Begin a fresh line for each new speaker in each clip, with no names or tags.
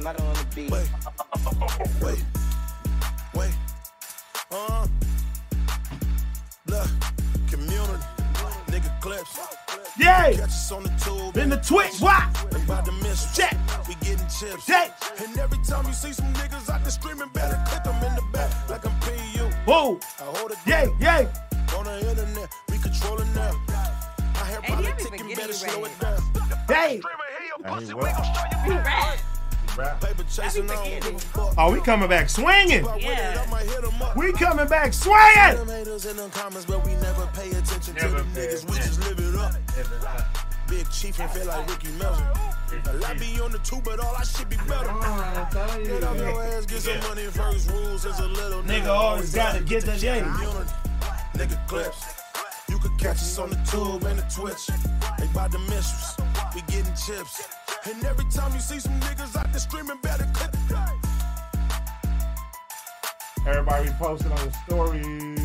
not on the beat.
Wait. Wait. Wait. Uh. Look. Community. Nigga clips. Catch
Yeah,
us on the tube.
in the Twitch, why?
And by the miss.
Check.
We getting chips.
Check.
And every time you see some niggas out there screaming, better click them in the back like I'm PU.
Whoa,
I hold it
yeah,
down.
yeah.
On the internet, we controlling them. I hear
And he haven't
politics,
even
you
getting
better slow
ready.
it down.
Hey,
Right.
Paper chasing, I don't give a fuck.
oh, we coming back swinging.
If I win it, I
Yeah.
might hit 'em up.
We coming back swinging.
Them haters in them comments, but we never pay attention to them niggas. We just live it up. Big Chief and feel like Ricky Melvin. A lot be on the two, but all I should be better. Get off your ass, get some money first. Rules is a little
Nigga always gotta get the yeah.
Unit, Nigga clips. You could catch us on the tube and the Twitch. They by the mistress. We getting chips. And every time you see some niggas out there streaming, better clip.
Everybody posted on the story.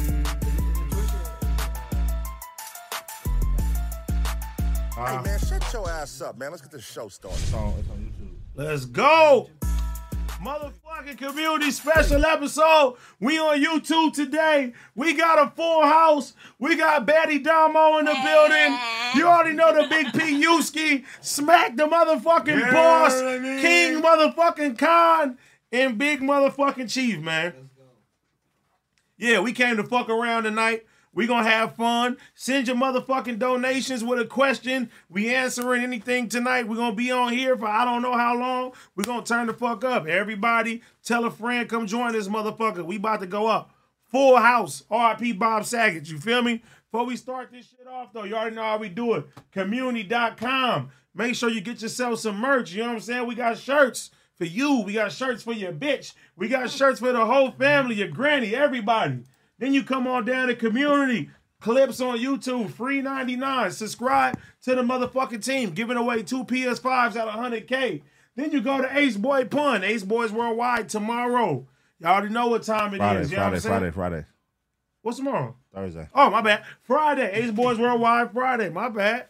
Hey man, shut your ass up, man. Let's get this show started.
It's on, Uh-huh. Oh, it's on YouTube.
Let's go. Motherfucking community special episode. We on YouTube today. We got a full house. We got Betty Damo in the building. You already know the big P Yuski. Smack the motherfucking
Yeah,
boss.
I mean.
King motherfucking Khan. And big motherfucking Chief, man. Yeah, we came to fuck around tonight. We gonna have fun. Send your motherfucking donations with a question. We answering anything tonight. We gonna be on here for I don't know how long. We gonna turn the fuck up. Everybody, tell a friend, come join this motherfucker. We about to go up. Full house. RIP Bob Saget. You feel me? Before we start this shit off though, you already know how we do it. Community.com. Make sure you get yourself some merch. You know what I'm saying? We got shirts for you. We got shirts for your bitch. We got shirts for the whole family, your granny, everybody. Then you come on down to community. Clips on YouTube, free 99. Subscribe to the motherfucking team, giving away two PS5s out of 100K. Then you go to Ace Boy Pun, Ace Boys Worldwide tomorrow. Y'all already know what time it is.
Friday,
you know what
Friday,
I'm saying?
Friday, Friday,
What's tomorrow?
Thursday.
Oh, my bad. Friday, Ace Boys Worldwide Friday. My bad.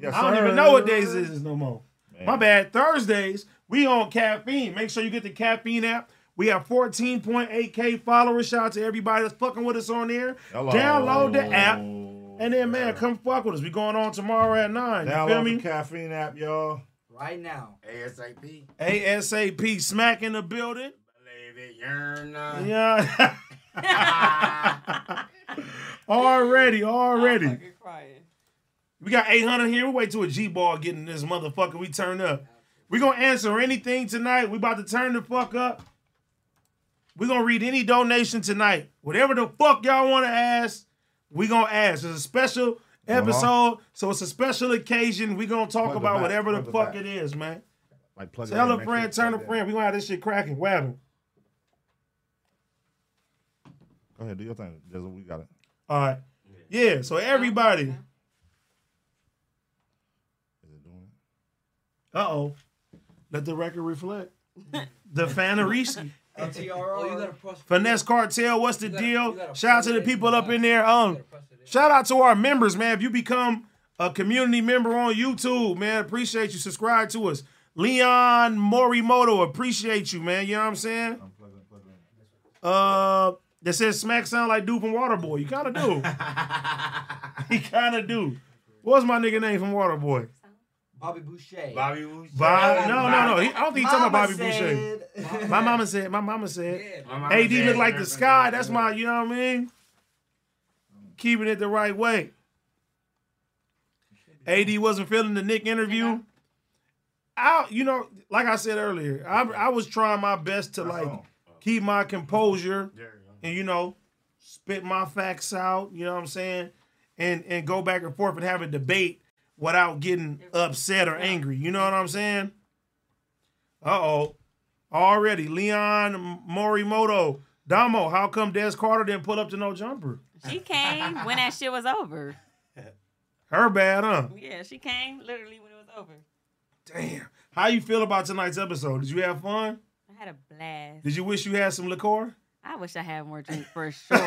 Yes,
I don't
sir.
even know what days it is no more. My bad. Thursdays, we on caffeine. Make sure you get the caffeine app. We have 14.8K followers. Shout out to everybody that's fucking with us on there.
Hello.
Download the app. And then, man, come fuck with us. We going on tomorrow at 9. you feel
Download
me?
the caffeine app, y'all.
right now.
ASAP.
ASAP. Smack in the building.
Believe it, uh. you're not.
Yeah. already, already.
Fucking crying.
We got 800 here. We wait till a G ball getting this motherfucker. We turn up. We gonna answer anything tonight. We about to turn the fuck up. We gonna read any donation tonight. Whatever the fuck y'all wanna ask, we gonna ask. It's a special episode, so it's a special occasion. We gonna talk
Plug Uh-huh. the
about
back,
whatever the
plug the
fuck
back.
it is, man.
Like plug
Tell
it in,
a
make
friend,
sure
turn a
it's plugged in.
friend. We gonna have this shit cracking. What happened?
Go ahead, do your thing. Jizzle, we got it.
All right. Yeah, so everybody.
Is it doing it?
Uh oh. Let the record reflect. The Fanarisi.
Oh, you gotta press.
Finesse Cartel, what's the
gotta-
deal?
you gotta
Shout out to the
put it in.
people up in there. Um,
press it in.
shout out to our members, man. If you become a community member on YouTube, man, appreciate you. Subscribe to us. Leon Morimoto, appreciate you, man. You know what I'm saying? Uh, that says Smack sound like dude from Waterboy. You kind of do. he kind of do. What's my nigga name from Waterboy?
Bobby Boucher.
Bobby Woosh.
Bob, no, no, no. He, I don't think he's talking about Bobby Boucher.
said-
My mama said. My mama said.
Yeah.
My
AD
mama
look like
said-
the sky. That's my, you know what I mean? Keeping it the right way. AD wasn't feeling the Nick interview. I, you know, like I said earlier, I, I was trying my best to like keep my composure and you know spit my facts out. You know what I'm saying, and and go back and forth and have a debate without getting upset or angry. You know what I'm saying? Uh oh. Already, Leon Morimoto. Damo, how come Des Carter didn't pull up to no jumper?
She came when that shit was over.
Her bad, huh?
Yeah, she came literally when it was over.
Damn. How you feel about tonight's episode? Did you have fun?
I had a blast.
Did you wish you had some liqueur?
I wish I had more drink for sure.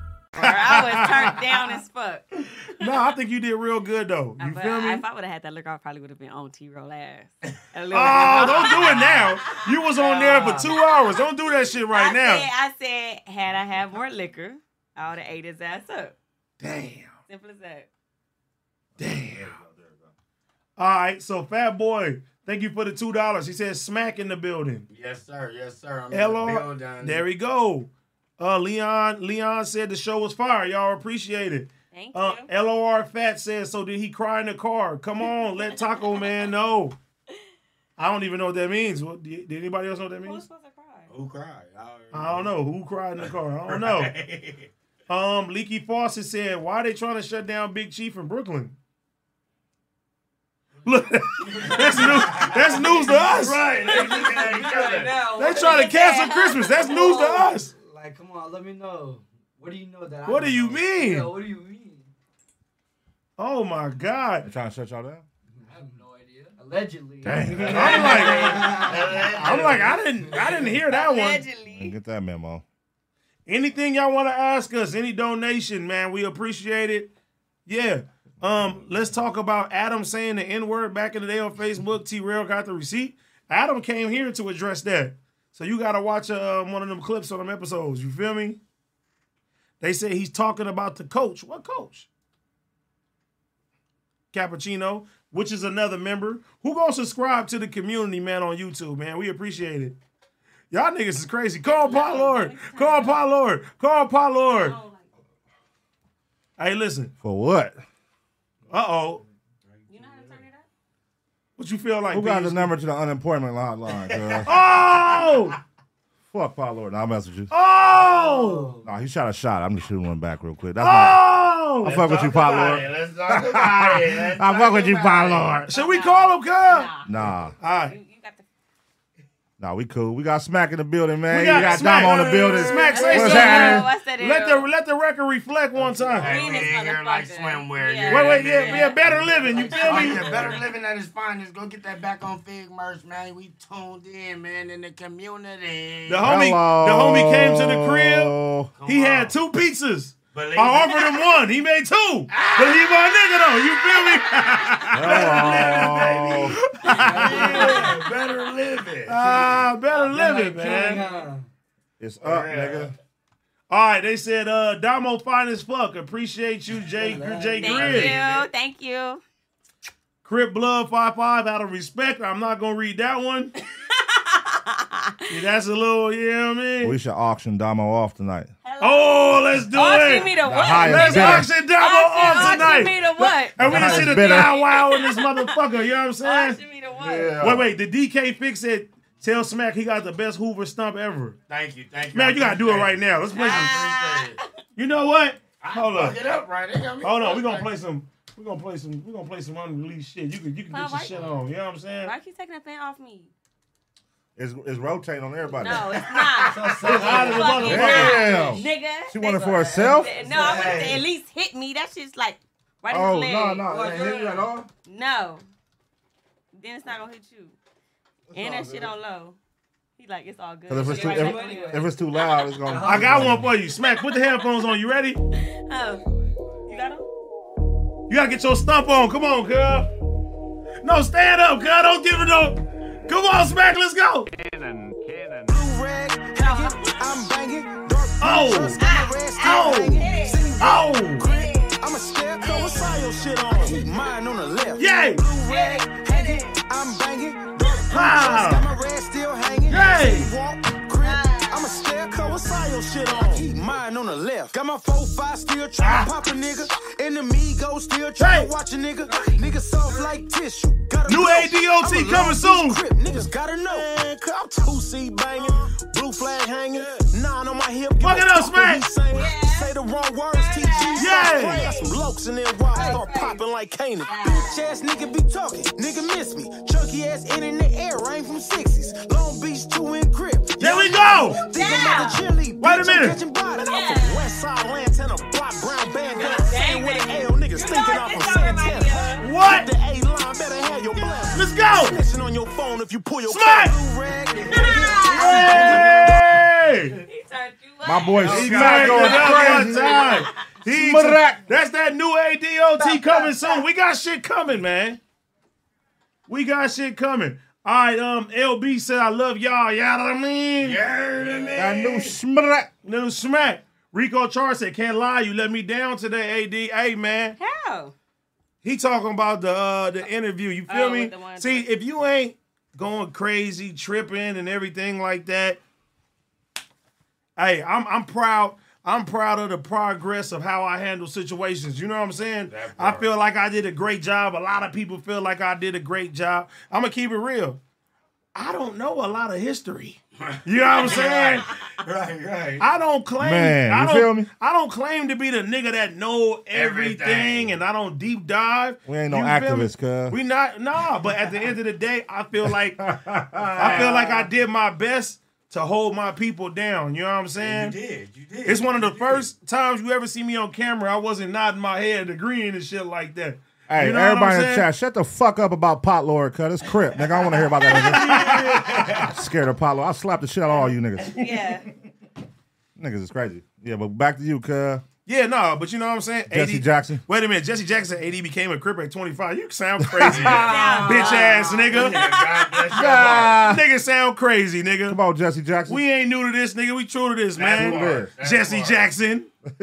I was turned down as fuck.
No, I think you did real good though. You
But
feel me?
I, if I would have had that look, I probably would have been on T roll ass. A little
Oh,
bit.
don't do it now. You was on there for two hours. Don't do that shit right
I
now.
Said, I said, had I had more liquor, I would have ate his ass up. Damn. Simple as that.
All right, so Fat Boy, thank you for the two dollars. He says smack in the building.
Yes, sir. Yes, sir. I'm in the
LR,
building.
there we go. Uh, Leon, Leon said the show was fire. Y'all appreciate it.
Thank
Uh, LOR Fat says, so did he cry in the car? Come on, let Taco Man know. I don't even know what that means. What, did, did anybody else know what that means?
Who cried?
I don't know. Who cried in the car? I don't know. Um, Leaky Fawcett said, "Why they trying to shut down Big Chief in Brooklyn?" Look, that's news. That's news to us.
Right, they looking at each other. Right now,
They
what
trying to
is that?
cancel Christmas. That's news to us.
Like, come on, let me know. What do you know that I
What do
don't
you
know?
mean?
Yeah, what do you mean?
Oh my God!
They trying to shut y'all down?
Allegedly.
Dang.
I'm like, I'm like, I didn't, I didn't hear that one.
Didn't Get that memo.
Anything y'all want to ask us? Any donation, man? We appreciate it. Yeah. Um, let's talk about Adam saying the N word back in the day on Facebook. T Rail got the receipt. Adam came here to address that. So you got to watch uh, one of them clips on them episodes. You feel me? They say he's talking about the coach. What coach? Cappuccino, which is another member. Who gonna subscribe to the community, man, on YouTube, man? We appreciate it. Y'all niggas is crazy. Call Pot Lord. Call Pot Lord. Call Pot Lord. Hey, listen.
For what?
Uh oh. What you feel like?
Who got
Peach?
the number to the unemployment hotline, girl?
Oh!
Fuck Paul Lord. I'll mess with you.
Oh!
Nah, he shot a shot. I'm just shooting one back real quick. That's
Oh!
my, I fuck with you, Paul Lord.
Let's talk about it. Let's
I fuck with you, Paul Lord.
Should we call him, Cub?
Nah.
All right.
Nah, we cool. We got Smack in the building, man.
We
We
got
got, got
Smack.
Dom on the building.
Smack, say
What's
something.
happening?
Let the let the record reflect one time.
we ain't here like swimwear.
Wait, wait, yeah, yeah, better living. You feel me?
Yeah, better living at his finest. Go get that back on Fig Merch, man. We tuned in, man, in the community.
The homie, the homie came to the crib. he had two pizzas.
Believe
I
it.
offered him one. He made two. but he my nigga though. You feel me?
Yeah, better living.
Ah, better living,
like
man.
It's up, nigga.
All right, they said uh Damo fine as fuck. Appreciate you, Jay Jay
Thank
Grigg.
you. Thank you.
Crip Blood 55 out of respect. I'm not gonna read that one. Yeah, that's a little, you know what I mean?
We should auction Damo off tonight.
Oh, let's do
Auction
it.
me the The what?
Let's
highest bidder.
auction Damo
Auction-
off
auction
tonight.
me the what?
And we done see the
Highest bidder.
DIY in this motherfucker. You know what I'm saying?
Auction me the
Wait,
what?
wait. The DK fix it. Tell Smack he got the best Hoover stump ever.
Thank you, thank you.
Man, you gotta do it right now. Let's play
Ah.
some. You know what? Hold
Fuck
on.
it up, right? They got me
Hold on. We
fucked
gonna
up.
play some. We gonna play some. We gonna play some unreleased shit. You can you can
Well,
get your
why-
shit on. You know what I'm saying?
Why are you taking that thing off me?
It's, it's rotating on everybody.
No, it's not.
It's hot as a
Fucking
motherfucker. Damn.
not. Nigga.
She want it for herself?
No, I want to at least hit me. That shit's like right
Oh,
in the leg.
no, no, it ain't hit you at all?
No. Then it's not going to hit you. and
all
that shit
good.
on low. He like, it's all good.
Because if, it's
Shit
too-
right back to
if,
it.
if it's too loud, it's going to.
I got one for you. Smack, put the headphones on. You ready? You
Oh. You got him?
gotta get your stump on. Come on, girl. No, stand up, girl. Don't give it up. Come on, Smack. Let's go.
I'm banging.
Uh-huh. Oh,
oh,
oh.
I'm a step over Sayo shit on. Keep mine on the left.
Yay.
I'm banging.
Ah.
Got my red still hanging.
Yay. Ah.
Walk, grip. I'm a step over Sayo shit on. Keep mine on the left. Got my 4-5 still
Ah.
trying to pop a nigga. And the Migos still trying to watch a nigga. Nigga soft like tissue. Got
New ADOT
I'm a
coming soon.
Crip, niggas gotta know. Man, i I'm two C banging, blue flag hanging, nine on my hip.
Fuck it up, Smack.
Say the wrong words, TG.
Yeah.
jokes and then wild start popping like Kanan. Bitch ass nigga be talking, nigga miss me. Chunky ass internet air, I ain't from 60s. Long Beach 2 and Crip.
There we go!
Think about the cheerleader,
Wait a
bitch, I'm
minute.
catching bodies. I'm from West Side Lantana, block brown bandana. Same with the L niggas thinking I'm from Santana.
What?
The A line better have your blast.
Let's go!
Snitching on your phone if you pull your
Smack!
blue rag.
Hey!
My boy
He's
Smack going
crazy.
crazy.
Time. He-
Smack.
that's that new ADOT coming soon. We got shit coming, man. We got shit coming. All right, um, LB said I love y'all. Y'all know what I mean?
That new
smack. New smack. Rico Char said, can't lie, you let me down today, AD. Hey, man.
How?
He talking about the uh, the interview. You feel
Oh,
me?
with the one-
See, if you ain't going crazy, tripping, and everything like that, hey, I'm I'm proud. I'm proud of the progress of how I handle situations. You know what I'm saying? I feel like I did a great job. A lot of people feel like I did a great job. I'm gonna keep it real. I don't know a lot of history. You know what I'm saying?
right, right.
I don't claim.
Man,
I
you
don't,
feel me?
I don't claim to be the nigga that know everything,
Everything.
and I don't deep dive.
We ain't no
You feel me?
activists, cuz.
We not nah. But at the end of the day, I feel like I feel like I did my best to hold my people down. You know what I'm saying?
you did, you did.
It's one of the first times you ever see me on camera. I wasn't nodding my head, agreeing and shit like that.
Hey,
You know what
everybody
I'm
in the
saying?
chat, shut the fuck up about Pot Lord, cuz. It's crip, nigga. I want to hear about that. nigga. I'm scared of Pot Lord. I'll slap the shit out of all you niggas.
Yeah.
Niggas is crazy. Yeah, but back to you, cuz.
Yeah, no, but you know what I'm saying?
Jesse Jackson.
Wait a minute, Jesse Jackson AD became a crip at 25. You sound crazy, bitch ass nigga.
Ah.
nigga sound crazy, nigga. Come
on, Jesse Jackson.
We ain't new to this, nigga. We true to this, man.
bars.
Jesse Jackson.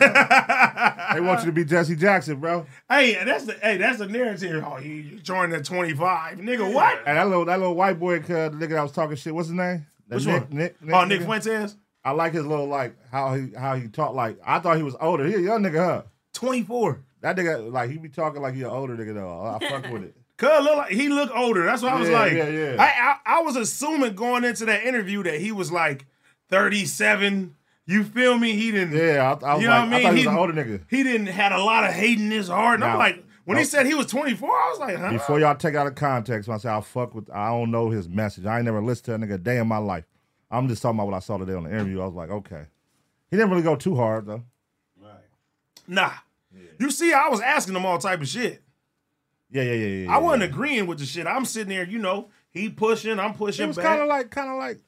They want you to be Jesse Jackson, bro.
Hey, that's the hey, that's the narrative. Oh, you you joined at 25, nigga. What?
And that little that little white boy, cuz, the nigga that was talking shit. What's his name? That
Which
Nick,
one?
Nick,
Oh, Nick
nigga?
Fuentes.
I like his little like how he how he talk. Like I thought he was older. He a young nigga, huh?
Twenty four.
That nigga like he be talking like he an older nigga though. I, I fuck with it.
Cuz look like he look older. That's what I was
Yeah,
like.
yeah, yeah.
I, I I was assuming going into that interview that he was like 37. You feel me? He didn't.
Yeah, I, I was
you
like,
know what I mean?
thought he,
He-
was an older nigga.
He didn't had a lot of hate in his heart. And I'm
No.
like, when he
No.
said he was 24, I was like, huh?
Before y'all take it out of context, when I say I fuck with, I don't know his message. I ain't never listened to a nigga a day in my life. I'm just talking about what I saw today on the interview. I was like, okay. He didn't really go too hard though.
Nah. You see, I was asking him all type of shit.
Yeah, yeah, yeah, yeah.
I wasn't agreeing with the shit. I'm sitting there, you know, he pushing, I'm pushing
It was
back.
kind of like, kind of like,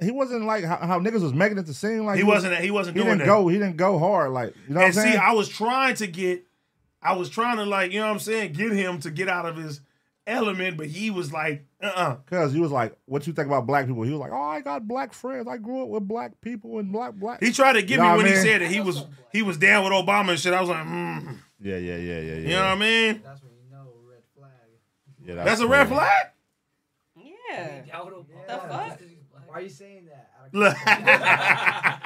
he wasn't like how, how niggas was making it to seem like
He wasn't- he wasn't
He
doing
didn't
that.
go. He didn't go hard. Like you know
and
what I'm
see,
saying?
I was trying to get, I was trying to like, you know what I'm saying, get him to get out of his element, but he was like, uh-uh.
Because he was like, "What you think about black people?" He was like, "Oh, I got black friends. I grew up with black people and black black."
He tried to give
You know
me
what
when
I
he
mean?
said that he was he was down with Obama and shit. I was like, mm.
Yeah, yeah, yeah, yeah, yeah.
You know what I mean?
Yeah,
That's a red
crazy.
flag.
Yeah. The fuck?
Why are you saying that?
Look.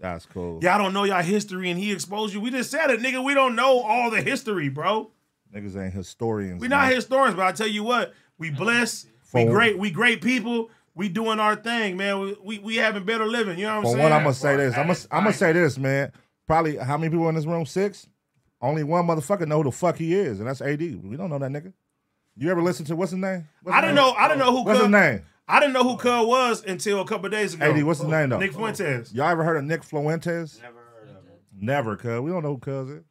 That's cool.
Y'all don't know y'all history and he exposed you. We just said it, nigga. We don't know all the history, bro.
Niggas ain't historians.
We not
man.
historians, but I tell you what, we blessed. We
For-
great. We great people. We doing our thing, man. We we, we having better living. You know what I'm
For
saying?
one, I'm gonna say this. I'm gonna I'm gonna say this, man. Probably how many people in this room? Six. Only one motherfucker know who the fuck he is, and that's AD. We don't know that nigga. You ever listen to what's his name? What's
I
his
didn't
name?
know. I didn't know who.
What's his
Cub-
name?
I didn't know who Cub was until a couple days ago. Oh,
AD. What's his name though?
Nick Fuentes.
Y'all ever heard of Nick Fuentes? Never heard of him. Never, cuz we don't know who cuz is.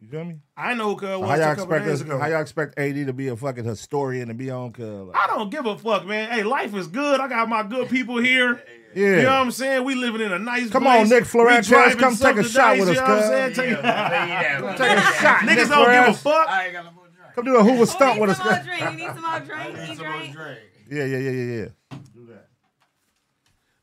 You feel me?
I know who Cub
So
was
how
till
y'all
a couple
expect
days
this,
ago.
How y'all expect AD to be a fucking historian and be on cuz?
I don't give a fuck, man. Hey, life is good. I got my good people here.
Yeah.
You know what I'm saying? We living in a nice
Come
place.
on, Nick Florentz,
We driving
come take a shot
subsidies,
with us,
You know what I'm saying?
cuz.
Take,
Take a shot,
Niggas
Nick
don't give a
Florentz.
fuck.
Come do a Hoover
Oh,
stunt with us. cuz.
Drink. Oh, You need some more drink? Need drink?
Yeah, yeah, yeah, yeah, yeah.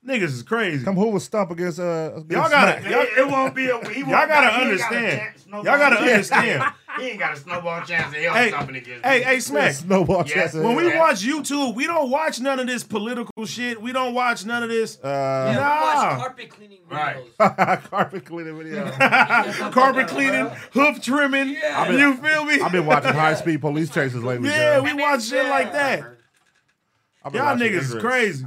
Niggas is crazy.
Come Hoover stump against uh. against
Y'all gotta,
Smack.
y'all,
It won't be a. He won't, he
Y'all gotta
ain't got a
understand.
chance-
Y'all
snowball
gotta
chance.
understand.
he ain't got a snowball chance to help
Hey,
something against
hey,
me.
hey, Smack.
Snowball Yeah. chance.
When we watch YouTube, we don't watch none of this political shit. We don't watch none of this.
Uh,
nah.
carpet cleaning
Right.
carpet cleaning video.
carpet cleaning, hoof trimming.
I've been-
You feel me?
I've been watching high speed police chases lately.
Yeah,
cuz.
we watch shit like that.
I've been
Y'all
watching
niggas is
Ingress.
crazy.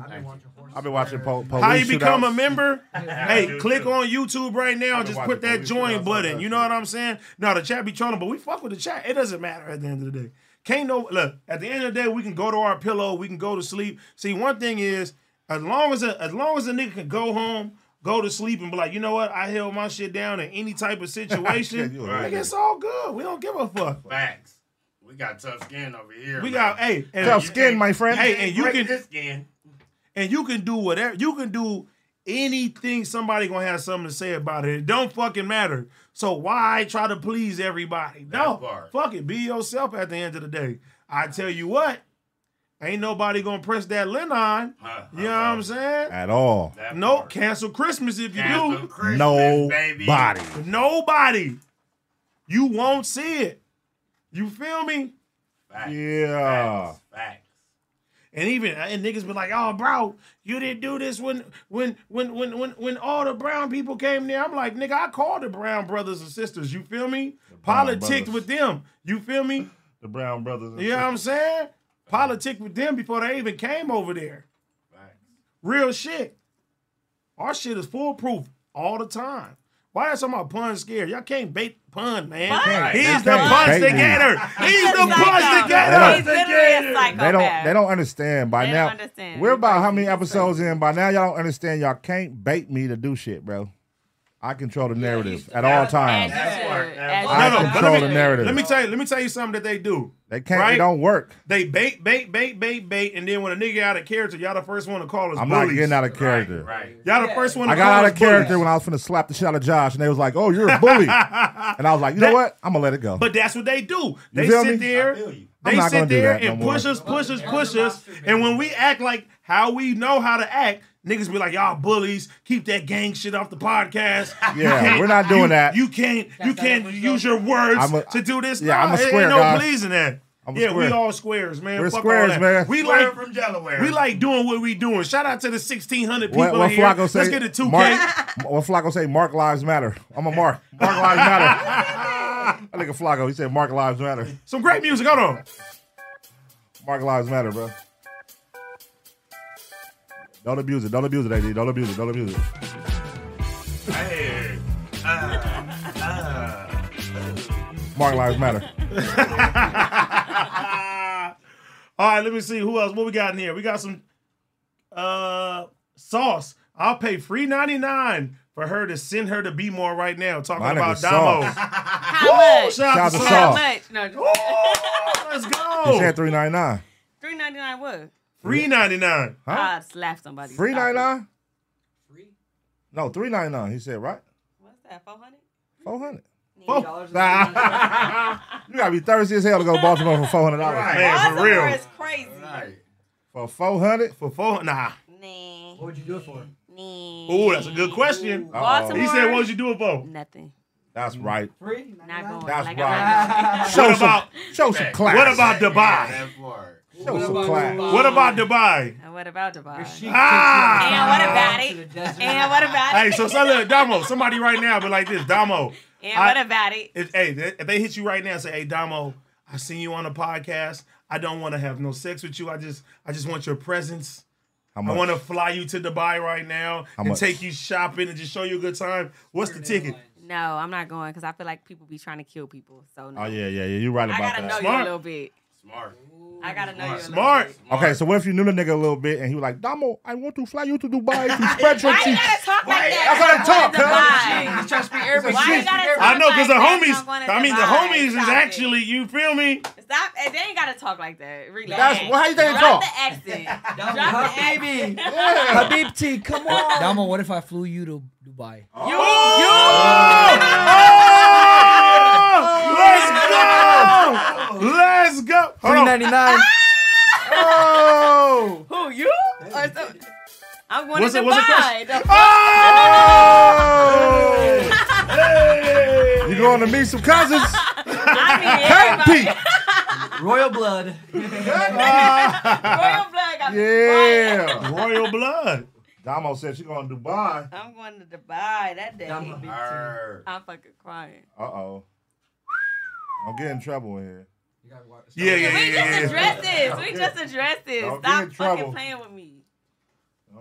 I've been watching po- police
How you become a
shootouts.
member? hey,
Yeah.
click on YouTube right now and
been
just
watching
put that
police
join
shootouts
button. You know what I'm saying? No, the chat be trolling, but we fuck with the chat. It doesn't matter at the end of the day. Can't no look. At the end of the day, we can go to our pillow. We can go to sleep. See, one thing is, as long as a, as long as a nigga can go home, go to sleep, and be like, you know what? I held my shit down in any type of situation.
you a nigga.
Nigga, it's all good. We don't give a fuck.
Facts. We got tough skin over here.
We
man.
got hey and-
Tough skin, my friend.
Hey, and you
Break
can
this skin.
and you can do whatever you can do anything somebody gonna have something to say about it. It don't fucking matter. So why try to please everybody? No. Fuck it. Be yourself at the end of the day. I tell you what, ain't nobody gonna press that Lennon. you know what I'm saying?
at all.
Nope. Cancel Christmas if you do.
Nobody.
Nobody. You won't see it. You feel me?
Yeah.
Facts.
And even and niggas been like, oh bro, you didn't do this when when when when when when all the brown people came there. I'm like, nigga, I called the brown brothers and sisters, you feel me?
brown
Politicked
brothers.
with them. You feel me?
The Brown Brothers.
You know what I'm saying? Politicked with them before they even came over there. Real shit. Our shit is foolproof all the time. Why y'all talking about pun scared? Y'all can't bait pun, man.
You can't.
He's
You
the
can't
punch
bait me.
gator. He's the
Psycho.
punch
He's
gator.
They don't. They don't understand by
They
now.
don't understand.
We're about how many episodes in by now? Y'all don't understand. Y'all can't bait me to do shit, bro. I control the narrative at all times. I
No, no, but
control
let me,
the narrative.
Let me tell you. Let me tell you something that they do.
They can't.
Right?
It don't work.
They bait, bait, bait, bait, bait, and then when a nigga out of character, y'all the first one to call us
I'm not
bullies.
getting out of character.
Y'all the first one. To
I got
call
out
us
of
bullies.
character when I was finna slap the shit out of Josh, and they was like, "Oh, you're a bully," and I was like, "You know what? I'm gonna let it go."
But that's what they do. They
Oh. feel
sit
me?
there.
I'm
They
not
sit
gonna do
there
that no
and
more.
push us, push us, push us. And when we act like how we know how to act, niggas be like, y'all bullies, keep that gang shit off the podcast. You
Yeah,
can't-
we're not doing
you-
that.
You can't you can't use your words
I'm a-
to do this.
yeah,
Nah,
I'm a
it ain't
square
no
guy.
pleasing that.
I'm a
yeah, we
square.
all squares, man.
We're
Fuck all
squares,
that.
man.
We
Square
like
from Delaware.
We like doing what we doing. Shout out to the sixteen hundred people
What,
in
what
here.
Flacco
Let's
say?
get a two K.
Mark, what Flacco say? Mark lives matter. I'm a Mark. Mark lives matter. I think of Flacco. He said Mark lives matter.
Some great music. Hold on.
Mark lives matter, bro. Don't abuse it. Don't abuse it, AD. Don't abuse it. Don't abuse it.
Hey. Uh, uh,
Mark lives matter.
Uh, All right, let me see who else. What we got in here? We got some uh sauce. I'll pay free ninety nine for her to send her to be more right now. Talking
My nigga
about Damo.
Sauce. Oh,
How
much?
Shout out to
How
Sauce.
much? No, just-
Let's
He
go.
said three ninety nine.
Three ninety nine. What?
Free ninety nine.
Huh?
I'd slap somebody.
Three
Stop it.
ninety nine. No, three ninety nine. He said right.
What's that? Four hundred.
Four hundred.
$80.
you gotta be thirsty as hell to go to Baltimore for four hundred dollars.
Man, for real.
It's crazy.
For four hundred.
For four. Nah.
What would you do it for?
Ooh, that's a good question.
Baltimore.
He said, "What would you do it for?"
Nothing.
That's right.
Free?
Not going.
That's
like, I'm
right.
not
Show
What
some,
about-
show some class.
What about Dubai?
that part.
Show some class.
What about Dubai?
going. And Uh, what about Dubai?
Ah!
And what about it? And what about it?
Hey, so, so look, Damo, somebody right now be like this, Damo.
And
I-
what about it?
If, hey, th- if they hit you right now and say, "Hey, Damo, I seen you on a podcast. I don't want to have no sex with you. I just, I just want your presence. I
How much?
want to fly you to Dubai right now
How
and
much?
take you shopping and just show you a good time. What's the ticket?
No, I'm not going because I feel like people be trying to kill people. So no.
Oh yeah, yeah, yeah. You right
I
about
gotta know
that.
you a little bit.
Smart.
I gotta know you. A little
Smart.
Okay, so what if you knew the nigga a little bit and he was like, Damo, I want to fly you to Dubai to spread your
Why you
cheeks.
gotta talk like
That's how they
that?
talk,
That's
huh?
Dubai.
He's trying to speak
Why
Arabic.
you gotta talk
I know, cause the
like that?
homies.
I'm going to
I mean, the
Dubai.
homies is
Stop it.
actually. You feel me?
Stop. They ain't gotta talk like that. Relax.
That's- well, how you think they
Drop
talk?
the accent.
Damo,
Drop the
Habibi.
Habib T, come on. Damo, what if I flew you to Dubai?
Oh,
You,
Oh!
Oh! Let's go. Let's
Oh!
go. Hold
Three
on.
ninety nine.
Oh.
Ah! who you? Or so, I'm going
What's
to
it- what's the Oh!
Dubai. The-
You going to meet some cousins?
I mean, everybody.
Royal blood.
Royal blood. got me fired.
Yeah.
Royal blood.
Damo said she going to Dubai.
I'm going to Dubai that day.
Damo.
Arr.
I'm fucking crying.
Uh oh. I'm getting in trouble in here.
Yeah, yeah,
we
yeah,
just
yeah.
addressed this. We just addressed this.
Don't get
Stop
in
fucking
trouble.
playing with me.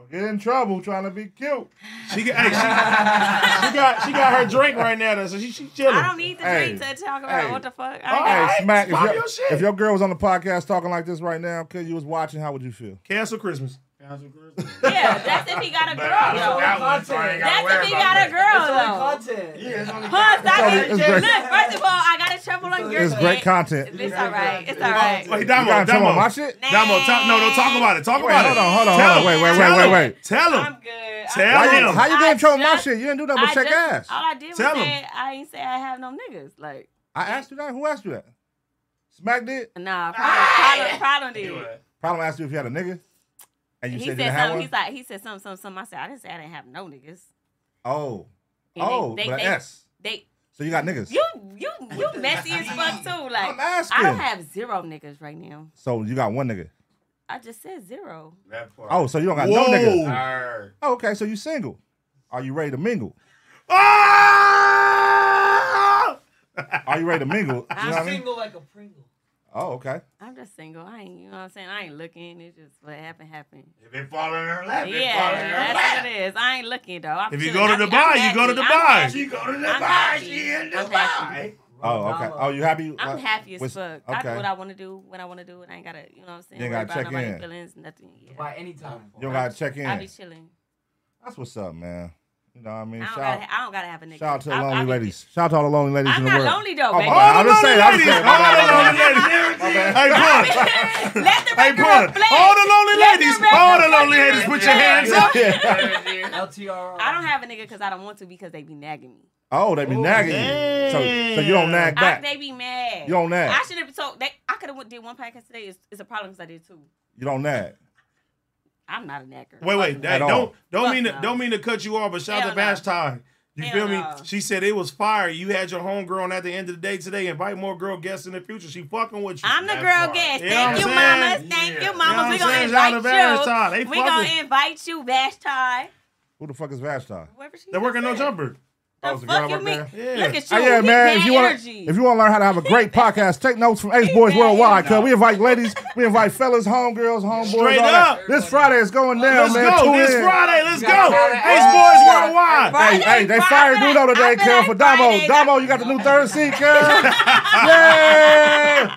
Get in trouble trying to be cute.
She got, hey, she, she got she got her drink right now, though, so she, she chilling.
I don't need the
Hey.
drink to talk about
Hey.
what the fuck.
Hey,
I ain't
smack. If
got-
your, if your girl was on the podcast talking like this right now, kid, you was watching, how would you feel?
Cancel Christmas.
yeah, that's if he got a girl.
That was-
though.
that was- sorry, I gotta
That's if
worry
he
about
got a
that.
girl.
It's only
though.
content.
Yeah, it's only
content. It's
Look,
only-
first of all, I got in trouble on your
It's
shit.
great content.
It's all right. It's all right.
Wait, Damo,
You gotta tell
Damo.
him my shit?
Damo, talk, no, no, talk about it. Talk
Wait,
about
hold
it.
on, hold on,
Tell
hold on. Wait,
him.
wait, wait,
Tell
wait,
him.
wait.
Tell him. Tell
Why you-
him.
how you getting in trouble with my
just-
shit? You didn't do nothing but
I
shake
just-
ass.
All I did was
Tell
say,
'em.
I ain't say I have no niggas. Like,
I asked you that. Who asked you that? Smack did.
nah, problem, problem, problem did.
Problem asked you if you had a nigga, and you
He
said you
said
didn't have
something.
one.
He's like, he said something, something, something. I said, I didn't say I didn't have no niggas.
oh,
And
oh, but an S.
They,
So you got niggas.
you, you, you messy as fuck too. Like, I
asking.
don't have zero niggas right now.
So you got one nigga.
I just said zero.
Oh, so you don't got no
Whoa.
nigga. Oh, okay, so you single. Are you ready to mingle? Are you ready to mingle? You know what I
I'm
mean?
single like a Pringle.
Oh, okay.
I'm just single. I ain't, you know what I'm saying? I ain't looking. It's just what happened, happened.
It been following her lap. It
yeah,
following her
that's
lap.
what it is. I ain't looking, though. I'm
If you
chilling.
go to
I'm-
Dubai,
I'm
you go to
happy. I'm
Dubai.
happy.
You go to
I'm
Dubai,
happy.
she in
I'm happy.
Oh, okay. Oh, you happy?
I'm
uh,
happy as
with-
fuck. I do
Okay.
what I want to do when I want to do it. I ain't gotta, you know what I'm saying?
You ain't
worry
gotta
about
check
nobody's
in.
feelings, nothing. Yeah.
By any time.
You don't gotta check in.
I be chilling.
That's what's up, man. You know what I mean?
I don't,
Shout,
gotta, I don't gotta have a nigga.
shout out to the
I-
lonely
I be-
ladies. Shout out to all the lonely ladies
I'm
in the
not
world.
lonely though,
Oh,
baby.
my bad.
All
I'm
the
just saying. I'm just
Ladies,
saying.
all
my bad,
the
my
lonely
bad.
ladies. Hey, pun.
Let the
Hey,
record
pun.
reflect.
All the lonely
Let the
ladies.
record
All the lonely
fucking
ladies, put your hands up.
reflect.
LTR.
I don't have a nigga because I don't want to because they be nagging me.
Oh, they be nagging you. So, so you don't nag
I,
back.
they be mad.
You don't nag.
I should have told. They, I could have did one podcast today. It's, it's a problem because I did two.
You don't nag.
I'm not a nagger.
Wait, wait,
Fuck
that,
At all.
don't don't
Fuck
mean to,
no.
don't mean to cut you off, but shout out
Hell
to Bash Time. You
Hell
feel me?
no.
She said it was fire. You had your homegirl, and at the end of the day today, invite more girl guests in the future. She fucking with you.
I'm the girl guest.
You know
Thank
what
you,
I'm
mamas.
saying?
Thank
Yeah.
you, mamas.
You
we
know what I'm
gonna
saying?
invite
Shout out to Vashti.
you.
They
We
fuck
gonna
with-
invite you, Vashti.
Who the fuck is Vashti?
Whoever she
They're working no jumper.
Oh, it's a girl
fuck you
right
mean?
there?
Look at
Oh,
you.
yeah, man.
He mad
If you want to,
energy.
if you want to learn how to have a great podcast, take notes from Ace Boys Worldwide. Cause we invite ladies, we invite fellas, homegirls, homeboys.
Straight
all that.
up.
This Friday is going down,
Let's
man.
go.
Tune
This
in.
Friday, let's
You
go.
gotta tune in.
Ace Boys Worldwide.
Hey, hey, they fired Dudo today, Kel, for Damo. Damo, you got the new third seat, Kel. Yay!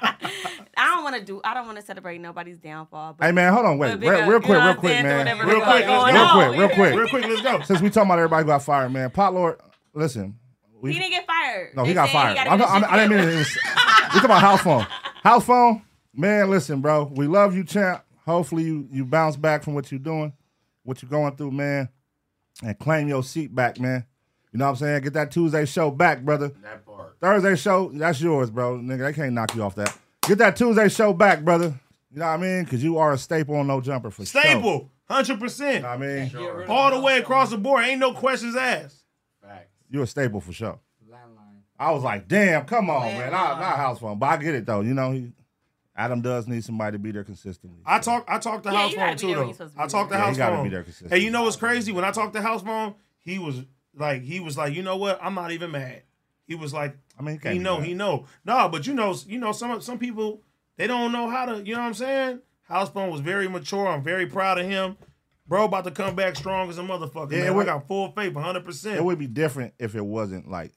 I don't want to do. I don't want to celebrate nobody's downfall. But
Hey, man, hold on, wait. Real,
But bigger,
real
you
quick,
know what
real
I'm
quick,
saying?
man. Real
Doing everything
quick,
going
real
on.
quick, real quick.
Real quick, let's go.
Since we talking about everybody who got fired, man. Pot Lord, listen. we-
he didn't get fired.
No,
They
he got
said
fired.
gotta
I'm,
get
I'm,
his
I didn't
shit
mean it. it was, we talking about house phone. House phone, man. Listen, bro. We love you, champ. Hopefully, you you bounce back from what you're doing, what you're going through, man, and claim your seat back, man. You know what I'm saying? Get that Tuesday show back, brother. That part. Thursday show, that's yours, bro. Nigga, they can't knock you off that. Get that Tuesday show back, brother. You know what I mean? Because you are a staple on No Jumper for sure.
Staple, hundred percent. I
mean,
all the way across the board, ain't no questions asked.
You're a staple for sure. I was like, damn, come on, man. Not, not house phone. But I get it though. You know, he, Adam does need somebody to be there consistently.
I talk I talk to
Yeah,
house
you gotta
phone
be there when
too
you're
though.
supposed to
I
be
talk to
there. Yeah, you
house
gotta be
phone.
there consistently.
and you know what's crazy? When I talked to house phone, he was like he was like, you know what? I'm not even mad. He was like, I mean,
can't
he
be
know,
mad.
he know. No, but you know, you know, some some people they don't know how to. You know what I'm saying? House phone was very mature. I'm very proud of him. Bro, about to come back strong as a motherfucker.
Yeah,
Yeah,
it
man.
would-
I got full faith, 100. percent
It would be different if it wasn't like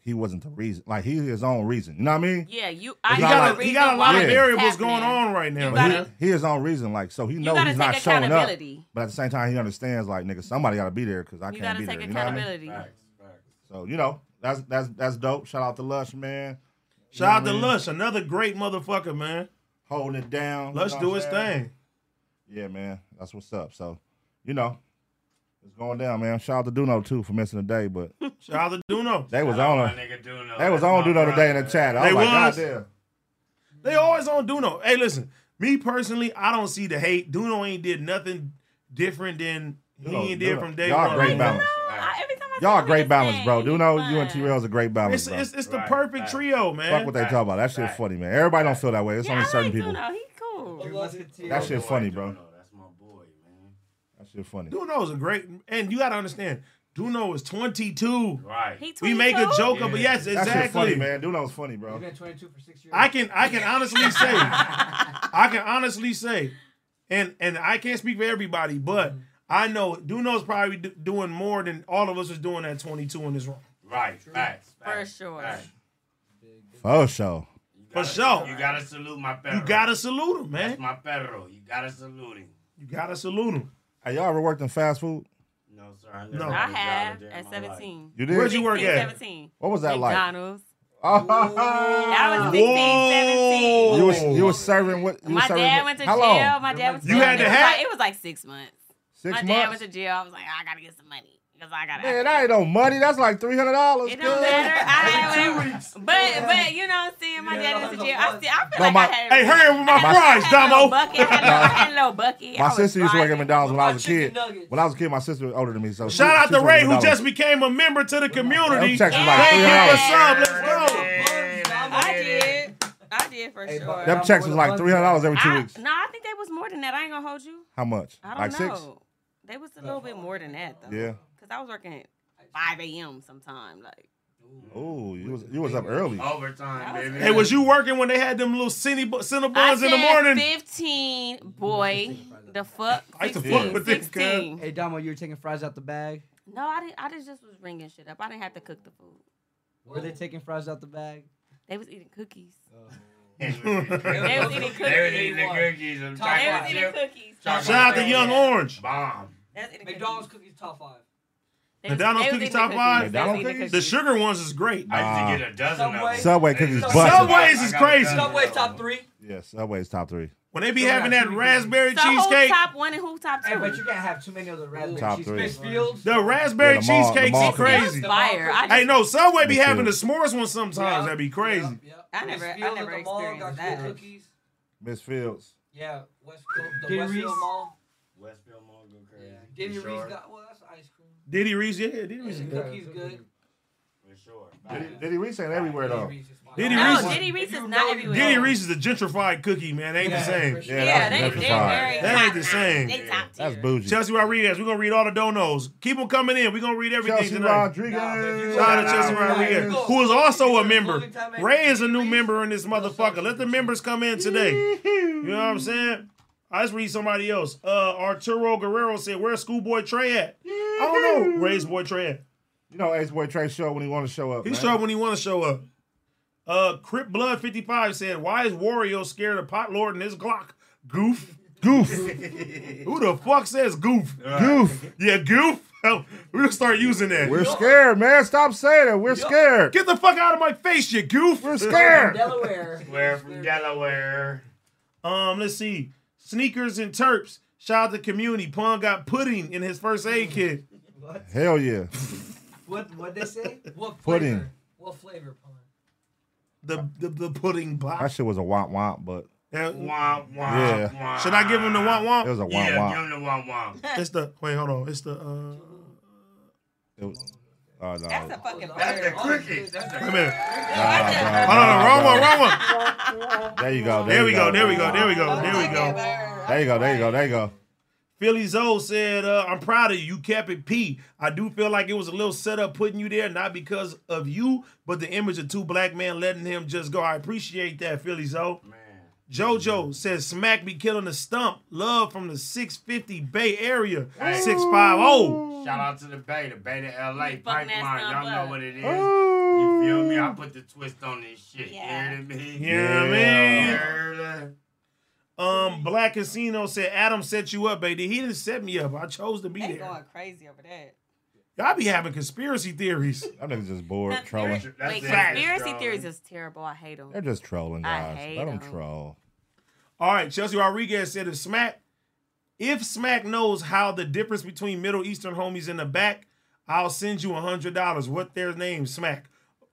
he wasn't the reason. Like he's his own reason. You know what I mean?
Yeah, you.
It's
I
not
got
like-
a
he
reason
got a lot
why
of
it's
variables
happening.
going on right now.
But
man.
he, he his own reason. Like so he knows
gotta
he's not
take
showing up.
accountability.
But at the same time, he understands like nigga, somebody gotta be there because I
You
can't
gotta
be
take
there. You know what I mean?
accountability.
So you know that's that's that's dope. Shout out to Lush man. You
Shout out to
know what I mean?
Lush, another great motherfucker, man.
Holding it down.
Lush
you know
do
what
his
I'm saying?
thing.
Yeah, man. That's what's up. So, you know, it's going down, man. Shout out to Duno too for missing the day, but
Shout out to Duno.
they was
Shout out
on
my
it.
nigga Duno.
They was
That's
on
my
Duno today in the
brother.
chat. I
They
was like,
was.
goddamn.
They always on Duno. Hey, listen, me personally, I don't see the hate. Duno ain't did nothing different than he
Duno-
ain't did
Duno-
from day
y'all
one.
great balance. Y'all a great balance, bro. Duno, you and T Rail's a great balance,
It's,
bro.
it's, it's the perfect trio, man.
Fuck what they talk about. That shit funny, man. Everybody don't feel that way. It's only certain people.
Duno, he cool.
That shit funny, bro. That's my boy, man. That shit funny.
Duno's a great, and you gotta understand, Duno is 22. Right.
He
we make a
22?
joke, but yes, exactly.
That shit funny, man. Duno's funny, bro.
You've been 22 for six years.
I can I can honestly say I can honestly say and and I can't speak for everybody, but I know Duno's probably do, doing more than all of us was doing at 22 in this room.
Right, facts.
For sure.
For sure.
For sure.
You gotta salute my perro.
You gotta salute him, man.
That's my perro. You gotta salute him.
You gotta salute him.
Hey, y'all ever worked in fast food?
No, sir. I
No.
I have at 17.
You did? Where'd you work
16,
at?
17.
What was that like?
McDonald's.
I
was 16, 17.
You was you was serving what? You was
My
serving
dad
what-
went to
how
jail.
long?
My dad went to
You
jail.
had
it
to
was
have.
Like, it was like six months.
Six
my
months?
dad went to jail. I was like, I gotta get some money because I gotta.
Man, that ain't no money. That's like three hundred dollars.
It don't matter. I had whatever. But but you know, seeing my dad went to jail, I still I feel
No,
like
my-
I had.
Hey, hurry up with my
I had a-
fries,
I had a
Damo.
little bucket. I had a little- I had a little bucket. I
My
was
sister used to work at
frying.
McDonald's when I was a
chicken
kid.
nuggets.
When I was a kid, my sister was older than me. So she-
Shout out
she
to
was
Ray,
working
who
McDonald's.
just became a member to the community.
I'm texting like
Thank you for
$300.
sub. Let's go.
I did. I did for sure.
Them checks was like three hundred dollars every two
I-
weeks.
No, I think they was more than that. I ain't gonna hold you.
How much?
I don't
Like
know.
six?
They was a little bit more than that though.
Yeah.
Cause I was working at five a.m. sometime. Like
Oh, you was you was up early.
Overtime, baby.
Hey, was you working when they had them little cine
I
Cinnabons
said
in the morning?
fifteen boy. The fuck.
I used to
16,
fuck with this guy.
16.
Hey, Damo, you were taking fries out the bag.
No, I didn't. I just, just was ringing shit up. I didn't have to cook the food.
Were they taking fries out the bag?
They was eating cookies.
they was
eating cookies.
They was eating the cookies. and
Top
chocolate
five. They was eating cookies.
Chocolate
Shout out to
chip.
Young Orange.
Bomb.
McDonald's cookies top five.
They was-
McDonald's
they was
cookies
eating
top five.
McDonald's They was eating cookies?
The sugar ones is great.
I used to Nah. get
a dozen of
Subway.
Subway cookies. busted.
Subways is crazy.
Subway top three.
Yeah, Subway's top three.
When they be having that raspberry
So
cheesecake,
who top one and who top two?
Hey, but you can't have too many of the raspberry
Top
cheese.
three.
Fitzfield.
the raspberry
Yeah, the mall- the
cheesecakes
mall
is
cookies.
crazy.
Fire. I
Hey,
just-
no, Subway be
Me
having the
too.
s'mores ones sometimes. That'd be crazy.
I never, I
Field
never
at the mall, got
experienced
cool
that.
cookies.
Miss Fields.
Yeah, Westfield, the
Did
Westfield
Reese-
Mall.
Westfield Mall go crazy.
Diddy
For
Reese
sure.
got well, that's ice cream.
Diddy Reese, yeah, Diddy Reese.
The cookies good.
For sure.
Diddy, Diddy Reese ain't everywhere though.
Diddy
No,
Reese.
Diddy Reese is not everywhere.
Diddy Reese is a gentrified cookie, man. They ain't the same.
Yeah,
Yeah,
that
they,
was
they're
gentrified.
very
That
top
ain't the
notch.
same.
They top tier.
That's bougie.
Chelsea Rodriguez, we're gonna read all the donos. Keep them coming in. We're gonna read everything
Chelsea
tonight.
Rodriguez.
Shout out to Chelsea Rodriguez, who is also a member. Ray is a new member in this motherfucker. Let the members come in today. You know what I'm saying? I just read somebody else. Uh, Arturo Guerrero said, "Where's Schoolboy Trey at?" I don't know. Ray's boy Trey at.
You know, Ace Boy Trey show when he want to show up.
He
man.
showed up when he want to show up. Uh, Crip Blood 55 said, Why is Wario scared of Pot Lord and his Glock? Goof. Goof. Who the fuck says goof?
Goof.
Yeah, goof. We're going to start using that.
We're scared, man. Stop saying it. We're scared.
Get the fuck out of my face, you goof.
We're scared.
Delaware.
Where from Delaware?
Um, let's see. Sneakers and Terps. Shout out to community. Pun got pudding in his first aid kit.
Hell yeah.
What what they say? What
Pudding.
flavor? What flavor pun?
The the, the pudding
That
box.
shit was a womp womp, but
Yeah.
Womp, womp,
Yeah.
womp.
Should I give him the womp womp?
Ah, it was a womp
Yeah,
womp.
give him the womp womp.
It's the wait, hold on. It's the uh
It was, oh, no.
That's a fucking
That's the
bird.
cookie. That's
wait a
the
minute.
Nah,
Hold
bro,
on,
nah,
wrong
bro.
one, wrong one.
Oh, There you go.
There we go, there we go, there we go, there we go.
There you go. There you go. There you go.
Philly Zoe said, uh, I'm proud of you. You kept it P. I do feel like it was a little setup putting you there, not because of you, but the image of two black men letting him just go. I appreciate that, Philly Zoe. JoJo says, Smack be killing the stump. Love from the 650 Bay Area. oh." 650.
Shout out to the Bay, the Bay to LA
fucking ass
pipeline. Y'all
up.
know what it is.
Oh.
You feel me? I put the twist on this shit.
Yeah.
You hear me?
You know what I
You
mean?
heard that?
Um, Black Casino said, Adam set you up, baby. He didn't set me up. I chose to be
They
there.
going crazy over that.
Y'all be having conspiracy theories.
Them niggas just bored trolling.
That's
Wait,
it.
conspiracy
Strong.
theories is terrible. I hate them.
They're just trolling,
I
guys.
hate
Let them
'em.
troll.
All right, Chelsea Rodriguez said if Smack, if Smack knows how the difference between Middle Eastern homies in the back, I'll send you a hundred dollars. What their name, Smack?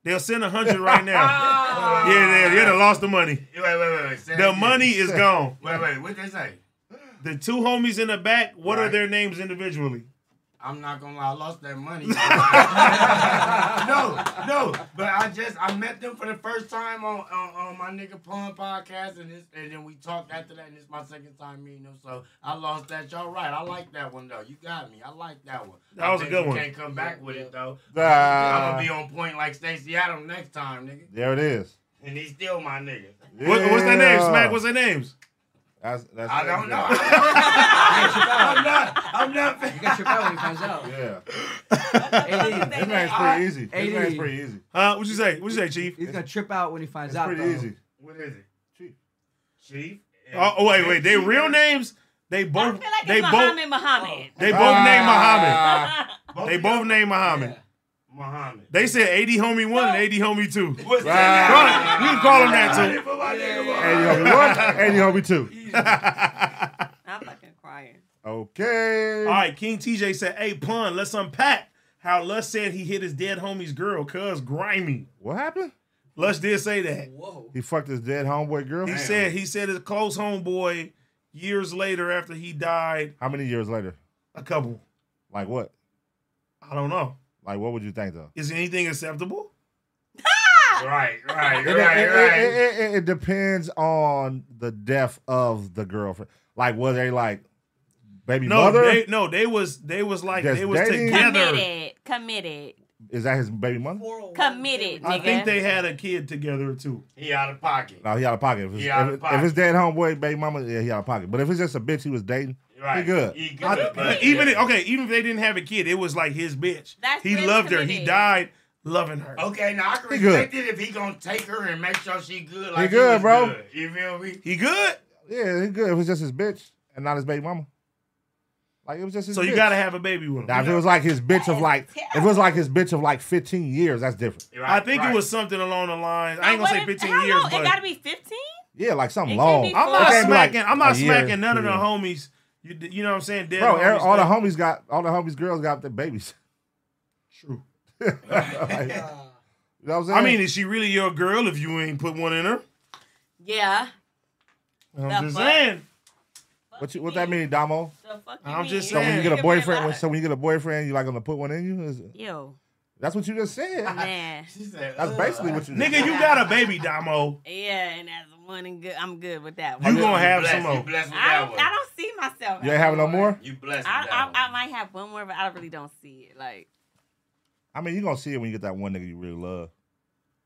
They'll send a hundred right now. yeah, they, they done lost the money.
Wait, wait, wait, wait. Say it
The
again.
money is gone.
Wait, wait. What they say?
The two homies in the back. What are
Right.
their names individually?
I'm not gonna lie, I lost that money. no, no, but I just I met them for the first time on on, on my nigga Pun podcast, and this and then we talked after that, and it's my second time meeting them, so I lost that. Y'all right, I like that one though. You got me, I like that one.
That
I
was a
think
good
you
one.
Can't come back with it though. I'm
Ah.
gonna be on point like Stacey Adams next time, nigga,
There it is.
and he's still my nigga.
What, what's their names,
Yeah.
Smack? What's their names?
That's, that's
I don't know.
I'm
not. I'm not. You
got your bell when it comes out.
Yeah. this man's pretty easy. This man's pretty easy.
Huh? What you say? What you say, Chief?
He's gonna trip out when he finds
It's
out.
pretty
though.
easy.
What is it?
Chief.
Chief.
Uh,
Oh, oh, wait, wait. They real names. They both.
I feel like
they
it's
both.
Muhammad Muhammad.
They both named Muhammad. they both named Muhammad.
Muhammad.
They said 80 homie one and 80 homie two.
What's
that? You can call him that too.
And you homie one, and you homie two.
I'm fucking crying.
Okay.
All right, King TJ said, hey, pun, let's unpack how Lust said he hit his dead homie's girl, cuz grimy.
What happened?
Lust did say that.
He fucked his dead homeboy girl.
He said he said his close homeboy years later after he died,
How many years later?
a couple.
Like what?
I don't know.
Like what would you think though?
Is anything acceptable?
Ah!
right, right, right,
It, it- it-
right.
it- it- it depends on the death of the girlfriend. Like was they like baby
no,
mother?
they no, they was they was like
Just
they was
dating?
together.
Committed. Committed.
Is that his baby mother?
Committed, nigga.
I think they had a kid together too.
He out of pocket.
No, he out of pocket. If it's,
He out
if,
of
it-
pocket.
if it's dead homeboy, baby mama, yeah, he out of pocket. But if it's just a bitch he was dating, he
Right.
good.
He good, I- but even if- okay, even if they didn't have a kid, it was like his bitch.
That's
he
really
loved her. He
committed.
died loving her.
Okay, now I can
He good.
respect it if he gonna take her and make sure she good. Like
he good,
was
bro.
good. You feel me?
He good.
Yeah, he good. If it's just his bitch and not his baby mama. Like it was just his
So you
bitch.
gotta have a baby with him.
Now, if it was like his bitch of like, if it was like his bitch of like 15 years, that's different.
I think it was something along the lines. I ain't gonna say 15
How
years,
long?
but
It gotta be 15?
Yeah, like something
It
long.
can't be
I'm
full.
not
It can't be like
smacking. I'm not
a year,
smacking none of
two
the
years.
homies. You, you know what I'm saying? Dead
Bro, er,
homies,
all the
but-
homies got all the homies girls got their babies.
True.
Like, you know what I'm saying?
I mean, is she really your girl if you ain't put one in her?
Yeah.
I'm
The
just
fuck?
saying.
what you, what that mean, Damo?
I'm just
So when you
saying.
get a boyfriend, when, so when you get a boyfriend, you like gonna put one in you? Is-
Yo.
that's what you just said.
Man.
That's basically what you. just
Nigga,
said.
you got a baby, Damo.
Yeah, and that's one and good. I'm good with that
You
one.
gonna have
blessed.
some
You
more.
blessed with
I
that
don't,
one.
I don't see myself.
You ain't having no more.
You blessed with
I,
that one.
I, I might have one more, but I really don't see it. Like,
I mean, you gonna see it when you get that one nigga you really love.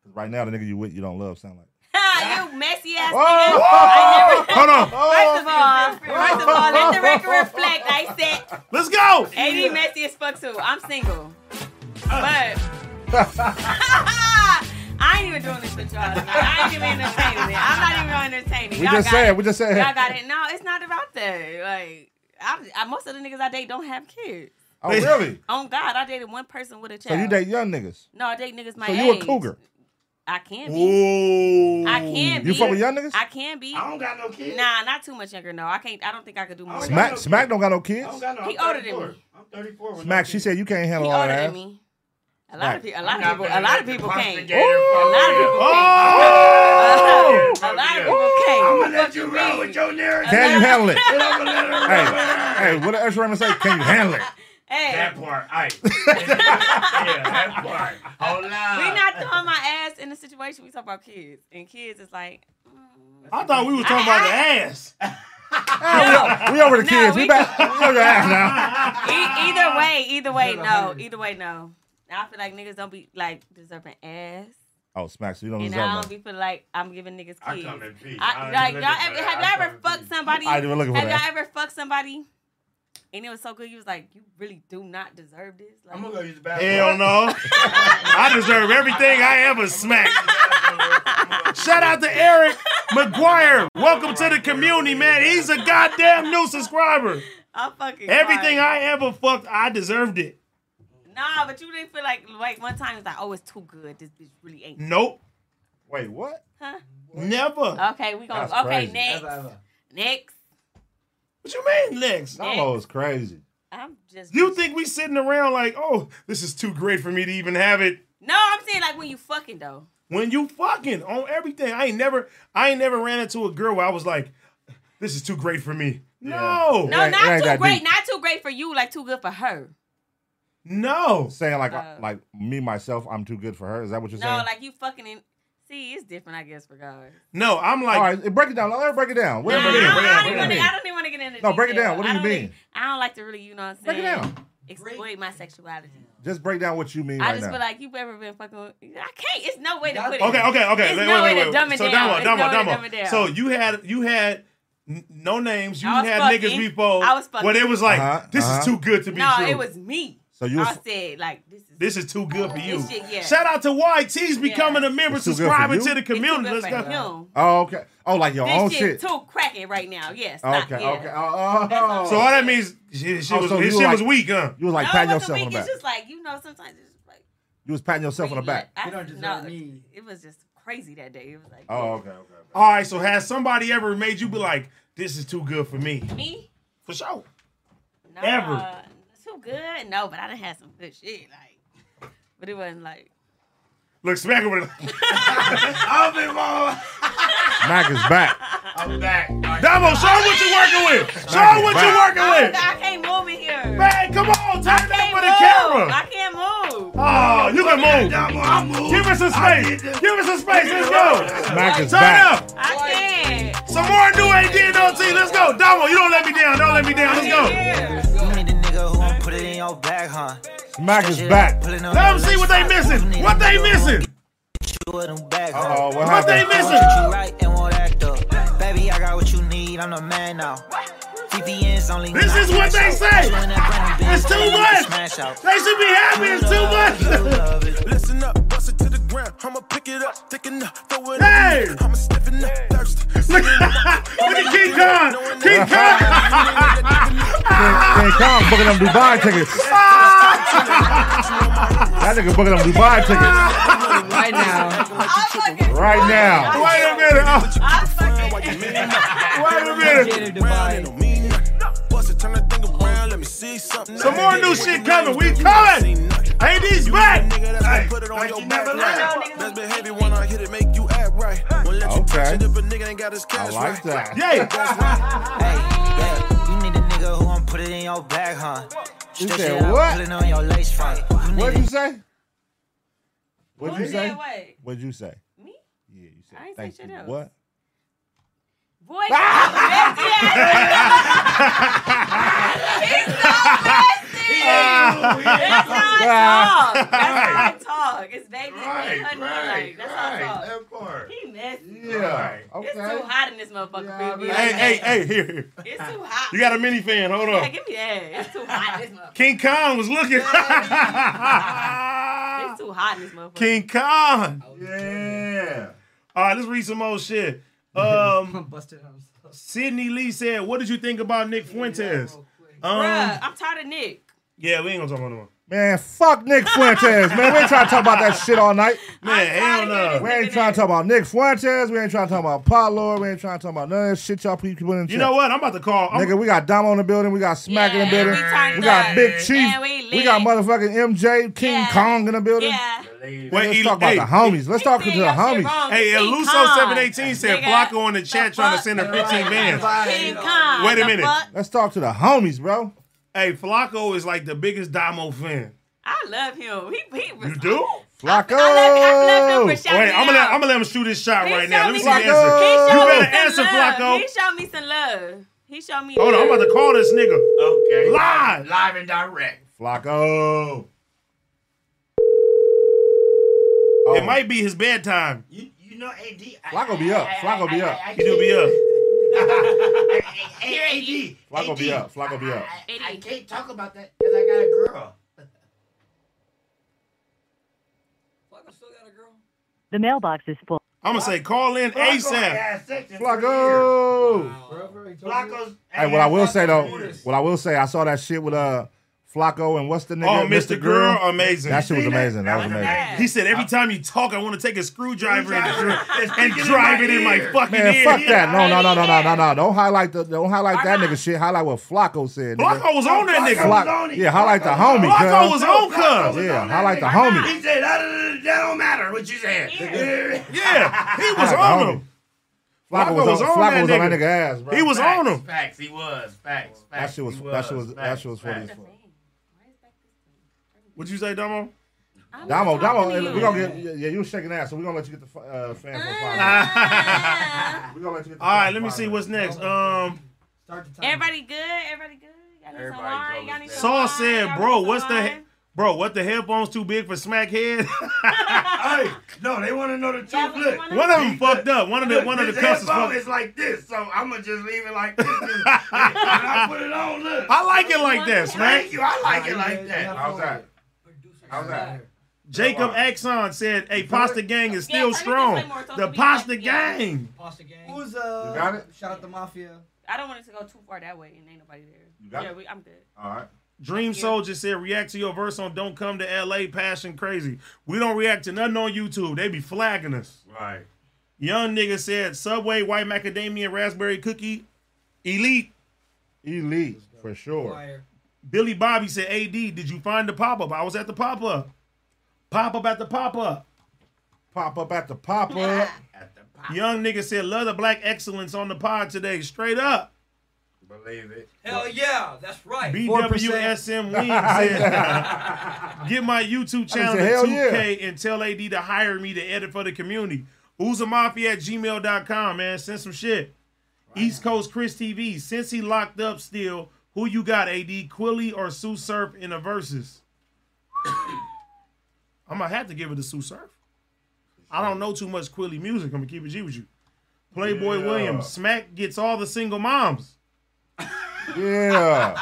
'Cause right now, the nigga you with you don't love sound like.
ha, you messy ass
Whoa!
nigga.
Whoa!
I never,
Hold on.
First of all, first of all, let the record reflect. I said
Let's go.
80 messy as fuck too. I'm single.
Uh.
But I ain't even doing this with y'all tonight. I ain't even entertaining it. I'm not even gonna entertain it.
We
Y'all
just
got
said-
it.
we just said-
Y'all got it. No, it's not about that. Like, I, I, most of the niggas I date don't have kids.
Oh really?
On God, I dated one person with a
So
child.
you date young niggas.
No, I date niggas my
so
age.
you a cougar.
I can be.
Ooh.
I can be.
You fuck with young niggas?
I can be. I
don't got no kids.
Nah, not too much younger. No, I can't. I don't think I could do more. than
Smack,
that.
Smack don't got no
I
kids.
don't got no. I'm
He older
34.
than me.
I'm 34. with no
Smack, she
kids.
said you can't handle
He
all
older
that.
than me. A lot of people. A lot of
Not
people.
gonna
A lot
let
of
the
people
pussy
can't.
get in front
A lot of
you.
people
Oh!
can't. A lot of people can't.
I'm
What
gonna
the fuck
let you
you
roll
mean?
with your narrative.
Can you handle it?
And I'm gonna let her roll.
hey, hey, what did Usher Raymond say? Can you handle it?
Hey,
That part, I. yeah, that part. Hold on.
we not throwing my ass in the situation. We talk about kids, and kids is like.
I thought we were talking about the ass.
Ah, we, we over the kids. We, back. We over your ass now.
E- either way, either way, no. Either way, no. I feel like niggas don't be like deserving ass,
Oh, Smack, so you don't
and
deserve
I don't
that.
be feel like I'm giving niggas kids.
I come in peace.
I,
ain't
like y'all
looking for that.
ever, have
I
y'all
come
ever
in
fucked
peace.
somebody?
I ain't even looking for
have
that.
y'all ever fucked somebody? And it was so good. You was like, you really do not deserve this. Like,
I'm gonna go use the bathroom.
Hell no. I deserve everything I ever smacked. Shout out to Eric McGuire. Welcome to the community, man. He's a goddamn new subscriber.
I'm fucking
Everything
crying.
I ever fucked, I deserved it.
Nah, but you didn't feel like like one time it's like, oh, it's too good. This bitch really ain't.
Nope.
Wait, what?
Huh?
Never.
Okay, we gonna
That's
okay
crazy.
next next.
What you mean, Lex?
Damo is crazy.
I'm just
You think we sitting around like, oh, this is too great for me to even have it?
no. I'm saying like when you fucking though.
When you fucking on everything, I ain't never, I ain't never ran into a girl where I was like, this is too great for me. No,
No,
ain't- it ain't
not too
that
great.
deep.
Not too great for you. Like too good for her.
no.
Saying like
Uh,
like me myself, I'm too good for her. Is that what you're
No,
saying?
like you fucking in. See, it's different, I guess, for God.
No, I'm like,
all right, break it down. Let's break it down. What
Nah,
do
I,
you mean?
don't, I don't
What do
even
you
wanna,
mean?
I don't even want to get into
No, break it
detail.
down. What do
I
you
don't
mean?
really- I don't like to really, you know what I'm
Break
saying?
it down.
Exploit my sexuality.
Just break down what you mean
I
right
just
now.
feel like you've ever been fucking with. I can't. It's no way to
Y'all-
put it.
okay, okay, okay.
It's
wait,
no
wait,
way
wait,
to
wait.
dumb it
So
down.
Damo,
It's
Damo,
no way to
Damo.
dumb it down.
So you had, you had n- no names. You
I was
had niggas
fucking-
before
I was fucking-
where they was like,
Uh-huh,
"This
uh-huh.
is too good to be
no,
true."
it was me.
So you was-
I said like this is
This is too good for you.
This shit, yeah.
Shout out to YT's becoming a member,
It's too good for
subscribing
you?
to the
It's too
community.
good
Let's go.
for him.
Oh, okay. Oh, like your
this
own
shit,
shit.
too cracking right now. Yes.
Okay,
yeah.
okay. Oh, oh.
So all that means shit, shit
Oh,
was,
so
his
you
shit
like-
was weak, huh?
You was like
no,
patting
it wasn't
yourself
weak.
on the back.
It's just like you know sometimes it's just like
You was patting yourself on the back.
I, no, it was just crazy that day. It was like
Oh, okay, okay. All right. So has somebody ever made you be like, "This is too good for me"?
me.
For sure.
No,
Ever.
Too good. No, but I done had some good shit. Like, but it wasn't like.
Look, smack him with it.
I've been
Mac is back.
I'm back. Damo, show 'em what you're working with. Show 'em what you're working
I,
with.
Oh, I can't move in here.
Man, come on, turn
I
it up
can't
for the
move.
camera.
I can't move.
Oh, you can move. Give us a space. Give us a space. Let's go.
Mac is
Turn
back.
up.
I can't.
Some more new ADNOT. Let's go. Damo, you don't let me down. Don't let me down. Let's go.
Put it in your bag, huh?
Mac is back.
Let
Let them see what they missing. What they missing?
Oh, what
What they
happened?
missing?
Baby, I got what you need. I'm the man now. TVN's only
This is what they say. It's too much. They should be happy. It's too much.
Listen up, bust it to the ground. I'ma pick it up, thicken up, throw it
Hey!
up. I'ma stiffen up, thirst.
Look at King Kong. King
King Kong booking them Dubai tickets. that nigga booking them Dubai tickets
right now.
right now.
Wait a minute. Oh. Wait a minute. Some more new shit coming. We coming. AD's back. Hey.
Best behavior when I hit it, make you act right. Won't let you touch
Okay.
it if a nigga ain't got his cash
like
right.
that.
Yeah.
You need a nigga who gon' put it in your bag, huh?
You
Stretch
said
it out,
what?
Put it on your lace front.
What'd you say? What'd you
Who
say?
said what?
What'd you say?
Me?
Yeah, you said.
I ain't say
thank
shit
you.
else.
What?
Boy, yeah. He's so messy.
Ah.
That's how I talk. That's how I talk. It's baby.
Right,
honey,
right,
like, that's how I
right,
talk.
that part.
He messy.
Yeah.
It's too hot in this motherfucker, baby.
Hey, hey, hey, here, here.
It's too hot.
You got a minifan. Hold
Yeah,
on.
give me that. It's too hot in this motherfucker.
King Kong was looking.
Ah.
It's too hot in this motherfucker.
King Kong. Yeah. All right, let's read some old shit. Um, Sydney Lee said, "What did you think about Nick Fuentes?" Um,
Bruh, I'm tired of Nick.
yeah, we ain't gonna talk about no more.
Man, fuck Nick Fuentes, man. We ain't trying to talk about that shit all night.
Man, hell no.
We ain't trying to talk about Nick Fuentes. We ain't trying to talk about Pot Lord. We ain't trying to talk about none of that shit y'all people keep putting in
You know what? I'm about to call. I'm-
Nigga, we got Dom on the building. We got Smack in the building.
we turned
We got
up.
Big Chief.
And we
We got motherfucking MJ, King Kong in the building.
Yeah.
Wait,
Let's
El-
talk about
hey,
the homies. Let's talk to the homies.
Hey,
Oh, King
Eluso
Kong.
seven eighteen said
Nigga,
Flacco on the chat trying to send her
fuck?
fifteen bands.
King Kong.
Wait a
the
minute.
fuck?
Let's talk to the homies, bro.
Hey, Flacco is like the biggest Damo fan.
I love him. He, he was
You do?
Flacco.
love him for shouting
Wait,
me
I'm gonna let,
out.
I'm gonna let him shoot his shot
He
right
showed
now. Let me
me
see the
some-
answer.
he showed
You
me
better
some
answer,
love.
Flacco.
He showed me some love. He showed me.
Hold on, I'm about to call this nigga.
Okay.
Live.
Live and direct.
Flacco.
It might be his bedtime.
You, you know, AD. I-
Flacco be up.
I- I-
Flacco be
I-
up.
I- I-
He do be up.
Hey, AD.
Flacco be up. Flacco be up.
I can't talk about that because I got a girl.
The mailbox is full.
I'm gonna say call in
Flacco
ASAP.
had sex in three years.
Flacco. Oh.
Flacco's.
Hey, what I will say though, what I will say, I saw that shit with uh Flacco and what's the nigga?
Oh, Mr. Girl, amazing.
That shit was amazing. That was amazing.
He said every time you talk, I want to take a screwdriver and, and
Sticking in
drive
my
it in my
ear.
fucking
Man,
ear.
fuck that. No, no, no, no, no, no, no. Don't highlight the don't highlight that nigga shit. Highlight what Flacco said. nigga.
Flacco was on that nigga.
Flock- yeah, highlight the homie.
Flacco
cuz.
was on cuz.
Yeah, highlight the homie.
He said, "Uh, that don't matter what you said.
Yeah, he was
Highlight the
on
homie.
him.
Flacco was on, Flacco was on that nigga ass, bro.
He was on him.
Facts, he was. Facts,
That
facts.
shit was
he
that shit was that
facts,
shit was funny
facts.
as fuck.
What'd you say, Damo?
Damo, Damo,
to you.
we gonna get yeah, yeah, you was shaking ass, so we gonna let you get the fu- uh, fan
All Ah.
we gonna let you get the
right,
fan
let me
file.
see what's next. Um,
Everybody good? Everybody good? Y'all need some wine? Y'all need some
Saul
wine?
said,
Y'all
"Bro,
need
what's
some
the
wine?
Bro, what the headphones too big for smackhead?
hey, no, they want to know the truth. Look,
one of them fucked up. One of the one of the
This
cussers
headphone
fucked.
is like this, so I'm gonna just leave it like this. When I put it on, look.
I like it like that, Smack.
Thank you. I like it like that. How's that? How's that?
Jacob Axon said, "Hey, pasta gang is still strong. The pasta gang.
Pasta gang.
Who's, uh,
You got it?
Shout out to Mafia.
I don't want it to go too far that way, and ain't nobody there.
got
yeah,
it?
we, I'm good.
All right. Dream Soldier said, react to your verse on Don't Come to LA, Passion Crazy. We don't react to nothing on YouTube. They be flagging us. Right. Young nigga said, Subway, White Macadamia, Raspberry Cookie, Elite.
Elite, for sure.
Billy Bobby said, AD, did you find the pop up? I was at the pop up. Pop up at the pop up.
Pop up at the pop up.
Young nigga said, love the black excellence on the pod today. Straight up.
Believe it.
Hell yeah, that's right.
BWSM Wing said, get my YouTube channel
I said, hell
to 2K and tell AD to hire me to edit for the community. Uzamafia at gmail.com, man. Send some shit. East Coast Chris TV, since he locked up still, who you got, AD? Quilly or Sue Surf in the verses? I'm going to have to give it to Sue Surf. I don't know too much Quilly music. I'm going to keep it G with you. Playboy
Yeah.
Williams, Smack gets all the single moms.
Yeah.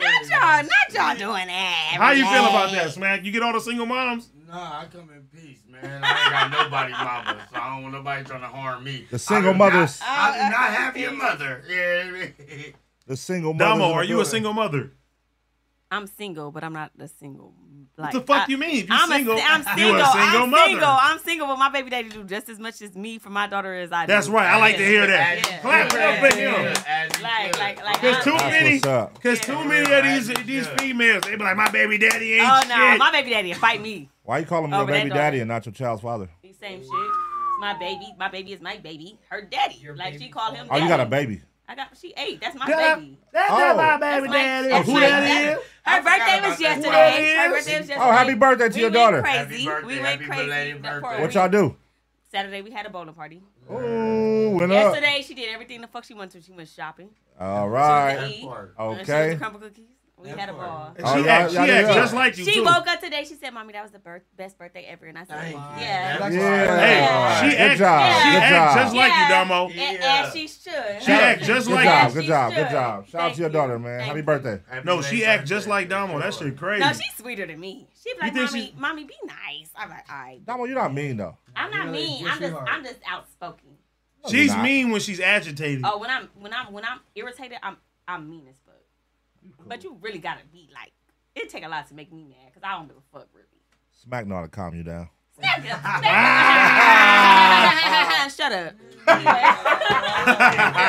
Not y'all, not y'all doing that.
How you feel about that, Smack? You get all the single moms?
Nah, I come in peace, man. I ain't got nobody mama, so I don't want nobody trying to harm me.
The single
I do
mothers.
Not, I do not have your mother. Yeah.
The single mother.
Damo, are you a single mother?
I'm single, but I'm not a single.
What
Like,
the fuck
I-
you mean? If you
I'm a-
single,
I'm
you
single.
a single
I'm
mother.
single. I'm single, but my baby daddy do just as much as me for my daughter as I do.
That's right. I like to hear that.
Yeah.
Clap it up in here.
Like, like, like.
Cause
I'm- Oh,
too
Yeah.
many,
what's up.
cause too many of these these females, they be like, my baby daddy ain't
Oh
shit.
no, my baby daddy fight me.
Why you call him
Oh,
your
but that
baby
don't-
daddy and not your child's father?
He same shit. It's my baby. My baby is my baby. Her daddy. like she called him.
Oh, you got a
daddy.
baby.
I got. She eight. That's my
Yeah.
baby.
That's
not Oh. my
baby
daddy.
Oh, who that is?
Her birthday was yesterday. Her birthday was yesterday.
Oh, happy birthday to
we
your
went
daughter.
Crazy. we went crazy. That poor
What
week.
y'all do?
Saturday we had a bowling party.
Oh, went up.
yesterday she did everything the fuck she wanted to. She went shopping.
All
She went to
right.
eat. And She went
Okay.
to crumble cookies. We had a ball.
Oh, y'all- y'all did that.
She woke up today. She said, "Mommy, that was the birth- best birthday ever." And I said, "Yeah."
Yeah. Yeah.
Hey, she
Good
act,
job.
she
Good
act
job.
just like you, Damo.
A- As she should.
She act just
good
like
job,
you.
good job, good job. Shout out to your daughter, man. Happy birthday.
No, she act just like Damo. That shit crazy.
No, she's sweeter than me. She be like,
think
"Mommy, mommy, be nice." I'm like, "All right."
Damo, you're not mean though.
I'm not
Really?
mean.
Yes,
I'm just,
you are.
I'm just outspoken.
she's
Nah.
mean when she's agitated.
Oh, when I'm, when I'm, when I'm irritated, I'm, I'm mean as fuck. But you really gotta be like, it take a lot to make me mad because I don't give a fuck really.
Smack know how to calm you down.
Snap it up, snap it up. Shut up. Anyway.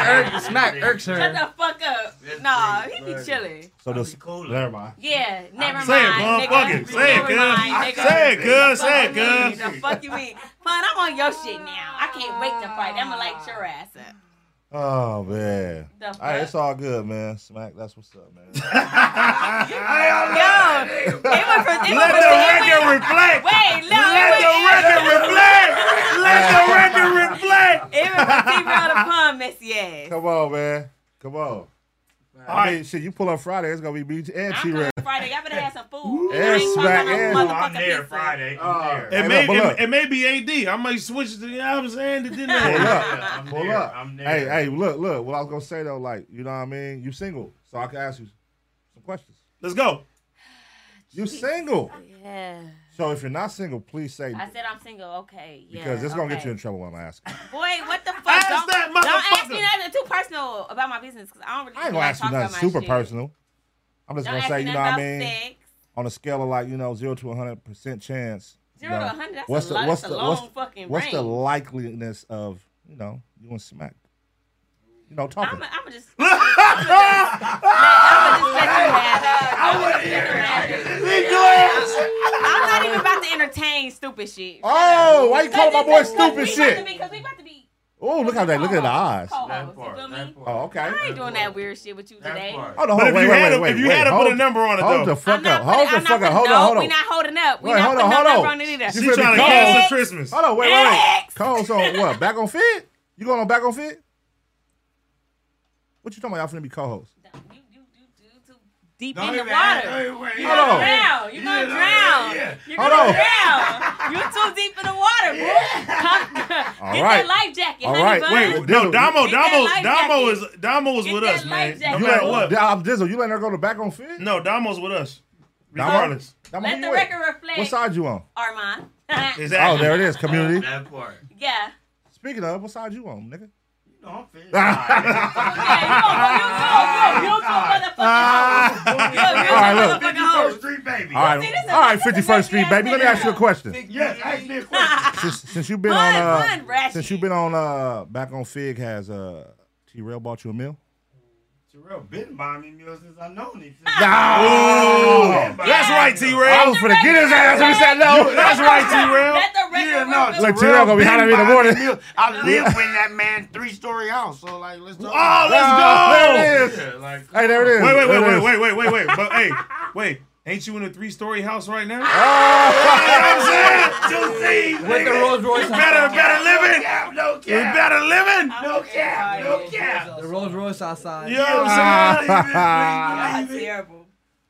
Irk- Smack irks her.
Shut the fuck up. Nah, he be chilling.
So this never mind.
Yeah, never
Say it,
mind.
bum.
nigga.
Fuck it. Say it,
Never
cuz.
mind,
I-
nigga.
say it, cuz. Say it,
Fuck you
cuz.
mean. The fuck you mean? Fun, I'm on your shit now. I can't wait to fight. I'm gonna light your ass up.
Oh man.
The
All
fuck?
right, it's all good, man. Smack, that's what's up, man.
Yo, it went
Let
from it went
the
from- it
record
went-
reflect.
Wait, no,
Let
it
the
went-
record reflect. Let the record reflect.
It went from female to pun, messy ass.
Come on, man. Come on. I mean, shit, you pull up Friday, it's gonna be beach and
I'm
she
coming
red.
Friday. Y'all better have some food.
Yeah,
I ain't fucking
smack
no
ass.
motherfucking
I'm there
pizza.
Friday. I'm there.
It
Hey,
may,
look, pull up.
it, it may be AD. I might switch it to, you know what I'm saying? To dinner.
Pull
Yeah,
up.
I'm
Pull
there.
up.
I'm there.
Hey, hey, look, look. What I was gonna say though, like, you know what I mean? You single. So I can ask you some questions.
Let's go.
You single.
Yeah.
So if you're not single, please say
I said I'm single. Okay. Yeah.
because it's gonna get
okay.
you in trouble when I ask. you.
Boy, what the fuck?
Ask
don't,
that
don't ask
motherfucker.
me nothing too personal about my business because I don't really
I ain't
like
gonna ask you
talking
nothing
about my
super
shit.
personal. I'm just gonna
Don't ask
say,
me
you know
nothing
what I
about
mean?
sex.
On a scale of like, you know, zero to hundred percent chance. you
Zero to
know,
100, that's a lot- that's a long fucking
what's the
range.
likeliness of, you know, you and smack? You know, talking.
I'm, I'm just. I'm just I'm just let you have it. I'm just let you have it. I'm not even about to entertain stupid shit.
Oh, why you calling my boy stupid shit?
Because we about to be
Oh, look how they look at the eyes.
co-hosts. You feel me?
Oh, okay.
I ain't doing that weird shit with you today.
Hold on,
But
hold
if you
on, wait, wait,
had
wait,
to-
wait,
if you
wait,
had to put
hold,
a number on it,
hold
though.
the fuck up,
But
hold the
I'm not
fuck up,
putting-
hold
no,
on, hold on.
We're not holding up. We're
Wait,
not
hold on,
putting
hold
a
on.
number on it either.
She tryna
cancel
Next.
Christmas.
Hold on, wait, wait, wait. Cole's on what? Back on fit? You going on back on fit? What you talking about? Y'all finna be co-hosts?
deep
Don't
in the
even
water.
ask- don't even-
You're
Hold
gonna
on.
drown. You're gonna
Yeah,
drown.
yeah.
You're
Hold
gonna
on.
drown. You're too deep in the water, bro.
All
Get
right.
that life jacket,
All
honey
right.
bun.
Wait, no, Damo,
Get that
Damo,
life
Damo
jacket.
is Damo is
Get
with
that
us, man.
life
No
jacket.
matter what.
I'm Dizzle. You letting her go to back on fit?
No, Damo's with us.
Damo?
Regardless.
Damo,
Let
who
the
you with?
record reflect.
What side you on?
Armand.
Oh, there it is. Community.
Yeah.
Speaking of, what side you on, nigga?
No, I'm fit.
All right,
Oh
look.
Street baby.
All right, all right, 51st Street, baby. Let me ask you a question.
Yes, ask me a question.
Since, since you've been
Bun,
on,
bun,
uh,
Rashi.
since you've been on, uh, back on Fig, has uh, T Rail bought you a meal?
Terrell been buying me meals since I've known him.
No,
that's right, T Rail.
I was for to get his ass when he said no.
That's right, T-Rail.
Let
the
record yeah, no,
Look, T-Rail gonna be hollering me in the
been
morning.
buying me meals. I live
Yeah.
in that man three story house, so like let's talk.
Oh, let's
Ah,
go.
there it is.
Yeah, like,
Hey, there it is.
Wait, wait,
There it
wait,
is.
wait, wait, wait, wait, wait. But hey, wait. Ain't you in a three-story house right now?
Oh!
You know what I'm saying? Two things.
With the
nigga.
Rolls Royce
You
on
better,
top.
better living.
No cap,
No
You
cap.
better living.
No cap. No cap.
The Rolls Royce outside.
You know what I'm saying?
Y'all terrible.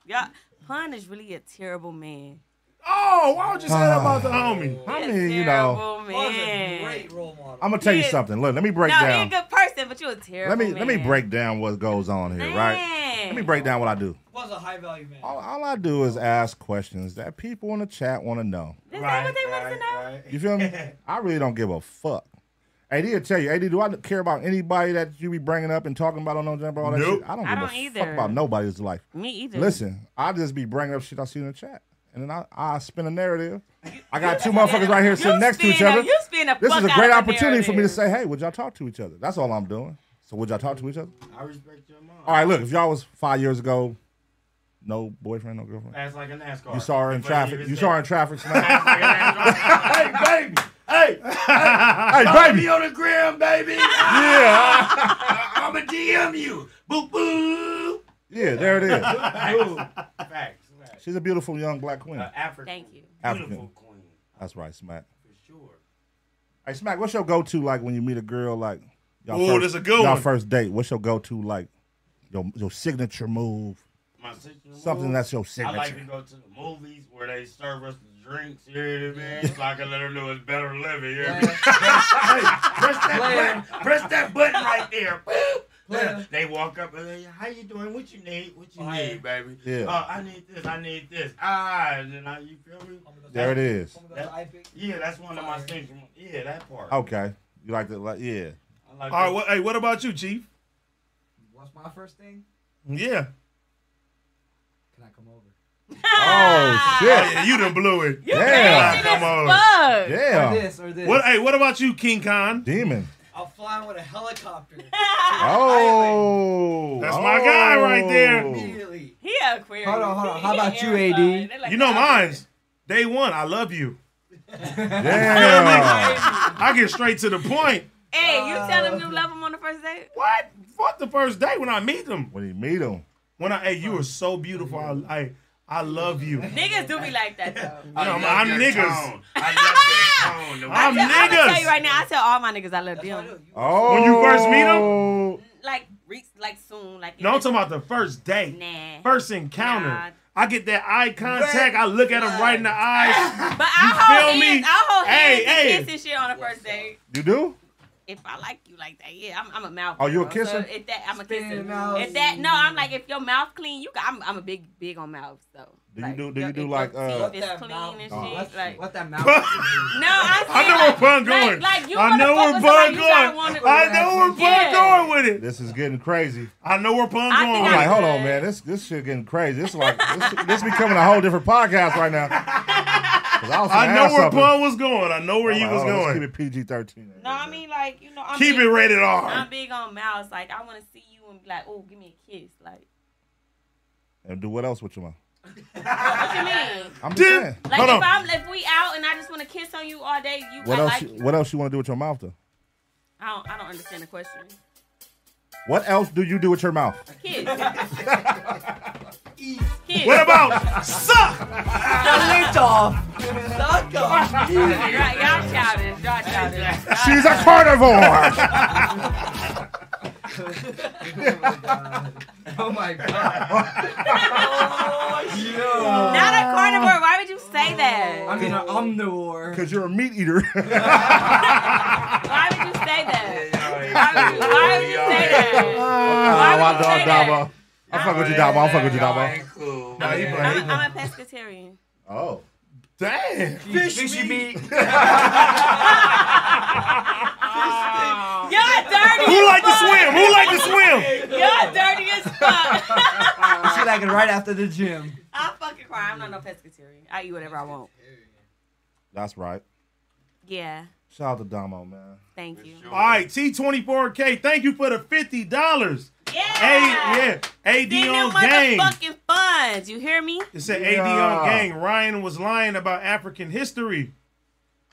Y'all, Pun is really a terrible man.
Oh, why would you say that about the homie?
I mean, you know,
Terrible man.
I'm gonna tell you
Yeah.
something. Look, let me break
no,
down.
you're a good person, but you're a terrible
Let me let me
man.
break down what goes on here, right?
Man.
Let me break down what I do.
Was a high value man.
All, all I do is ask questions that people in the chat want to know.
Is that what they wanted to know?
You feel me? I really don't give a fuck. AD will tell you, AD, do I care about anybody that you be bringing up and talking about on No Jumper? All that
Nope.
shit? I don't
I
give
don't
a
either.
fuck about nobody's life.
Me either.
Listen, I just be bringing up shit I see in the chat. And then I, I spin a narrative. I got two motherfuckers right here sitting
You
next to each
spin a-
other.
you spin a
this
fuck
is a
out
great
of a
opportunity for me to
narrative.
say, hey, would y'all talk to each other? That's all I'm doing. So would y'all talk to each other?
I respect your mom.
All right, look, if y'all was five years ago, no boyfriend, no girlfriend.
That's like a NASCAR.
You saw her in
Before you
traffic.
even
You
said
saw her
it.
in traffic.
That's like a NASCAR. hey, baby. Hey,
Hey,
hey,
baby.
Me on the gram, baby.
Yeah.
I'ma DM you. Boop boop.
Yeah, there it is.
Facts. Facts.
She's a beautiful young black queen.
Uh, African.
Thank you.
African.
Beautiful queen.
That's right, Smack.
For sure.
Hey, Smack, what's your go-to like when you meet a girl like?
Ooh,
first,
this a good
y'all
one.
first date. What's your go-to like? Your your signature move.
My signature
Something
move,
that's your
I like to
signature.
go to the movies where they serve us the drinks. You know what I mean? So I can let them know it's better living. You know what I mean? hey, press that button. Press that button right there. Boop. They walk up and they, how you doing? What you need? What you need, baby?
Yeah.
Oh, I need this. I need this. Ah, and then I, you feel me?
There it is.
That- yeah, that's one of my signature. mo- Yeah, that part.
Okay, you like to like yeah.
I like
All right, what, hey, what about you, Chief?
What's my first thing?
Mm-hmm.
Yeah.
Can I come over?
Oh shit.
yeah, you done blew it.
You Damn. crazy
Come
as
on.
fuck. Yeah.
Or this or this.
What? Hey, what about you, King Khan?
Demon.
I'll fly with a helicopter.
Oh,
that's my guy right there.
Immediately.
He a Aquarius.
Oh. Hold
Oh.
on, hold on. How
He
about you,
air bud.
AD?
They like
You know
that.
mine's day one. I love you.
Damn.
I get straight to the point.
Hey,
Uh,
you tell him you love him on the first date?
What? Fuck the first date when I meet them.
when you meet him,
When I hey, you are so beautiful. I I, I love you.
Niggas do be like that though.
You know,
love
I'm
your
niggas.
tone. I love your tone. The
I'm
way-
I'm gonna tell you
niggas.
right now. I tell all my niggas I love them.
oh,
When you first meet
him,
Like, re- like soon, like
No, I'm talking about the first date,
Nah.
first encounter.
Nah.
I get that eye contact. I look at him right in the eyes.
But I hold
feel me?
hands, I hold
Hey,
hands and
hey.
kiss and shit on the first date.
you do.
If I like you like that, yeah, I'm, I'm a mouth.
Oh, you a
girl. So
kisser?
if that, I'm a
Spin
kisser.
the mouth.
If that, no, I'm like if your mouth clean, you, got, I'm, I'm a big, big on mouth. So
Do
like,
you do? Do you
if
do
your
like uh?
teeth is clean and shit?
What,
like,
what that mouth? is.
no, I,
I
see,
know
like,
where Bun going.
Like, like you
I
wanna
know
fuck
where
with
Bun
somebody, you gotta
going.
wanna-
I know where Bun
Yeah.
going with it.
This is getting crazy.
I know where Bun
I
going
think
I'm
with
like,
it.
hold on, man. This this shit getting crazy. This like this, this becoming a whole different podcast right now. 'Cause I, was gonna
I
ask
know where
something.
Bun was going. I know where
I'm
you
like,
was
hold on, let's
going.
Keep it PG thirteen.
No, I mean like you know, I'm
Keep
big,
it rated
I'm
R.
big on mouths. Like I want to see you and be like, oh, give me a kiss. Like,
And do what else with your mouth?
what you mean?
I'm just
Dude,
saying.
Like
hold
if
on.
I'm if we out and I just want to kiss on you all day, you
What
I
else?
like
you,
you.
What else you want to do with your mouth though?
I don't I don't understand the question.
What else do you do with your mouth?
Kiss. Kiss.
What about suck?
Y'all- y'all childish. Y'all childish. Y'all-
She's a carnivore.
Oh my god. oh, yo.
Not a carnivore. Why would you say that?
I mean, an
um,
omnivore.
Because you're a meat eater.
Why would you say that? Why would you, why would you say that?
Nah,
Why would
my
you say
dog,
that?
Dabo. I fuck with you, Dabo. I fuck with you, Dabo.
Cool.
Nah, he playing.
I'm, I'm a pescatarian.
Oh. Damn.
Fish, Fishy meat.
Y'all dirty.
Who
as
like to
fuck.
swim? Who like to swim?
Y'all dirty as fuck.
You should like it right after the gym.
I fucking cry. I'm not no pescatarian. I eat whatever I want.
That's right.
Yeah.
Shout out to Damo, man.
Thank you.
All right, T24K, thank you for the $50.
Yeah.
Hey, yeah. AD
Getting them
on gang.
motherfucking funds. You hear me?
It said AD
Yeah.
on gang. Ryan was lying about African history.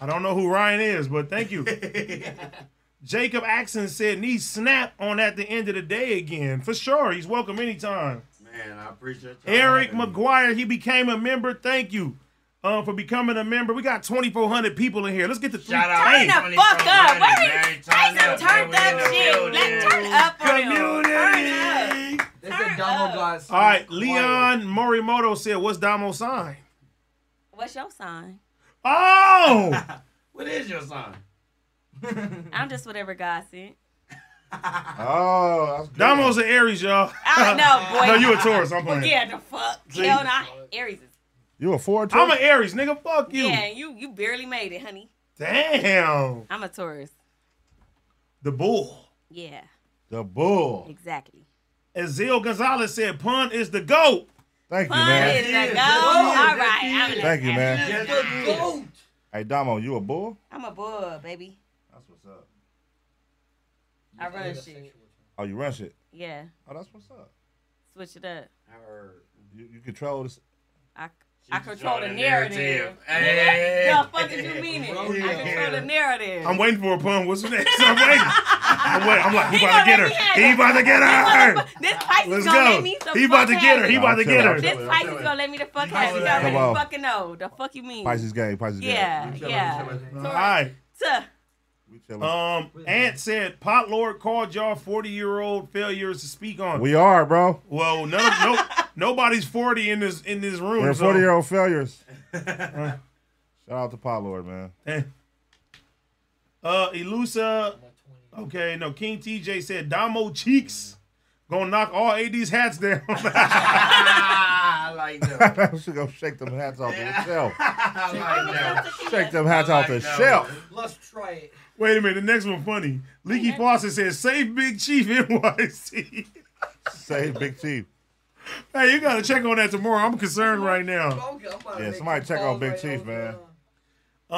I don't know who Ryan is, but thank you. Jacob Axon said, need snap on at the end of the day again. For sure. He's welcome anytime.
Man, I appreciate you.
Eric McGuire, he became a member. Thank you uh, for becoming a member. We got 2,400 people in here. Let's get to three.
Shout out
tanks.
Turn the fuck up. Where is
turn up,
turned up shit? Let turn up for them. Turn up.
They said Donald got
All right, Leon Morimoto said, "What's Damo sign?"
What's your sign?
Oh,
What is your sign?
I'm just whatever God sent.
Oh, that's good.
Damo's an Aries, y'all.
I know, boy.
no, you a Taurus. I'm playing.
Well, yeah, the fuck.
See?
Hell no. Aries is.
You a four?
I'm an Aries, nigga. Fuck you.
Yeah, you you barely made it, honey.
Damn,
I'm a Taurus.
the bull.
Yeah,
The bull.
exactly.
Azil Gonzalez said, "Pun is the goat."
Thank you,
Pun is
man.
the goat.
yes,
All right, I'm an
Thank you, man.
the goat.
Hey, Damo, you a bull?
I'm a bull, baby.
That's what's up.
I run shit.
Oh, you run shit.
Yeah,
Oh, that's what's up.
switch it up.
You, you control this.
I I control the
the
narrative.
narrative. Hey.
The fuck did you mean it? I control the narrative.
I'm waiting for a pun. What's next? I'm waiting. I'm waiting. I'm like, he
He
about to
gonna
get her.
let me have
He
it.
about to get her.
This Pisces
Let's
gonna
go.
let me. The
He
fuck
about to get her.
have
He
it.
about to
I'm
get
telling
her.
you,
This Pisces gonna let me the fuck have it. You
Come on.
already fucking know. The fuck you mean?
Pisces game. Pisces game.
Yeah, yeah.
All right.
Tuh.
We chilling.
Um, Ant said, "Pot Lord called y'all 40 year old failures to speak on."
we are, bro.
Well, no, no, nobody's forty in this in this room.
We're
so-
40 year old failures. Shout out to Pot Lord, man.
Eh. Uh, Elusa. Okay, no. King TJ said Damo cheeks gonna knock all AD's hats down.
I like that.
she gonna shake them hats off the shelf.
I like that.
Shake them hats off the shelf.
Let's try it.
Wait a minute, the next one funny. Leaky Fawcett says save Big Chief NYC.
Save Big Chief.
hey, you gotta check on that tomorrow. I'm concerned right now.
Okay, I'm about to
Yeah,
make
somebody
some
check
calls
on Big
right
Chief,
over
man.
there.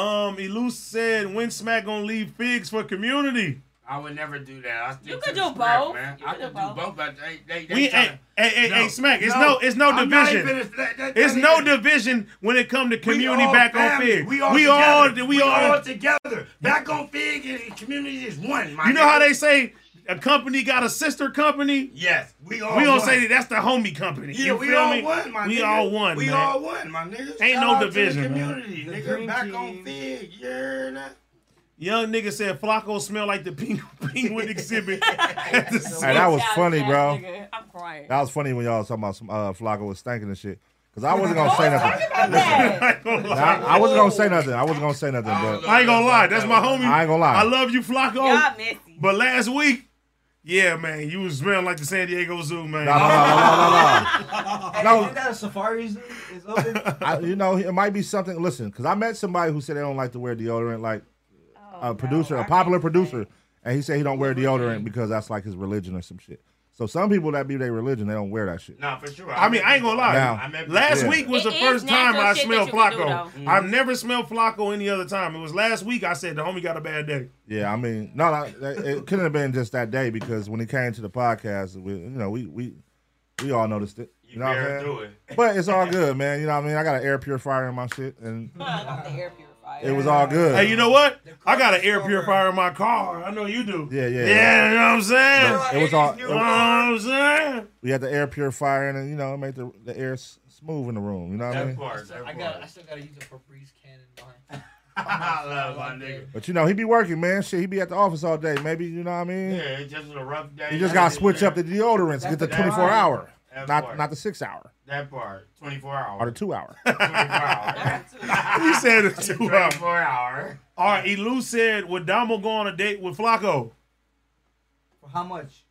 Um, Elusa said when Smack gonna leave figs for community.
I would never do that. I stick
You
to the
could do
script,
both.
Man.
You
I
could
could
do
do
both.
both, but they, they, they
We ain't,
tryna-
hey, hey,
No.
hey, Smack. It's no, it's no
I'm not
division.
even- that- that-
It's
that
no
even-
division when it come to community
all
back on
family.
Fig.
We all
we all,
together.
we, all,
together. Back on Fig and community is one. My
You know how
nigga.
they say a company got a sister company.
Yes, we all.
we
one.
gonna say that that's the homie company.
Yeah,
you
we
feel
all
me?
one, my
we
nigga.
all one.
We
man.
all one, my nigga.
Ain't
Shout
no
out to
division,
the
man.
community,
The
nigga.
green
Back
team.
on Fig, you're not.
Young nigga said Flacco smell like the ping- penguin exhibit. at the
Hey, that was
Shout out
funny,
to that
bro.
nigga. I'm crying.
That was funny when y'all was talking about some uh, Flocka was stanking and shit. Cause I wasn't
Oh,
gonna say nothing.
I ain't gonna
I,
lie.
I wasn't gonna say nothing. I wasn't gonna say nothing, but
I ain't gonna lie. That's my homie.
I ain't gonna lie.
I love you, Flacco.
Y'all messy.
But last week, yeah, man, you was smelling like the San Diego Zoo, man.
no, no, no, no,
Hey,
No.
Isn't that a safari zoo? Is open?
no, no. I, you know, it might be something. Listen, cause I met somebody who said they don't like to wear deodorant, like
Oh,
a producer, a popular producer, and he said he don't wear deodorant because that's like his religion or some shit. So some people that be their religion, they don't wear that shit.
Nah, for sure.
I mean, I ain't gonna lie.
Now-
I met
last
Yeah.
week was the
It is
first time
natural
I
shit
smelled
that you can do,
Flacco.
though.
I've never smelled Flacco any other time. It was last week I said the homie got a bad day.
Yeah, I mean, no, no, it it couldn't have been just that day because when he came to the podcast, we, you know, we we we all noticed it. You, know what I'm
bear
saying?
through it.
But it's all good, man. You know what I mean? I got an air purifier in my shit, and
Fuck the air purifier.
it was all good.
Hey, you know what? I got an air purifier in my car. I know you do.
Yeah, yeah,
Yeah, you know what I'm saying?
But it was all.
You know what I'm saying?
we had the air purifier, and you know, it made the the air s- smooth in the room. You know what I
That
mean?
part.
I
That
got. I
part.
still gotta use a Febreze can in mine.
I love my nigga.
But you know, he be working, man. Shit, he be at the office all day. Maybe, you know what I mean?
Yeah, it's just a rough day.
You just gotta switch up the deodorants, get the
That
24
part.
hour,
That
not
part.
not the six hour
That part, 24 hours.
or the two hour.
he said it's two hours.
Four hour.
All right, Elu E said, would Damo go on a date with Flacco?
How much?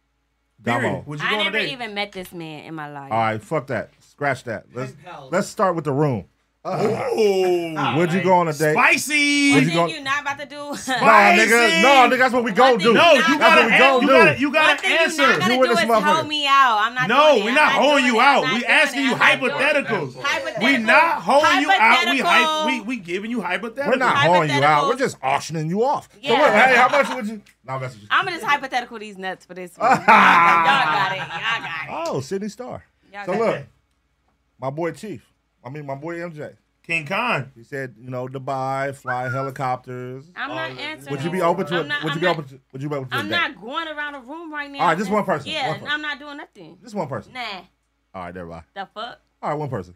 Damo.
Would
I never even met this man in my life.
Oh. All right, fuck that. Scratch that. Let's
pals.
let's start with the room.
Oh,
would you go on a date?
Spicy.
Would
One
you go?
thing you not about to do.
No, nigga. No, nigga. That's what we go do.
No, you
that's what we go
gotta, you
do.
gotta, you
One
gotta
thing
answer.
you're not gonna do is hold me out. I'm not.
No,
doing
we're
it.
not
I'm
holding you
doing it.
out.
I'm not
We
doing it.
asking you
I'm not doing it.
hypotheticals.
Hypothetical.
We not holding you out. We
Hypothetical.
hype, we we giving you hypotheticals.
We're not hauling you out. We're just auctioning you off. So
Yeah.
what, hey, how much would you? No, that's
I'm gonna just hypothetical these nuts for this one. Y'all got it. Y'all got it.
oh Sydney Star.
Y'all
So
got
look,
it.
my boy Chief. I mean, my boy MJ. King Khan. He said, you know, Dubai, fly helicopters.
I'm not
Oh.
answering.
Would you be
that.
open to
I'm
it?
not-
Would you
I'm
be
not-
open to? Would you be open to? a
I'm
date?
not going around the room right now.
All right, just one person,
Yeah,
one person.
I'm not doing nothing.
Just one person.
Nah,
All right, never mind.
the fuck.
All right, one person.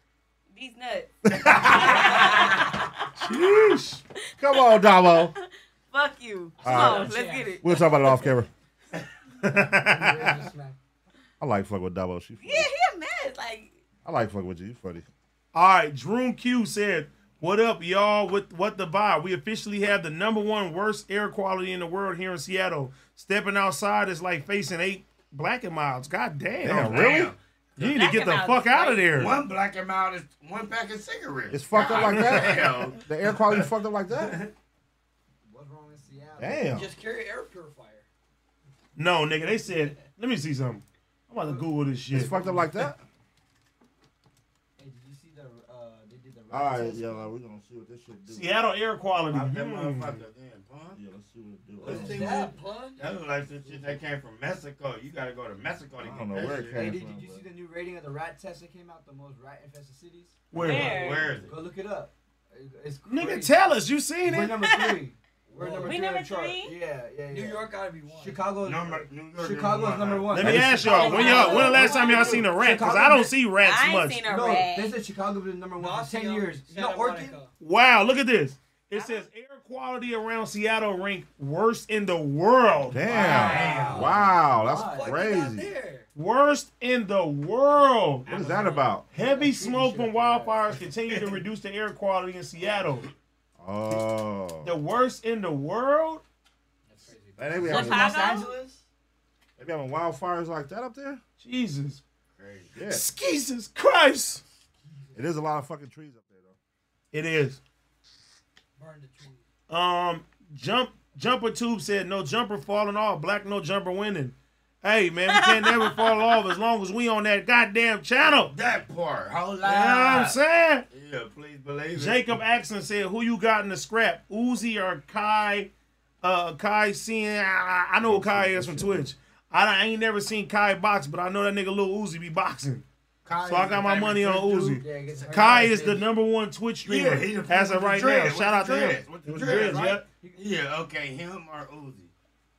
These nuts.
Sheesh. Come on, Damo.
Fuck you.
All
Come
right.
on, let's get it.
We'll talk about it off camera. I like fuck with Dabo. She,
Yeah, he a mess. Like,
I like fuck with you. You funny.
All right, Drew Q said, "What up, y'all? With what the buy? We officially have the number one worst air quality in the world here in Seattle. Stepping outside is like facing eight black and miles. God damn,
Damn, really?
You need to get the fuck out of there.
One black and mild is one pack of cigarettes.
It's fucked up
God
like
damn.
that. the air quality is fucked up like that. Damn.
Just carry air purifier.
No, nigga, they said. Let me see something. I'm about to Google this shit.
It's fucked up like that.
Hey, did you see the? Uh, they did the.
All right,
test?
yeah, like, we gonna see what this shit do.
Seattle air quality.
That
Hmm.
motherfucker, damn, pun.
Yeah, let's see what it do. Oh.
Let's see
that,
what-
pun?
That look like some shit that came from Mexico. You gotta go to Mexico to
I
get
don't know
that
where it
shit.
came
Hey, did, did you see the new rating of the rat test that came out? The most rat infested cities.
Where? Where? Where is it?
Go look it up. It's crazy.
Nigga, tell us. You seen
We're
it?
number three. We're number
We
three. on
number
the chart.
three?
Yeah, yeah, yeah.
New York
gotta be one. Chicago.
Number- New York
Chicago's number one.
Let me ask y'all when y'all when the last time y'all seen a rat? Cause I don't see rats much.
no, they said Chicago was number one for ten years. You know, Oregon.
Wow, look at this. It says air quality around Seattle ranked worst in the world.
Damn. Wow, that's crazy.
Worst in the world.
What is that about?
Heavy smoke from wildfires continue to reduce the air quality in Seattle.
Oh.
The worst in the world?
Man, they be having, they be having wildfires like that up there.
Jesus.
Yeah.
Jesus Christ.
It is a lot of fucking trees up there though.
It is. Um, jump jumper tube said no jumper falling off, black no jumper winning. Hey man, we can't never fall off as long as we on that goddamn channel.
That part, whole
You know what I'm
lot.
saying?
Yeah, please believe it.
Jacob Axon said, "Who you got in the scrap? Uzi or Kai? Uh, Kai seen? I, I know who Kai is from Twitch. I, don't- I ain't never seen Kai box, but I know that nigga Lil Uzi be boxing.
Kai
so I
is
got
the
my
famous
money on
Twitch
Uzi.
dude. Yeah, he gets
Kai
hurt.
is the number one Twitch streamer
he the
as
with
of
the
right
dread,
now.
with
Shout out
the
to him.
dreads, with the
With
dreads,
dreads,
right?
yep.
Yeah, okay, him or Uzi.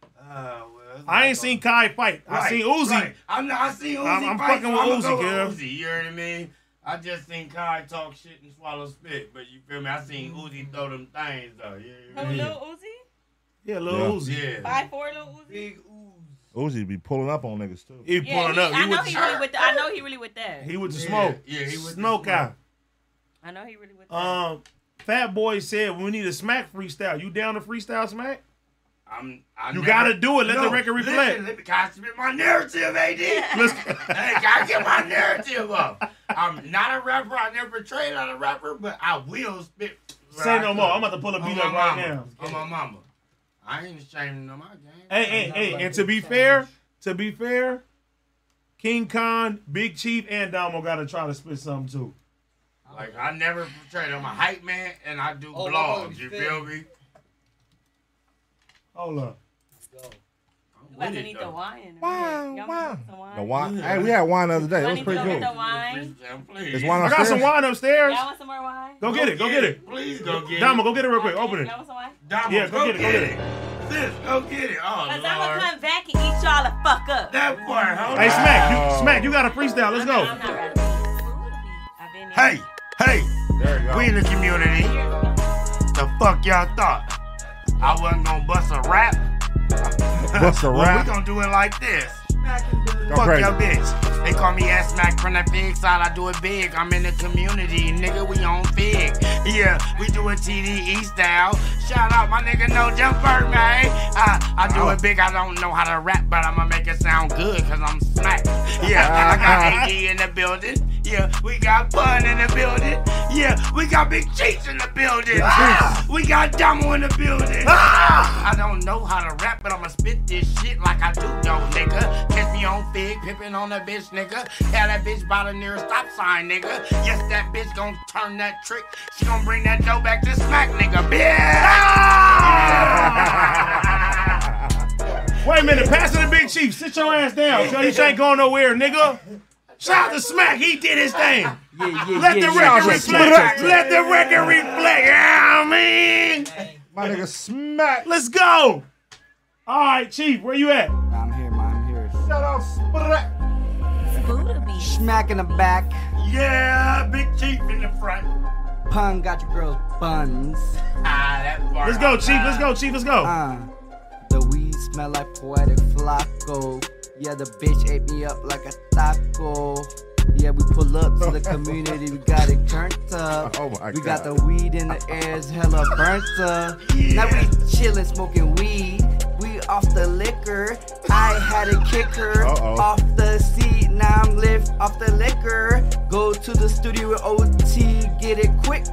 Uh, well, it's
I ain't seen Kai fight. I
Right,
seen Uzi.
right. I'm not, I seen Uzi.
I'm- I'm
fight,
fucking
so I'ma
with
go
Uzi, girl.
Uzi, you know what I mean? I just seen Kai talk shit and swallow spit, but you feel me? I seen Uzi throw them things though. Yeah,
Who, Lil Oh, Uzi?
Yeah,
Lil
Yeah.
Five four Lil Uzi. Big
Uzi be pulling up on niggas too.
He pulling up. He
I know
with
he
the,
really with. The, I know he really with that.
he with the
Yeah,
smoke.
yeah, he with the
smoke
smoke.
out.
I know he really with that.
Um, Fat Boy said we need a smack freestyle. You down to freestyle smack?
I'm. I
You
never-
gotta do it. Let the
No,
record
listen,
reflect.
let me concentrate my narrative, AD. hey, gotta get my narrative up. I'm not a rapper. I never trained on a rapper, but I will spit. where
Say
I
no
could.
more. I'm about to pull a
On
beat
my
up right
mama.
now.
On my mama. I ain't ashamed of my game.
Hey, hey, hey, and to be fair, to be fair, King Khan, Big Chief, and Damo gotta try to spit something too.
Like I never portrayed. I'm a hype man, and I do
Oh,
blogs.
oh,
You
shit.
feel me?
Hold up.
you about to
with it,
need
though.
the wine. Wow, wow. Some wine?
The wine. Hey, we had wine the other day. It was
Y'all
pretty
need
cool.
to go get the wine.
Please.
It's wine
I got
upstairs.
some wine upstairs.
Y'all want some more wine?
Go get it. Go get it.
Please go get it.
Damo, go get it real quick. Open it.
Y'all want some wine?
Damo,
Yeah, go get it. Go get it.
Sis, go get it. Oh,
Cause
Lord.
I'm gonna come back and eat y'all the fuck up.
That part, hold
Hey,
on.
Smack, you, Smack, you got a freestyle. Let's go.
I'm not rapping.
Hey, hey,
There you go.
we in the community. the fuck y'all thought? I wasn't gonna bust a rap.
Bust a
Well,
rap?
we gonna do it like this.
Go
Fuck
crazy.
your bitch. They call me ass Mac from that big side. I do it big. I'm in the community, nigga. We on big. Yeah, we do it TDE style. Shout out my nigga No Jumper, man. I, I do it big. I don't know how to rap, but I'ma make it sound good because I'm smack. Yeah, I got AD in the building. Yeah, we got Bun in the building. Yeah, we got Big Cheats in the building. Ah, we got Damo in the building. Ah, I don't know how to rap, but I'ma spit this shit like I do, though, nigga. Catch me on fig, pippin' on a bitch, nigga. Had that bitch by the nearest stop sign, nigga. Yes, that bitch gon' turn that trick. She gon' bring that dough back to smack, nigga, bitch.
Wait a minute, pass it to Big Chief. Sit your ass down. Cause you shit ain't going nowhere, nigga. Shout out to Smack. He did his thing. Let
yeah,
the
yeah.
record reflect. Let the record reflect. Yeah, I mean.
My nigga Smack.
Let's go. All right, Chief, where you at?
I'm here, man. I'm here.
Shut up, Smack.
Smack in the back.
Yeah, big chief in the front.
Pun got your girl's buns.
Ah, that part.
Let's go, Chief. Let's go, Chief. Let's go.
Uh, the weed smell like poetic flaco. Yeah, the bitch ate me up like a taco. Yeah, we pull up to the community, we got it turned up.
Oh my
we
God.
got the weed in the air, it's hella burnt up. Now we chillin', smoking weed. We off the liquor. I had a kicker
Uh-oh.
off the seat. Now I'm lift off the liquor. Go to the studio with OT, get it quick.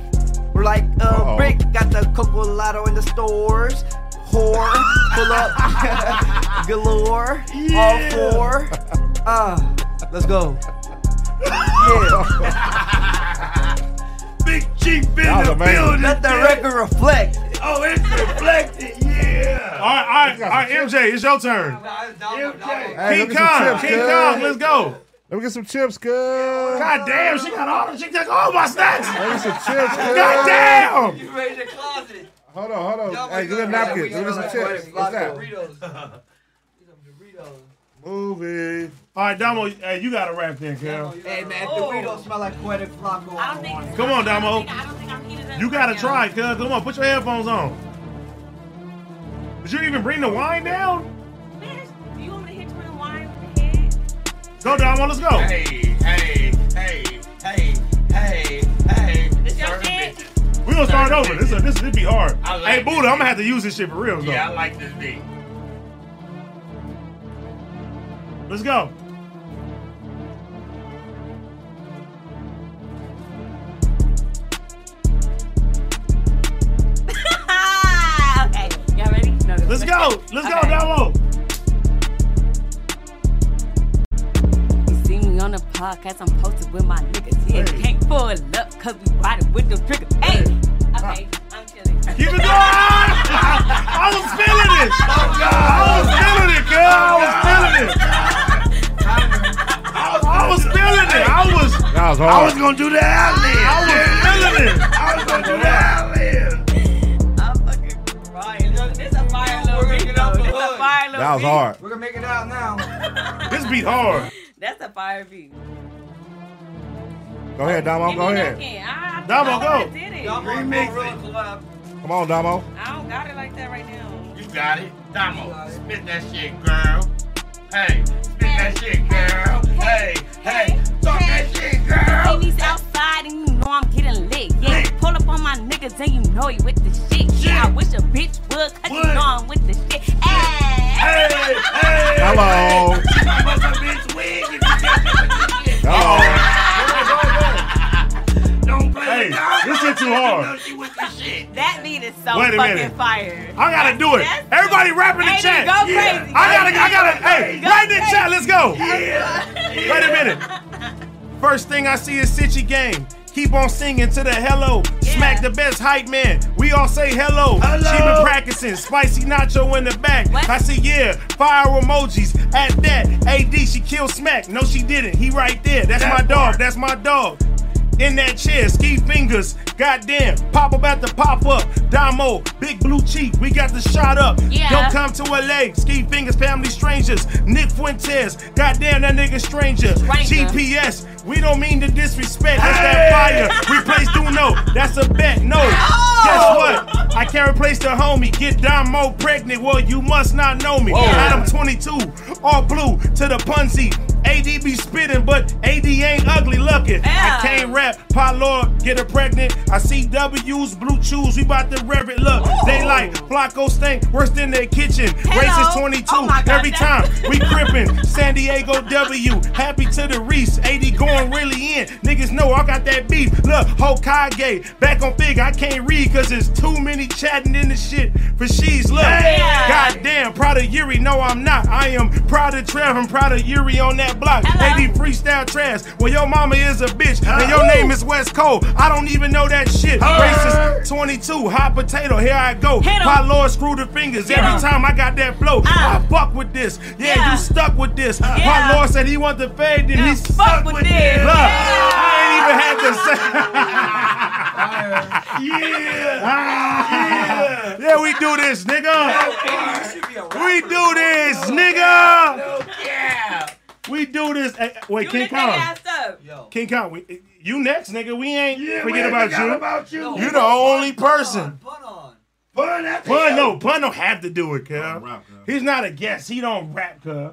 We're like a
Uh-oh.
brick. Got the Coco Lotto in the stores. Whore, pull up galore.
Yeah.
All four. Uh, let's go. Yeah.
Big chief in
That was
the
amazing.
building.
Let the
bitch.
record reflect.
Oh, it's reflected. Yeah.
All right, all right, all right, MJ, it's your turn.
Hey,
King
let me get some
Kong,
chips,
King
cuz.
Kong, let's go.
Let me get some chips, good.
God damn, she got all the, she took all my snacks.
Let me get some chips, cuz.
God damn.
You ready to closet?
Hold on, hold on. Hey, give me a napkin. Give me some chips. What's that? Movie.
All right, Damo, hey, you got to rap then, Cal.
Hey man, Doritos smell like poetic flaco.
I don't think.
Come on,
I
Damo.
don't think- I don't think I'm heated up.
You got to
right
try, cuz. Come on, put your headphones on. Did you even bring the wine down?
now. Bitch, do you want me to hit you with a wine with the head?
Go, Damo, let's go.
Hey, hey, hey, hey, hey, hey.
This your
Certain
shit?
bitches.
we going to start over. This this this be hard.
I like
Hey,
it.
Buddha, I'm going to have to use this shit for real, though.
Yeah, I like this beat.
Let's go.
Ah, okay, y'all ready? No, this
Let's
is-
go. Let's go,
Okay.
Damo.
You see me on the podcast, I'm posted with my niggas. Yeah, can't pull up, cause we riding with the trigger. Hey! Okay, I'm chilling.
Keep it going. I was feeling it.
Oh,
I was feeling it, girl. I was feeling it. I, I was feeling it. I was.
That was
I was
hard.
gonna do the alley.
I was feeling it.
I was gonna do the alley.
I'm fucking crying. It's a fire little
We're
beat,
gonna get out
though.
the
It's a
hood.
fire little
That was
beat.
hard.
We're gonna make it out now.
This beat hard.
That's a fire beat.
Go ahead, Damo.
Give
Go
me
ahead.
napkin. I, I,
Damo,
I
go. Oh.
Did it.
Y'all gonna go real collab.
Come on, Damo.
I don't got it like that right now.
You got it, Damo. Spit that shit, girl. Hey, spit that shit, girl. Hey, hey, talk that shit,
See
girl.
me's outside and you know I'm getting lit. Yeah,
Lit.
pull up on my niggas and you know you with the shit. Yeah, I wish a bitch would, cause you
Would.
know I'm with the shit. Hey.
Hey, hey.
Hello.
I bust a bitch wig if you catch me with this shit.
Hello.
Don't
Hey,
play with that.
this shit too
You know
hard.
she with the shit.
That beat is so
Wait a
fucking
minute.
fire.
I gotta do it.
That's-
Everybody rap in the
Hey,
chat.
go
Yeah.
crazy.
I gotta. I gotta. Hey, right in the chat. Let's go.
Yeah.
Wait a minute. First thing I see is Sitchy Game. Keep on singing to the hello. Smack the best hype man. We all say hello. She been practicing. Spicy nacho in the back.
What?
I see, yeah. Fire emojis. At that. AD, she killed Smack. No, she didn't. He right there. That's
That
my dog.
part.
That's my dog. In that chair, ski fingers. Goddamn. Pop up at the pop up. Damo. Big blue cheek. We got the shot up.
Yeah.
Don't come to LA. Ski fingers, family strangers. Nick Fuentes. Goddamn, that nigga stranger.
Stranger.
GP Yes, we don't mean to disrespect. That's that fire. Replace Duno. That's a bet. No.
Oh.
Guess what? I can't replace the homie. Get Dom Mo pregnant. Well, you must not know me.
Whoa.
Adam 22, all blue to the punzi. AD be spitting, but AD ain't ugly looking. I can't rap. Pa Lord, get her pregnant. I see W's, blue chews. We bout to rev it. Look, they like Flacco stink worse than their kitchen. Racist 22 every time. We crippin'. San Diego W. Happy to the Reese. AD going really in. Niggas know I got that beef. Look, Hokage. Back on big. I can't read cause there's too many chatting in the shit. For she's look.
Yeah.
Goddamn. Proud of Yuri. No, I'm not. I am proud of Trev. I'm proud of Yuri on that block. They be freestyle trash. Well, your mama is a bitch. And your
Huh.
name is West Cole. I don't even know that shit.
Huh.
Racist 22. Hot potato. Here I go.
Hit 'em.
My lord screw the fingers.
Hit
Every
'em.
time I got that blow, I fuck with this. Yeah, you stuck with this.
Yeah.
My lord said he want the fade, then he stuck, with, this. Look, I ain't even had to say. Yeah. Yeah, we do this, nigga. We do this, nigga. We do this. Hey, wait, King Kong. King Kong, we, you next, nigga. We ain't
Yeah, we
forget
ain't
about
forgot
you.
about you.
You the only person.
Bun after
Bun,
you.
no, Bun don't have to do it, cuz. He's not a guest. He don't rap, cuz.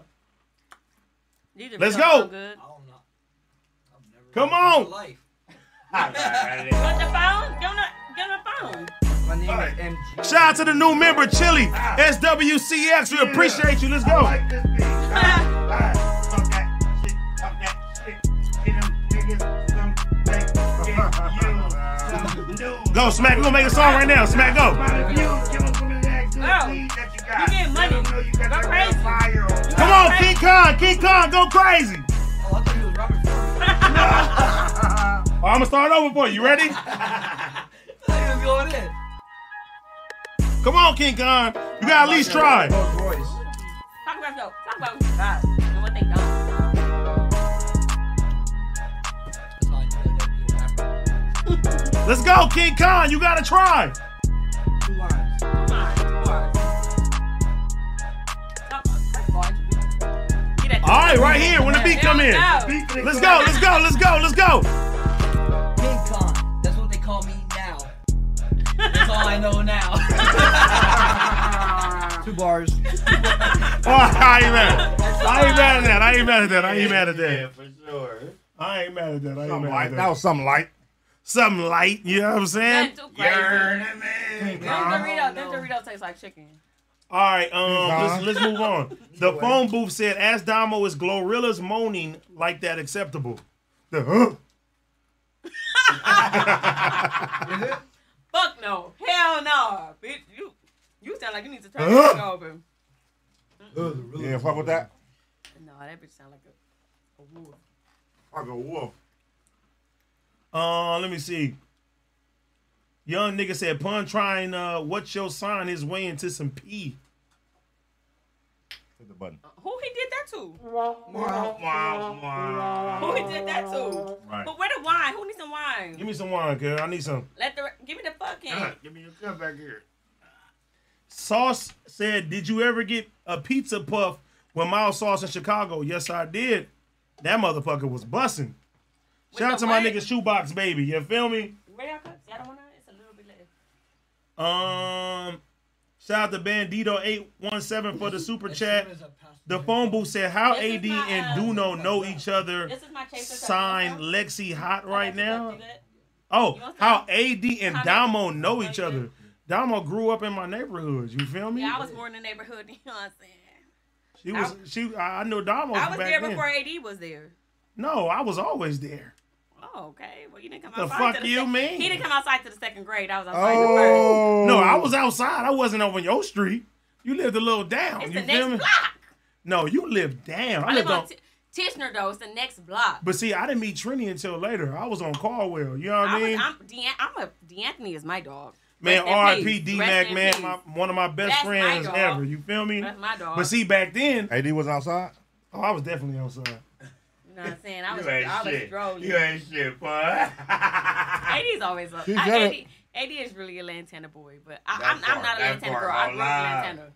Let's go. Come on.
Put the phone. Give him the, give him the phone.
My name is MG.
Shout out to the new member, Chili. SWCX. We appreciate you. Let's go. Go, Smack. We're going to make a song right now. Smack, go.
Go. You get money. Go crazy.
Come on, King Kong. King Kong, go crazy. Oh, I'm going to start over for you. You ready? Come on, King Kong. You got to at least try.
Talk about though. Talk about what you got and what they don't.
Let's go, King Kong. You got to try.
Get
All right, right here when the beat come in. Let's go, let's go, let's go, let's go.
King Kong. That's what they call me now. That's all I know now. Two bars.
Oh, I ain't mad. I ain't mad at that. I ain't mad at that. I ain't mad at that.
for sure.
I ain't mad at that. I ain't
Something
mad
light.
at that.
That was something light.
Something light. You know what I'm saying?
Them Doritos, them Doritos taste like chicken.
All right, um, let's, let's move on. The phone booth said, "Ask Damo is Glorilla's moaning like that acceptable?" The huh?
Fuck no. Hell no. Bitch, you you sound like you need to turn
Uh-huh.
this over.
Yeah, fuck with that.
No, that bitch sound like a, a wolf.
Like a wolf. Uh, let me see. Young nigga said, "Pun trying uh, what's your sign his way into some pee."
Hit the button.
Uh, Who he did that to? Who he did that to?
Right.
But where the wine? Who needs some wine?
Give me some wine, girl. I need some.
Let the give me the fucking.
Give me your cup back here.
Sauce said, "Did you ever get a pizza puff with mild sauce in Chicago?" Yes, I did. That motherfucker was bussing. Shout out to my nigga Shoebox Baby. You feel me?
Where y'all cups? Y'all don't want to? It's a little bit left.
Um, shout out to Bandito eight one seven for the super chat. The phone booth said, "How AD and Duno know each other?"
This is my chaser.
Sign Lexi hot right now. Oh, how AD and
Comment.
Damo know each other. Damo grew up in my neighborhood. You feel me?
Yeah, I was born in the neighborhood. You know what I'm saying?
She was. She. I I knew Damo.
I was
back
there
then.
before AD was there.
No, I was always there.
Oh, okay. Well, you didn't come
The
outside.
fuck
to the
you
sec-
mean?
He didn't come outside to the second grade. I was outside. to
Oh.
first.
No, I was outside. I wasn't over your street. You lived a little down.
It's
you
the
feel
next
me?
block.
No, you lived down. I,
I live
lived on.
on T- Tishner though. It's the next block.
but see, I didn't meet Trini until later. I was on Carwell. You know what I
I
mean?
was, I'm, De- I'm a D'Anthony is my dog.
man,
Rest in
R.I.P.
peace.
D
Rest
Mac,
in
man,
peace.
my, one of my best
That's my
friends
dog.
ever. You feel me?
That's my dog.
But see, back then,
AD was outside.
oh, I was definitely outside.
You know what I'm saying? I was,
You ain't
I was
shit.
strolling.
You ain't shit, boy. AD
is always up.
You
I,
gotta-
AD, AD is really a Lantana boy, but I, I'm,
That
I'm not a
part, that
Lantana
part,
girl.
no
I'm from
lie.
Lantana.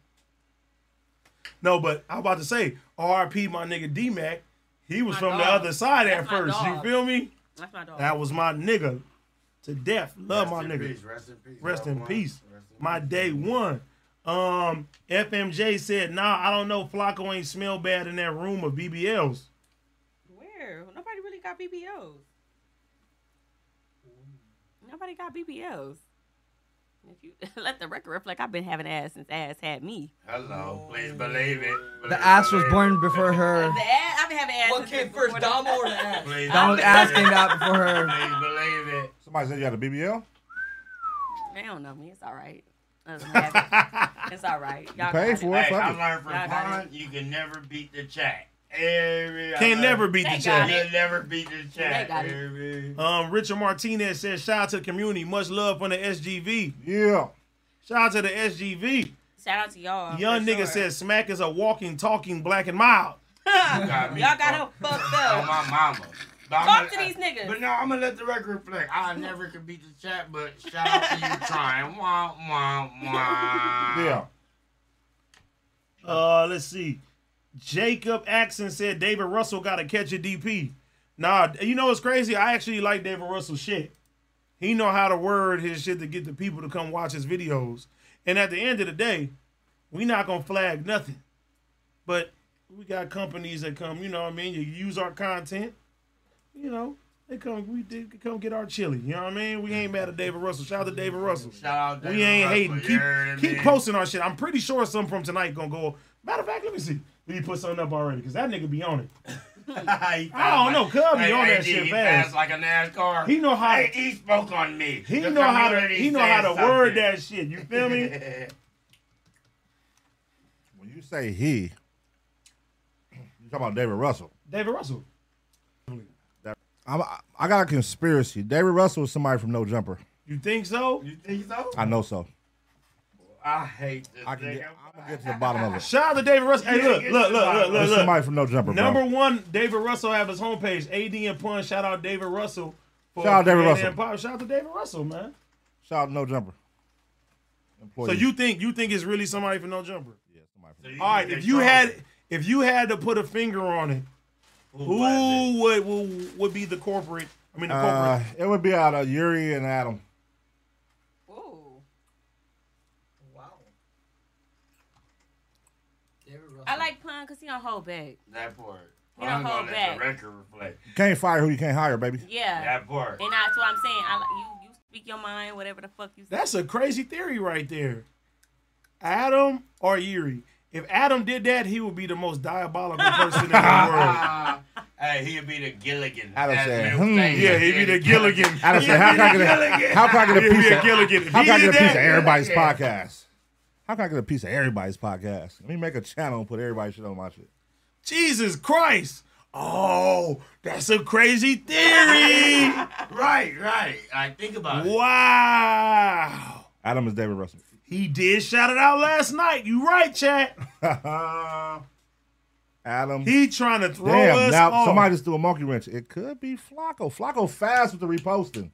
No, but I'm about to say, R.I.P. My nigga D Mac. He was
My
from the
dog.
other side at
That's my
first. You
dog.
feel me?
That's my dog.
That was my nigga. to death. Love
Rest
my
in
nigga.
peace, rest in peace,
Rest
loved
in
one.
peace. My day one. Um, FMJ said, "Nah, I don't know. Flacco ain't smell bad in that room of BBLs."
Where? Nobody really got BBLs. Nobody got BBLs. If you let the record reflect, I've been having ass since ass had me.
Hello, please believe it.
The ass was born before her.
The ass, I've been having ass. What came first, Dom or the ass?
Donald ass came out before her.
believe it.
Somebody said you had a BBL?
They don't know me. It's all right. I just have it. it's all right. Y'all got
paid for it,
Hey,
fuck
I
it.
learned from
Y'all got
Vaughn, you can never beat the chat. Every, I
Can't
learned-
never beat the They chat. got it.
You'll never beat the chat.
got it.
every-
Um, Richard Martinez says, "Shout out to the community. Much love from the SGV."
Yeah.
Shout out to the SGV.
Shout out to y'all.
Young
for
nigga
sure.
says, "Smack is a walking, talking black and mild."
got me
y'all got him fucked
Oh,
up.
my mama. But I'm
Talk
gonna-
to these niggas.
But no, I'm gonna let the record reflect. I never could beat the chat, but shout out to you trying. Wah, wah, wah.
Yeah. Uh, let's see. Jacob Axon said David Russell got to catch a DP. Nah, you know what's crazy? I actually like David Russell's shit. He know how to word his shit to get the people to come watch his videos. And at the end of the day, we not gonna flag nothing. But we got companies that come, you know what I mean? You use our content, you know, they come we they come get our chili. You know what I mean? We ain't mad at David Russell. Shout out to David Russell.
Shout out
we
David
ain't
Russell,
hating.
you
Keep
heard it,
keep
man.
posting our shit. I'm pretty sure some from tonight gonna go. Matter of fact, let me see. Did he put something up already? Cause that nigga be on it. I don't know. Cub be
Hey,
on that
AD,
shit
he
fast.
passed like a NASCAR.
He know how-
AD spoke on me.
He
The
know how to
community
he know how
said
to word
something.
that shit. You feel me?
When you say he, you talking about David Russell.
David Russell.
I'm, I got a conspiracy. David Russell is somebody from No Jumper.
You think so?
You think so?
I know so.
I hate this
I can get, I'm gonna get to the bottom of it.
Shout out to David Russell. Hey, look, look, look, look, look,
There's
look.
somebody from No Jumper, bro.
Number one, David Russell have his homepage. AD and Pun. Shout out David Russell. for
Shout out David
creating
Russell.
and pop- Shout out to David Russell, man.
Shout out to No Jumper.
So you think you think it's really somebody from No Jumper?
Yeah,
somebody from All right, if you had if you had to put a finger on it, who would, would would be the corporate? I mean the corporate.
Uh, it would be out of Yuri and Adam.
I like pun because he don't hold back.
That part.
He don't
I'm
hold
gonna let
back.
the record reflect.
You can't fire who you can't hire, baby.
Yeah.
That part.
And that's what I'm saying. I like you. You speak your mind, whatever the fuck you. say.
That's a crazy theory right there. Adam or Yuri. If Adam did that, he would be the most diabolical person in the world.
Uh,
Hey, he'd be the Gilligan.
Adam
That's
said,
me
hmm.
saying
Yeah, he'd be the Gilligan.
Adam said, how can I get a, how can I get a
He'd be
piece
a
of
Gilligan. If
How
he
can I get
did
a piece of
that-
everybody's
Yeah.
podcast? How can I get a piece of everybody's podcast? Let me make a channel and put everybody's shit on my shit.
Jesus Christ. Oh, that's a crazy theory.
Right, right. I think about it.
wow.
Adam is David Russell.
He did shout it out last night. You right, chat.
Adam.
He trying to throw
Damn,
us
now
off.
somebody just threw a monkey wrench. It could be Flacco. Flacco fast with the reposting.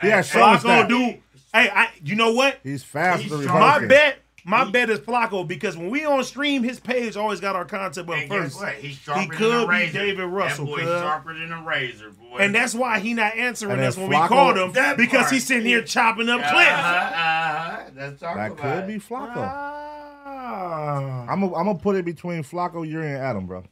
He
Yeah,
has shown us
Flacco
that.
do. Uh, Hey, I. You know what?
He's fast with the reposting.
My bet. My bet is Flacco because when we on stream, his page always got our content up
And guess
first.
what? He's sharper
he
than a
could be
razor.
David Russell.
That boy's
cuz.
sharper than a razor, boy.
And that's why he not answering
And
us
then
when
Flacco-
we called him
That
because
part.
he's sitting here chopping up
Uh-huh,
clips.
uh-huh. Let's talk
That
about
could
it. Uh-huh.
be Flacco.
Ah.
I'm gonna I'm gonna put it between Flacco, Yuri, and Adam, bro.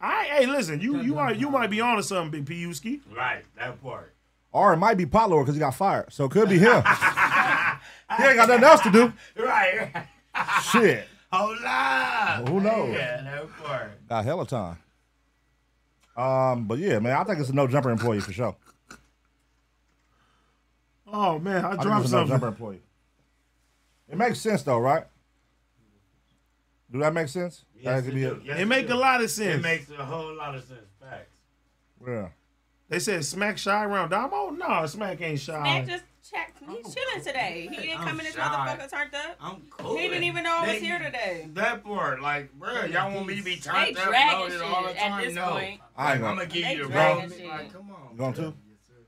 I hey, listen, you you are you might be on to something, Big Piuski.
Right, that part.
Or it might be Potlower because he got fired. So it could be him. he ain't got nothing else to do.
Right, right.
Shit.
Hold on.
Who knows?
Yeah, that part.
Got hella time. Um, but yeah, man, I think it's a no jumper employee for sure.
Oh man, I
I think
dropped
it's a no jumper
something.
employee. It makes sense though, right? Do that make sense? that could be it.
Yes,
It make a lot of
It
sense.
makes a whole lot of sense. Facts.
Yeah.
They said Smack shy around Damo. No, Smack ain't shy.
Man, just checked. He's chilling today. He didn't
I'm
come in this
shy.
motherfucker turned up.
I'm cool.
He didn't even know I was
They-
here today.
That part, like, bro, y'all want me to be
They
turned up
dragging
loaded
shit
all the
at
time?
this
No.
point.
I ain't
I'm
gonna,
gonna give
They
you the
dragging
wrong.
shit.
Like, come on.
you going to?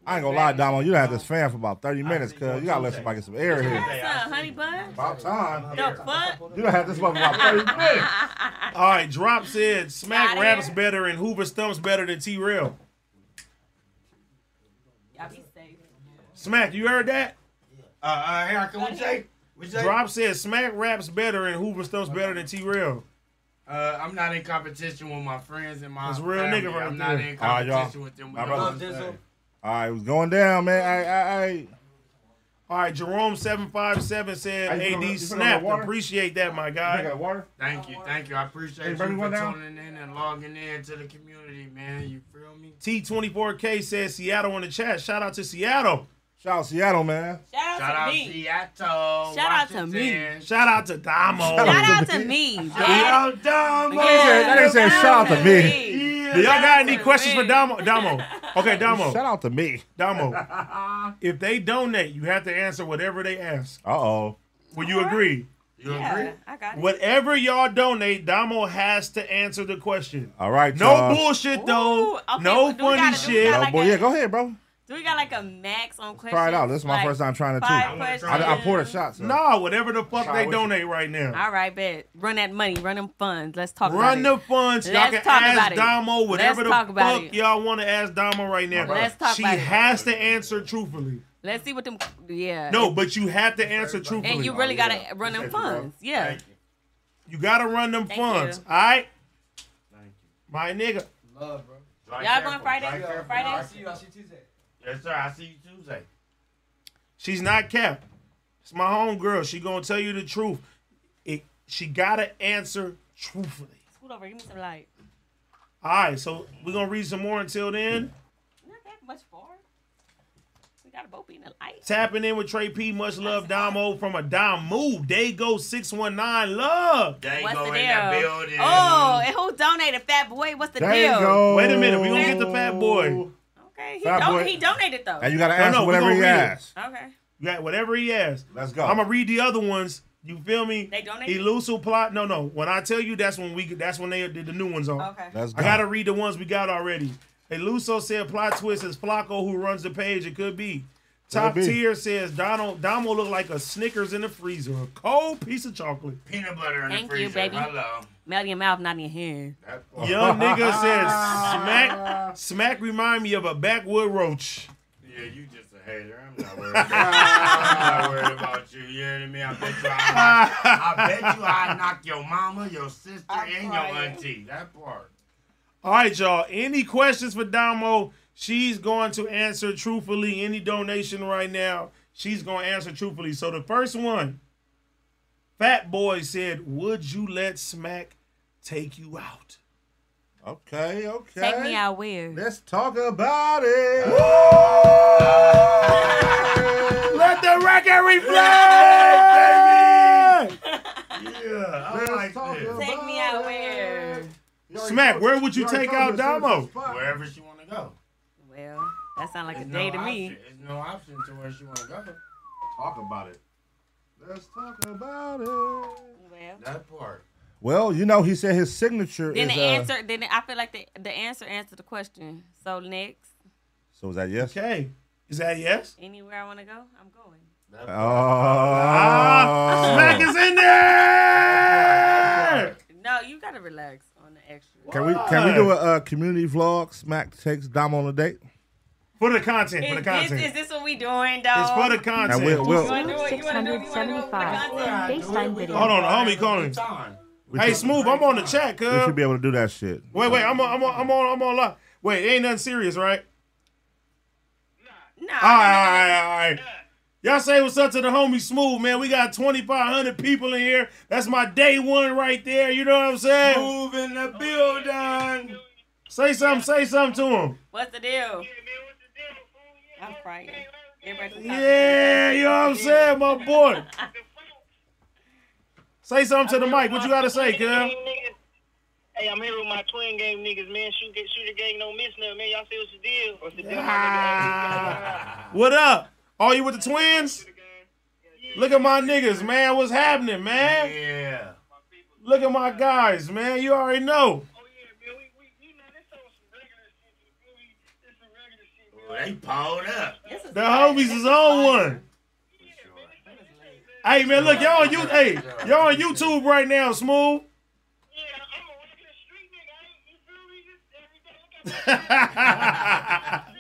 I ain't gonna lie, Damo. You done have this fan for about 30 minutes because you gotta let somebody get some air here.
That's a honey bun.
About time.
The fuck?
You done had this mother about 30 minutes.
All right, Drop said Smack
Outta
raps
here.
better and Hoover stumps better than T Rail.
Y'all be safe.
Smack, you heard that?
Uh, uh, here I come with Jay. With Jay.
Drop says Smack raps better and Hoover Stuff's better than T Rail.
Uh, I'm not in competition with my friends and my
That's real
family.
nigga right
I'm not
there.
in
All right, y'all.
competition with them.
My
We love
brother.
Dizzle.
All right, it was going down, man. I, I, I.
All right, Jerome seven five seven said
Hey, you put a-
AD
you put a
snapped.
little water?
Appreciate that, my guy. water?
Thank you, thank you. I
Hey,
appreciate
bring
you
one
for
down.
tuning in and logging in to the community, man. You feel me?
T twenty four K says Seattle in the chat. Shout out to Seattle.
Shout out Seattle, man.
Shout out Seattle.
Shout out to me.
Washington.
Shout out to Damo.
Shout out to me.
Yo, Damo.
That ain't saying shout out to me.
Do y'all got any questions for Damo? Damo. Okay, Damo.
Shout out to me.
Damo. If they donate, you have to answer whatever they ask.
Uh oh.
Will you agree? You
Yeah, I got it.
Whatever y'all donate, Damo has to answer the question.
All right, uh,
No
y'all.
bullshit though.
okay,
no
well, do we
funny
gotta- do we
shit.
gotta,
No,
like,
boy, yeah, go ahead, bro.
Do we got like a max on questions?
Try it out. oh, This is my
Like,
first time trying it too.
five
I, I
questions?
poured a shot. So.
Nah, whatever the fuck
Try
they
with you.
donate right now.
All right, bet. Run that money. Run them funds. Let's talk
Run
about
the
it.
funds. y'all
Let's
can
talk about
ask
it.
Damo whatever
Let's
the
talk about
fuck
it.
y'all want to ask Damo right now.
Let's talk
she
about it.
has to answer truthfully.
Let's see what them. Yeah.
No, but you have to answer truthfully.
Uh,
oh,
And you really got to run them funds. Yeah.
You gotta run them
Thank
funds.
you.
All right. My nigga.
Love, bro.
Y'all going Friday? Friday?
I see you. I see Tuesday. Yes, sir. I see you Tuesday.
She's not cap. It's my homegirl. She gonna tell you the truth. It, she gotta answer truthfully.
Scoot over. Give me some light.
All right, so we're gonna read some more until then.
Not that much far. We got to both be in the light.
Tapping in with Trey P. Much love, Damo from a Dom move. They go 619. Love.
They
What's
go
the
in that
deal?
building.
Oh, and who donated Fat Boy? What's the deal?
Wait a minute. we gonna get the fat boy.
Okay, he,
Fat
don-
Boy.
he donated though.
And you gotta No, ask no, we whatever gonna he read it. asks.
Okay.
You got whatever he has.
Let's go.
I'm gonna read the other ones. You feel me?
They donated?
Elusive plot. No, no. When I tell you, that's when we. That's when they did the new ones on.
Okay.
Let's
I
go.
gotta read the ones we got already. Eluso said plot twist is Flacco who runs the page. It could be. Top
be.
tier says Donald Damo look like a Snickers in the freezer, a cold piece of chocolate.
Peanut butter in
Thank
the freezer.
you, baby.
Hello.
Melt your mouth, not in your hand.
Young nigga says smack smack remind me of a backwood roach.
Yeah, you just a hater. I'm not worried. About you. I'm not worried about you. You know what I mean? I bet you I, I bet you I knock your mama, your sister, and your auntie. That part.
All right, y'all. Any questions for Damo? She's going to answer truthfully. Any donation right now, she's going to answer truthfully. So the first one, Fat Boy said, "Would you let Smack take you out?"
Okay, okay.
Take me out where?
Let's talk about it.
Let the record
Yeah, I like this.
Take me out where?
Smack, where would you take out Damo?
Wherever she want to go.
Well, that sounds like a
There's
day
no
to me.
option. There's no option to where she want to go.
Talk about it. Let's talk about it.
That part.
Well, you know, he said his signature
Then
is.
the
uh,
answer. Then I feel like the the answer answered the question. So next,
So is that yes?
Okay. Is that yes?
anywhere I want to go, I'm going.
Oh.
Ah,
Ah, Smack is in there.
No, you gotta relax on the extra.
Can we can we do a uh, community vlog? Smack takes Dom on a date.
For the content.
Is this, is this what we doing, dog?
It's for the content. Now, we'll- we'll-
You wanna do it? You wanna do it? You wanna do it for the content?
Hold on, the homie calling. Hey, smooth. I'm on the chat, cuz.
We should be able to do that shit.
Wait, wait, I'm on, I'm on, I'm on, I'm on live. Wait, it ain't nothing serious, right? Nah. All right, all right, all right. Y'all say what's up to the homie Smooth, man. We got 2,500 people in here. That's my day one right there. You know what I'm saying? Smooth in the building. Say something, say something to him.
What's the deal? I'm crying. Everybody
Yeah, you know what I'm saying, my boy. Say something to the mic. What you got to say, cuz?
Hey, I'm here with my twin game niggas, man. Shoot, get, shooter gang, no miss nothing, man. Y'all see what's the deal? What's the deal,
What up? Are you with the twins? Look at my niggas, man. What's happening, man?
Yeah.
Look at my guys, man. You already know.
They pulled up.
The homies is on one. Hey man, look, y'all on you hey, y'all on YouTube right now, smooth.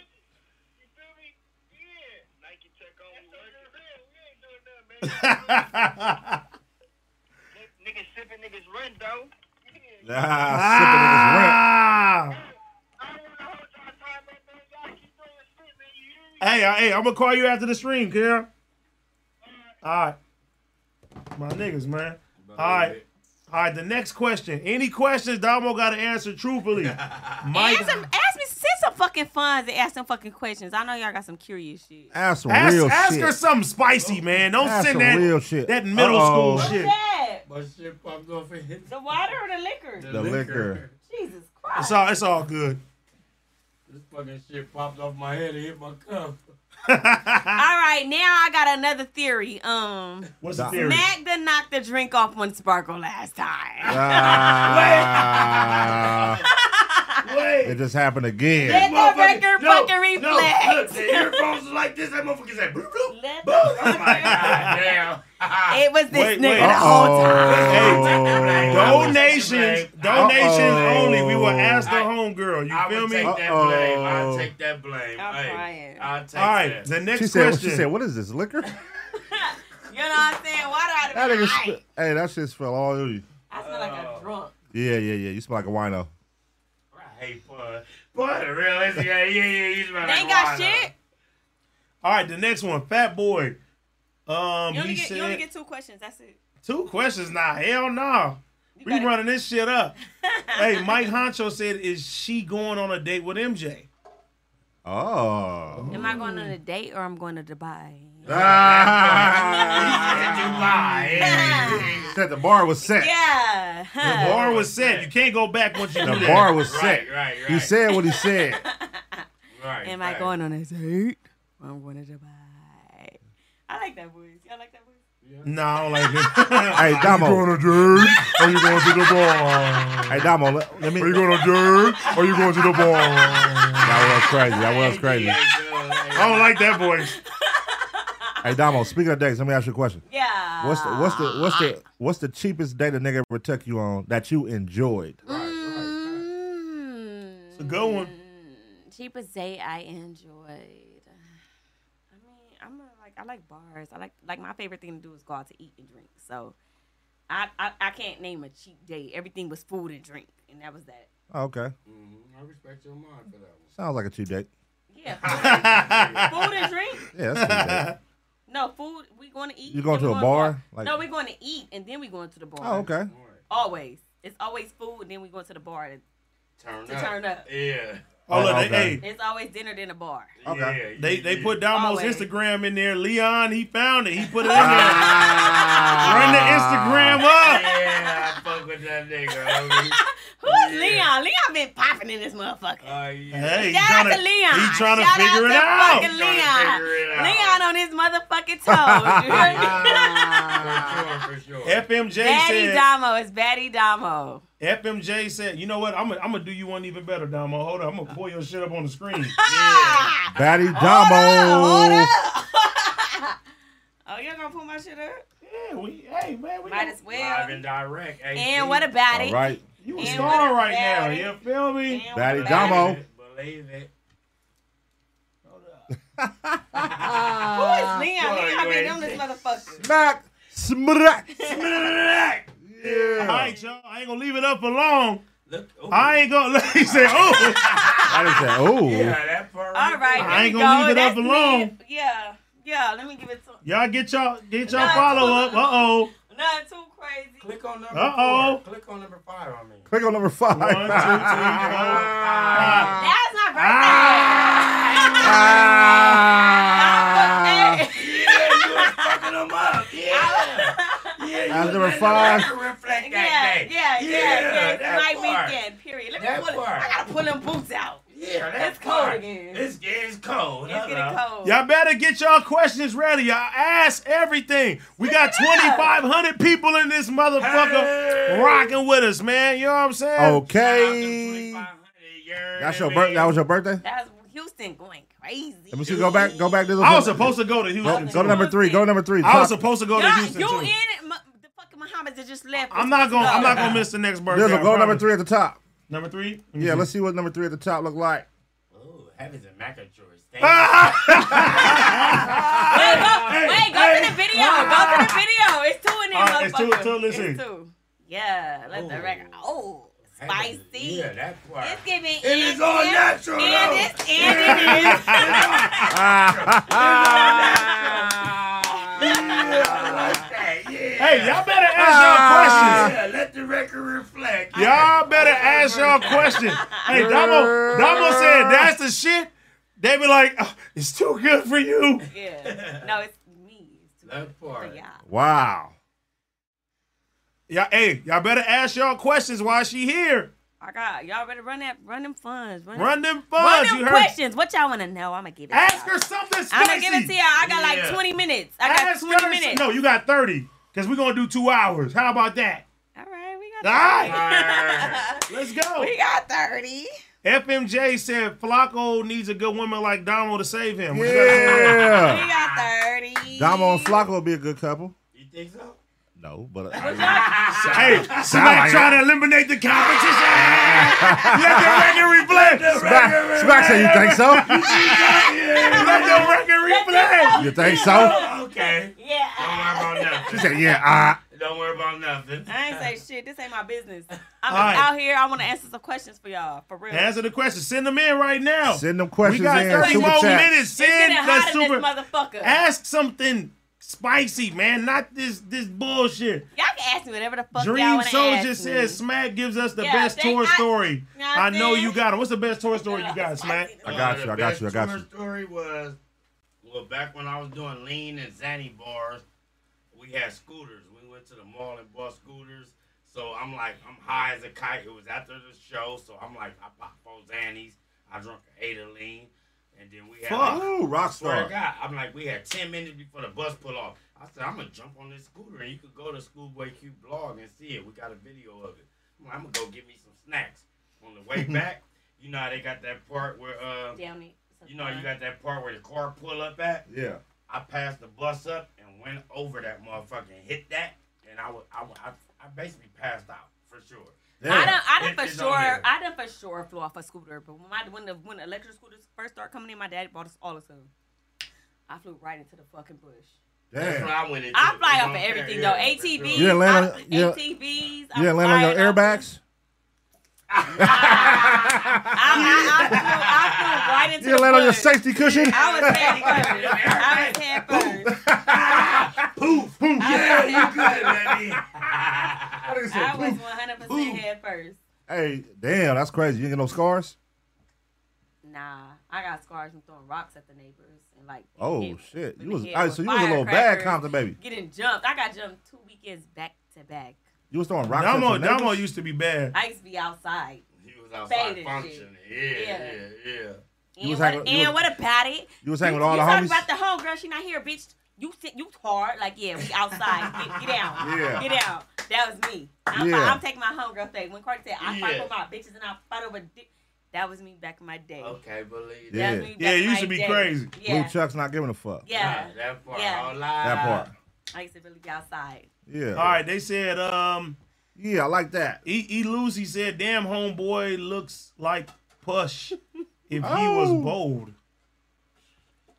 niggas sipping niggas rent though.
Ah, Hey, I- hey, I'm gonna call you after the stream, Karen. All right, my niggas, man. All right, all right. The next question. Any questions? Damo got to answer truthfully. Mike,
Ask, 'em- ask me, send some fucking funds and ask some fucking questions. I know y'all got some curious shit.
Ask some
ask,
real
ask
shit.
her something
Oh.
spicy, man. Don't
Ask
send
some
that
real shit.
that middle
Uh-oh.
school shit.
that?
My shit popped off and hit
The water or the liquor?
The liquor.
Jesus
It's
Christ.
all it's all good.
This fucking shit popped off my head and hit my cuff.
all right, now I got another theory. Um,
What's the theory?
Mac done knocked the drink off on Sparkle last time.
Ah.
Wait.
It just happened again.
Let that record
no,
fucking
no,
reflect.
look, the earphones was like this. That motherfucker said, bloop, bloop,
Let
boom. I'm like, Oh God damn.
It was this
Wait,
nigga
wait.
the whole
Hey,
Oh,
time.
donations, donations
Uh-oh.
only. We will ask the homegirl. You feel me?
Take that blame. I'll take that blame. I'm hey, I'll take
All right,
that.
the next
she said,
question.
she said, what is this, liquor?
You know what I'm saying? Why do I
That
have
nigga
to
sp- hey, that shit smell all over you.
I smell like a drunk.
Yeah, yeah, yeah. You smell like a wino.
Oh, I hate fun. Boy, the real is, yeah, yeah, yeah. He's about
They
like
ain't got
Lionel.
shit.
All right, the next one, Fat Boy. Um, he
You only, get,
said
you only get two questions. That's it.
two questions now. Hell no, we running this shit up. hey, Mike Honcho said, "Is she going on a date with MJ?"
Oh.
Am I going on a date or I'm going to Dubai?
Said the bar was set.
Yeah.
The
Oh,
bar was set. You can't go back once you
The
do that.
bar was set. He said what he said.
Am I going on a date? or I'm going to Dubai. I like that voice. Y'all like that voice?
No, I don't like it.
hey, Damo. Are you going to dude? Are you going to the bar? Hey, Damo, let, let me. Are you going to dude? Are you going to the bar? That was crazy. That was crazy.
I don't like that voice.
Hey, Damo, speaking of dates, let me ask you a question.
Yeah.
What's the what's the what's the what's the cheapest date a nigga ever took you on that you enjoyed?
It's a good one.
Cheapest date I enjoyed. I mean, I'm a, like I like bars. I like like my favorite thing to do is go out to eat and drink. So I I, I can't name a cheap date. Everything was food and drink, and that was that.
Oh, okay,
Mm-hmm. I respect your mind for that one.
sounds like a cheap date.
Yeah. Food, food and drink.
Yeah, that's a cheap date.
No food. We going to eat.
You going
then we
to a bar? Like-
no, we're going to eat and then we going to the bar.
Oh, okay.
Always. It's always food and then we going to the bar to
Turn
to
up.
turn up.
Yeah.
Oh, look,
Okay.
they, hey,
It's always dinner than a bar.
Okay. Yeah,
They
yeah,
they
yeah.
put Damo's
Always.
Instagram in there. Leon, he found it. He put it in there. Run the
Ah.
Instagram up.
Yeah, I fuck with that nigga. homie.
Who's Leon? Leon been popping in this motherfucker.
Oh, yeah.
Hey, he
Shout
tryna-
out to Leon.
He trying to
Shout
figure it
out to
out.
fucking
figure it
Leon.
out.
Leon on his motherfucking toes. You heard me?
For sure, for sure.
FMJ
Batty
said.
Damo is Batty Damo.
FMJ said. You know what? I'm gonna I'm gonna do you one even better, Damo. Hold up. I'm gonna pull your shit up on the screen.
Batty Damo.
Oh, you're gonna put my shit up?
yeah, we. Hey man, we.
Might as
Live
well.
and direct.
And what about
All
it?
right,
You a
And
star
what
right now.
about it?
You feel me?
And
Batty
what about
Damo.
Believe it. Believe it.
it? Who is
Boy,
Leon? Leon
you
been
ain't
on this
shit.
motherfucker.
Smack, smack.
All right, y'all. I ain't gonna leave it up for long.
Look, oh. ooh.
I ain't gonna. he said, "Oh,
I just said, oh,
Yeah, that part.
All right.
I ain't
there we
gonna
go.
leave it up
That's
alone.
me. Yeah. Yeah, let me give it to
y'all get y'all get y'all
Nah,
follow up."
cool.
Uh oh.
Not too crazy.
Click on number
Uh-oh.
four. Click on number five on me.
click on number five.
One, two, three, four, five.
That's not birthday.
Fucking them up. Yeah. yeah you
That's number
let the
five.
record Reflect
Yeah,
that day.
yeah, yeah, yeah.
that
yeah. It's my
part.
weekend, period. Let me
That
pull it.
part.
I gotta pull them boots out.
Yeah, that
It's cold
part.
again.
It's, it's cold.
It's getting cold.
Y'all better get y'all questions ready. Y'all ask everything. We got 2,500 people in this motherfucker
Hey.
rocking with us, man. You know what I'm saying?
Okay. That's your birth. That was your birthday.
That's Houston going crazy.
Let me see. Go back. Go back. This
I was supposed to go to Houston.
Go to
too.
number three. Go to number three.
I was
Top-
supposed to go to
Y'all-
Houston.
you in
Too.
it? Mu- The fucking Muhammad that just left.
I'm not gonna. I'm not gonna miss the next birthday.
Dizzle,
I
go to number
promise.
three at the top.
Number three. Let me see.
Yeah, let's see what number three at the top look like.
Ooh, heavens and mac choice. Wait, go,
Ah!
wait, go to the video. Go to the video. It's two in there,
All right, Ah. it's two,
motherfucker.
two, let's
It's
see.
two. Yeah, let the record. Oh, spicy. Yeah,
that's
why. It's giving.
It is all natural,
And
though.
it's and it is.
Hey, y'all better ask y'all questions.
let the record reflect.
Y'all better ask y'all questions. Hey, Damo, Damo said that's the shit. They be like, "Oh, it's too good for you.
Yeah. No, it's me. It's too
that part.
Yeah.
Wow. Yeah, hey, y'all better ask y'all questions while she here.
I got y'all ready to run that run them funds. Run,
Run them
Run
funds,
them
you heard-
questions. What y'all wanna know? I'ma give it
Ask
to
her something
I'm gonna give it to
spicy.
y'all. I got
Yeah.
like 20 minutes. I got
Ask
20
her-
minutes.
No, you got 30. Cause we're gonna do two hours. How about that?
All right, we
All
got
right. Let's go.
We got 30.
FMJ said Flacco needs a good woman like Damo to save him. What you gotta say?
Yeah.
We got 30.
Damo and Flacco would be a good couple.
You think so?
No, but
hey, somebody trying to eliminate the competition. Let the record reflect.
Smack, Smack said you think so?
Let the record reflect.
You think so?
Okay.
Yeah.
Don't worry about nothing.
She said, yeah, ah.
Don't worry about nothing.
I ain't say shit. This ain't my business. I'm
All right.
just out here. I want to answer some questions for y'all. For real.
Answer the question. Send them in right now.
Send them questions
We got
in,
30
super
more
chat.
minutes.
It's
Send
getting hot
the
in
super.
this motherfucker.
Ask something spicy, man. Not this this bullshit.
Y'all can ask me whatever the fuck y'all
Dream
want to ask
Soldier
me.
says Smack gives us the
Yeah,
best
they-
tour
I-
story.
Nah,
I know
man.
you got it. What's the best tour story you got, Smack?
I got you, I got you, I got you.
story was well back when I was doing lean and zany bars, we had scooters. We went to the mall and bought scooters. So I'm like, I'm high as a kite. It was after the show, so I'm like, I popped four zannies. I drunk eight of lean, and then we had
Fuck.
like-
Ooh, rock
Swear
star.
to God, I'm like, we had ten minutes before the bus pull off. I said, I'm gonna jump on this scooter, and you could go to Schoolboy Q blog and see it. We got a video of it. I'm, like, I'm gonna go get me some snacks on the way back. You know how they got that part where uh,
Down it.
you know you got that part where the car pull up at.
Yeah.
I passed the bus up and went over that motherfucker and hit that, and I was I, wa- I, I basically passed out for sure.
I done, I done
It-
for
it's on
sure,
here.
I done for sure flew off a scooter. But when my when the when the electric scooters first started coming in, my daddy bought us all of them. I flew right into the fucking bush.
That's what I went into. You
I fly off
know
of
what I'm
everything
saying?
though.
Yeah, for sure.
ATVs,
You didn't land on-
I-
you-
ATVs.
You didn't land on your airbags?
I, I, I flew, I flew right
You
into
didn't
the
land on your
bush.
safety cushion?
I was head first. I was head first.
Poof, poof.
Yeah, you good, baby.
I was 100 percent head first.
Hey, damn, that's crazy. You didn't get no scars?
Nah, I got scars from throwing rocks at the neighbors and like.
Oh
hit-
shit! You
when the
was
hit
all right,
with
so you was a little bad
firecrackers,
Compton baby.
Getting jumped, I got jumped two weekends back to back.
You was throwing rocks. at
Damo,
your neighbors?
Damo used to be bad.
I used to be outside.
He was outside
Faded
functioning. Yeah,
shit. Yeah.
yeah, yeah.
You was
and
hanging-
what,
you was-
and what a patty.
you was hanging with all
you
the
talk
homies?
about the homegirl, she not here, bitch. You sit, you hard. Like, yeah, we outside. get, get down.
Yeah.
Get down. That was me. I'm,
Yeah.
I'm taking my homegirl thing. When Cardi said, I
Yeah.
fight for my bitches and I fight over dick. That was me back in my day.
Okay, believe
Yeah.
that.
me
Yeah,
back
you
in
used
my
to be
day.
crazy.
Yeah.
Blue Chuck's not giving a fuck.
Yeah.
Nah, that part,
Yeah.
all lies.
That part.
I used to really be outside.
Yeah.
All right, they said, um,
Yeah, I like that.
E. e Lucy said, "Damn, homeboy looks like Push if he was
Oh.
bold."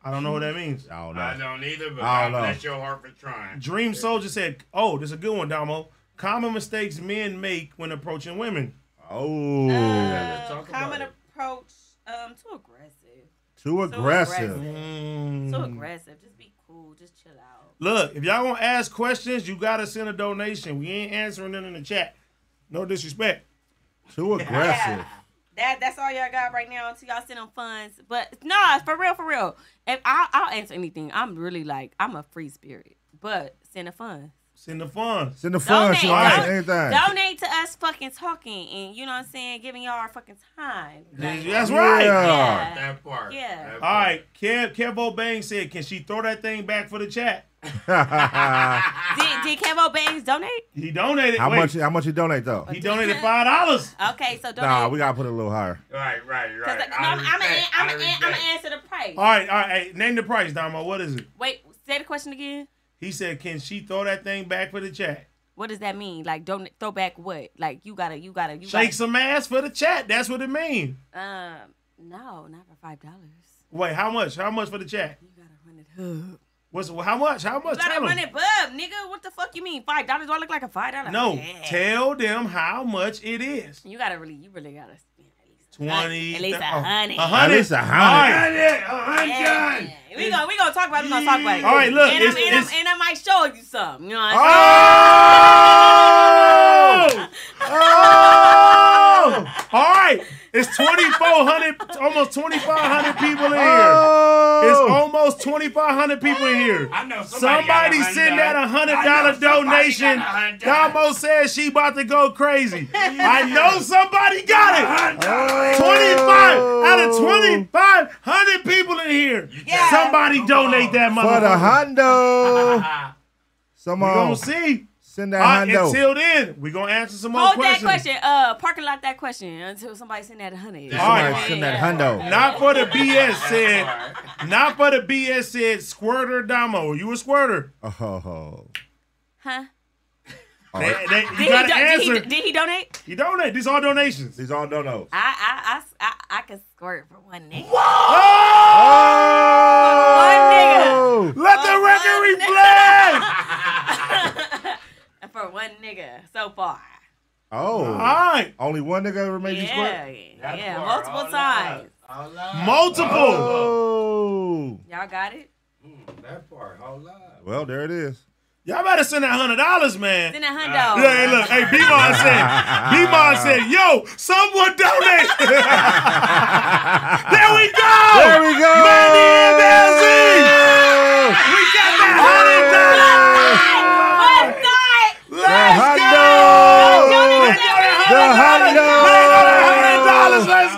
I don't know what that means.
I don't
I
know.
don't either, but
I
God
don't know.
bless your heart for trying.
Dream Soldier said, "Oh, this is a good one, Damo. Common mistakes men make when approaching women."
Oh,
Um,
Let's
Uh,
talk about
Common
it.
approach, um, too aggressive.
too aggressive.
Too aggressive. Just be cool. Just chill
Mm.
out.
Look, if y'all gonna ask questions, you gotta send a donation. We ain't answering them in the chat. No disrespect.
Too aggressive.
That that's all y'all got right now until y'all send them funds. But nah, for real, for real. If I'll, I'll answer anything. I'm really like I'm a free spirit. But send the funds.
Send the funds.
Send the fun. She
Donate,
likes
don-
anything.
Donate to us fucking talking and you know what I'm saying, giving y'all our fucking time. Like,
That's right.
Yeah.
That part.
Yeah.
That
All
part.
right, Kev Kevo Bang said, "Can she throw that thing back for the chat?"
did, did Kevo Bangs donate?
He donated.
how
wait,
much? How much you donate though?
He donated five dollars.
Okay, so donate.
Nah, we gotta put it a little higher.
Right, right,
Cause
right.
like, no, I'm, I'm,
respect,
I'm,
I
I'm,
respect.
I'm gonna answer the price.
All right, all right. hey, name the price, Damo. What is it?
Wait, say the question again.
He said, "Can she throw that thing back for the chat?
What does that mean? Like, don't throw back what? Like, you gotta, you gotta, you
Shake
gotta.
some ass for the chat. That's what it means."
Um, no, not for five dollars.
Wait, how much? How much for the chat? What's how much? How
You
much?
gotta
Tell
run
them.
it bub, nigga. What the fuck you mean? Five dollars? Do I look like a five dollar?
No,
Yeah.
tell them how much it is.
You gotta really, you really gotta spend
Twenty.
at least a
oh,
hundred.
A hundred.
At least a hundred.
Alright.
Yeah. We gonna we gonna talk about it. We gonna talk about it.
All right, look,
and,
it's-
I'm- and, I'm-
it's-
and I might show you something. You know what
I'm
saying?
Oh! Oh! All right. It's 2,400, almost 2,500 people in here.
Oh.
It's almost 2,500 people in here. I know somebody
somebody got a
send that a hundred dollar donation. Damo says she about to go crazy. I know somebody got it. Twenty five
Oh.
out of twenty five hundred people in here. Somebody donate that
For the
motherfucker.
hundo. Some
We
on.
gonna see.
Send
All
that
right,
hundo.
until then, we're gonna answer some more
Hold
questions.
that question. Uh, parking lot that question until somebody send that hundred.
All right.
Send that hundo.
Not for the BS said. Not for the BS said. Squirter Damo, you a squirter?
Oh.
Huh?
They- they-
Did
you
he,
gotta
do- did, he,
answer.
did he donate?
you donate. These all donations.
These all donos.
I I I I, I could squirt for one nigga.
Oh! Let the record reflect.
for one nigga so far.
Oh. All
right.
Only one nigga ever made you
Yeah,
squirt?
yeah, yeah, multiple times.
Multiple.
Oh.
Y'all got it?
That part, hold up.
Well, there it is.
Y'all better send that hundred dollars, man.
Send that hundo.
Yeah, hey, look, hey, B-Mon said, B-Mon said, yo, someone donate. there we go. There
we go.
Mandy and Belzy. We got that hundred dollars. Let's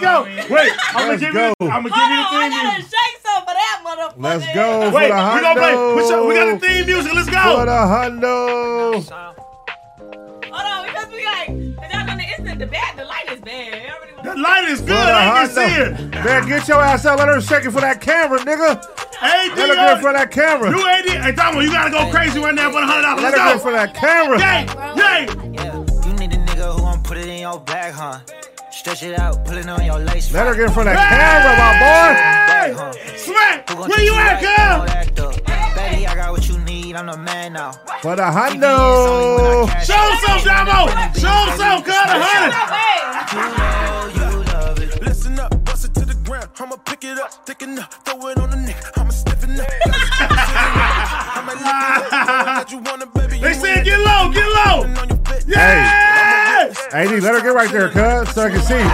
go. Let's go. Wait, I'm gonna give you. I'm gonna give you the
I
theme
gotta
music.
shake some for that motherfucker.
Let's go.
Wait, we
for the hundo.
gonna play. Put your- We got the theme music. Let's
For the
go.
hundo.
Hold on, because we like, cause y'all gonna instant the bad, the light is bad. Everybody-
That light is good.
For the
I ain't
hundo.
can see it.
Man, get your ass out. Let her shake it for that camera, nigga.
Hey,
Let her go for that camera.
You ain't it. Hey, Tomo, you gotta go crazy right now for the hundred dollars.
Let
Let's
her
go.
go for that camera.
Yay!
You need a nigga who won't put it in your bag, huh? Stretch it out, put it on your lace.
Let her get for that camera, my boy.
Smack!
Where you at,
girl? Baby, I got what you need. I'm the man now.
For the hundo.
Show some, Damo! Show some, cut a hundred!
Listen up, bust it to the ground. I'ma pick it up, thicken up, throw it on the neck. I'ma stiffen up. I'ma lick it up. That you wanna, baby.
They said get low, get low!
Hey. AD, let her get right there, cuz, so I can see.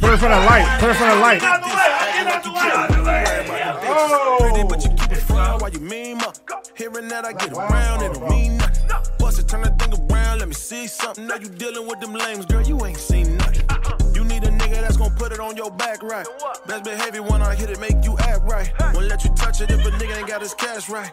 Put her for that light. Put her for that light.
Pretty, but you keep it fly while you mean up. Hearing that I get around, it don't mean nothing. Bust it, turn that thing around, let me see something. Now you dealing with them lames, girl, you ain't seen nothing. You need a nigga that's gonna put it on your back right. Best behavior when I hit it, make you act right. Won't let you touch it if a nigga ain't got his cash right.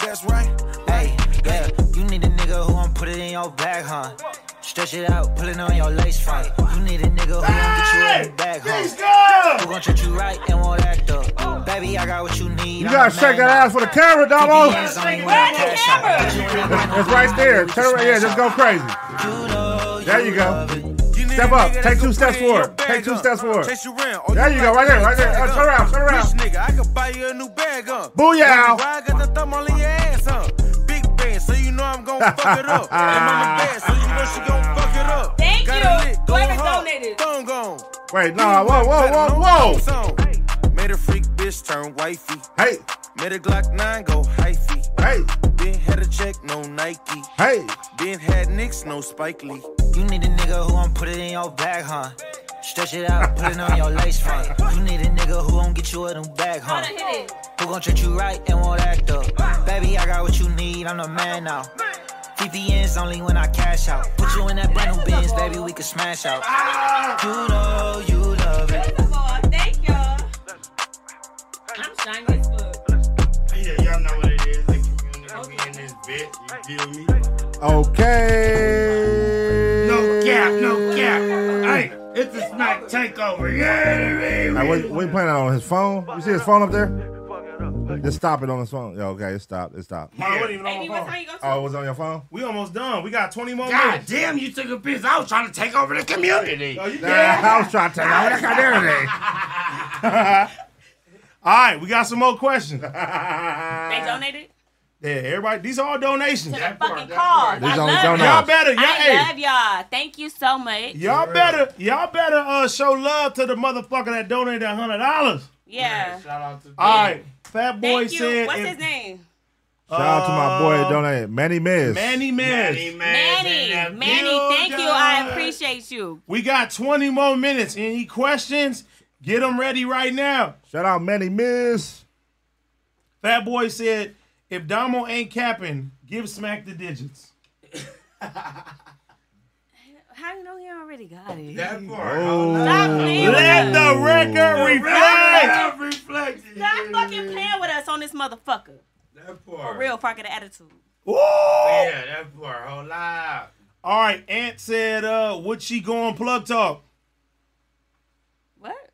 That's right.
Hey, yeah. You need a nigga who won't put it in your bag, huh? Stretch it out, put it on your lace front. You need a nigga who won't get you out your bag, huh? Who gon' treat you right and won't act up? Baby, I got what you need.
You gotta shake that ass for the camera, Damo. It's it's right there. Turn right here. Just go crazy. There you go. Step up. Take two steps forward. Take two steps forward. Oh, There you go. Right there. Right there. Uh, turn around. Turn around.
Nigga, I could buy you a new bag, huh?
Booyah.
Ride, got the thumb all in your ass, huh? Big band, so you know I'm gonna fuck it up. And mama bad, so you know she gonna fuck it up.
Thank
Got a
you.
lick,
Whoever
going hard,
donated.
Thong gone.
Wait. Nah. Whoa. Whoa. Whoa. Whoa.
whoa. Made a freak bitch turn wifey.
Hey.
Made a Glock 9 go hyphy.
Hey.
Then had a check, no Nike.
Hey.
Then had Nicks, no Spike Lee.
You need a nigga who won't put it in your bag, huh? Stretch it out, put it on your lace front. You need a nigga who won't get you a new bag, huh? Who gon' treat you right and won't act up? Baby, I got what you need, I'm the man now. Keep the ends only when I cash out. Put you in that brand new Benz, baby, we can smash out. You know you love it.
First of all, Oh, thank y'all. I'm shining as fuck.
Yeah, y'all know what it is. The community be in this bitch. You feel me?
Okay.
No cap, no cap. Hey, it's a smack takeover. Yeah,
Now, what, what you playing that on his phone? You see his phone up there? Just stop it on his phone. Yeah, okay, it stopped. It stopped.
I wasn't even on my phone.
Oh, it was on your phone?
We almost done. We got 20 more
God
minutes.
damn, you took a piss. I was trying to take over the community.
Oh, you
Nah, I was trying to tell you. I was like, I dare it.
All right, we got some more questions.
They donated.
Yeah, everybody, these are all donations.
To the fucking cause.
These
I
only donuts.
love y'all.
Y'all better- y'all-
I
hey.
love y'all. Thank you so much.
Y'all better, y'all better uh, show love to the motherfucker that donated that hundred dollars.
Yeah.
Shout out to
All right, Fat Boy
Thank you.
said.
What's
if-
his name?
Shout out to my boy
Oh,
that donated, Manny Miz.
Manny Miz.
Manny. Manny, thank you. I appreciate you.
We got 20 more minutes. Any questions? Get them ready right now.
Shout out Manny Miz.
Fat Boy said, if Damo ain't capping, give Smack the digits.
How you know he already got it?
That
Stop playing with
Let
us.
the record reflect.
Stop reflect.
Stop fucking playing with us on this motherfucker. For real, fucking attitude.
Yeah,
that poor whole lot.
All right, Aunt said, uh, what she going plug talk?
What?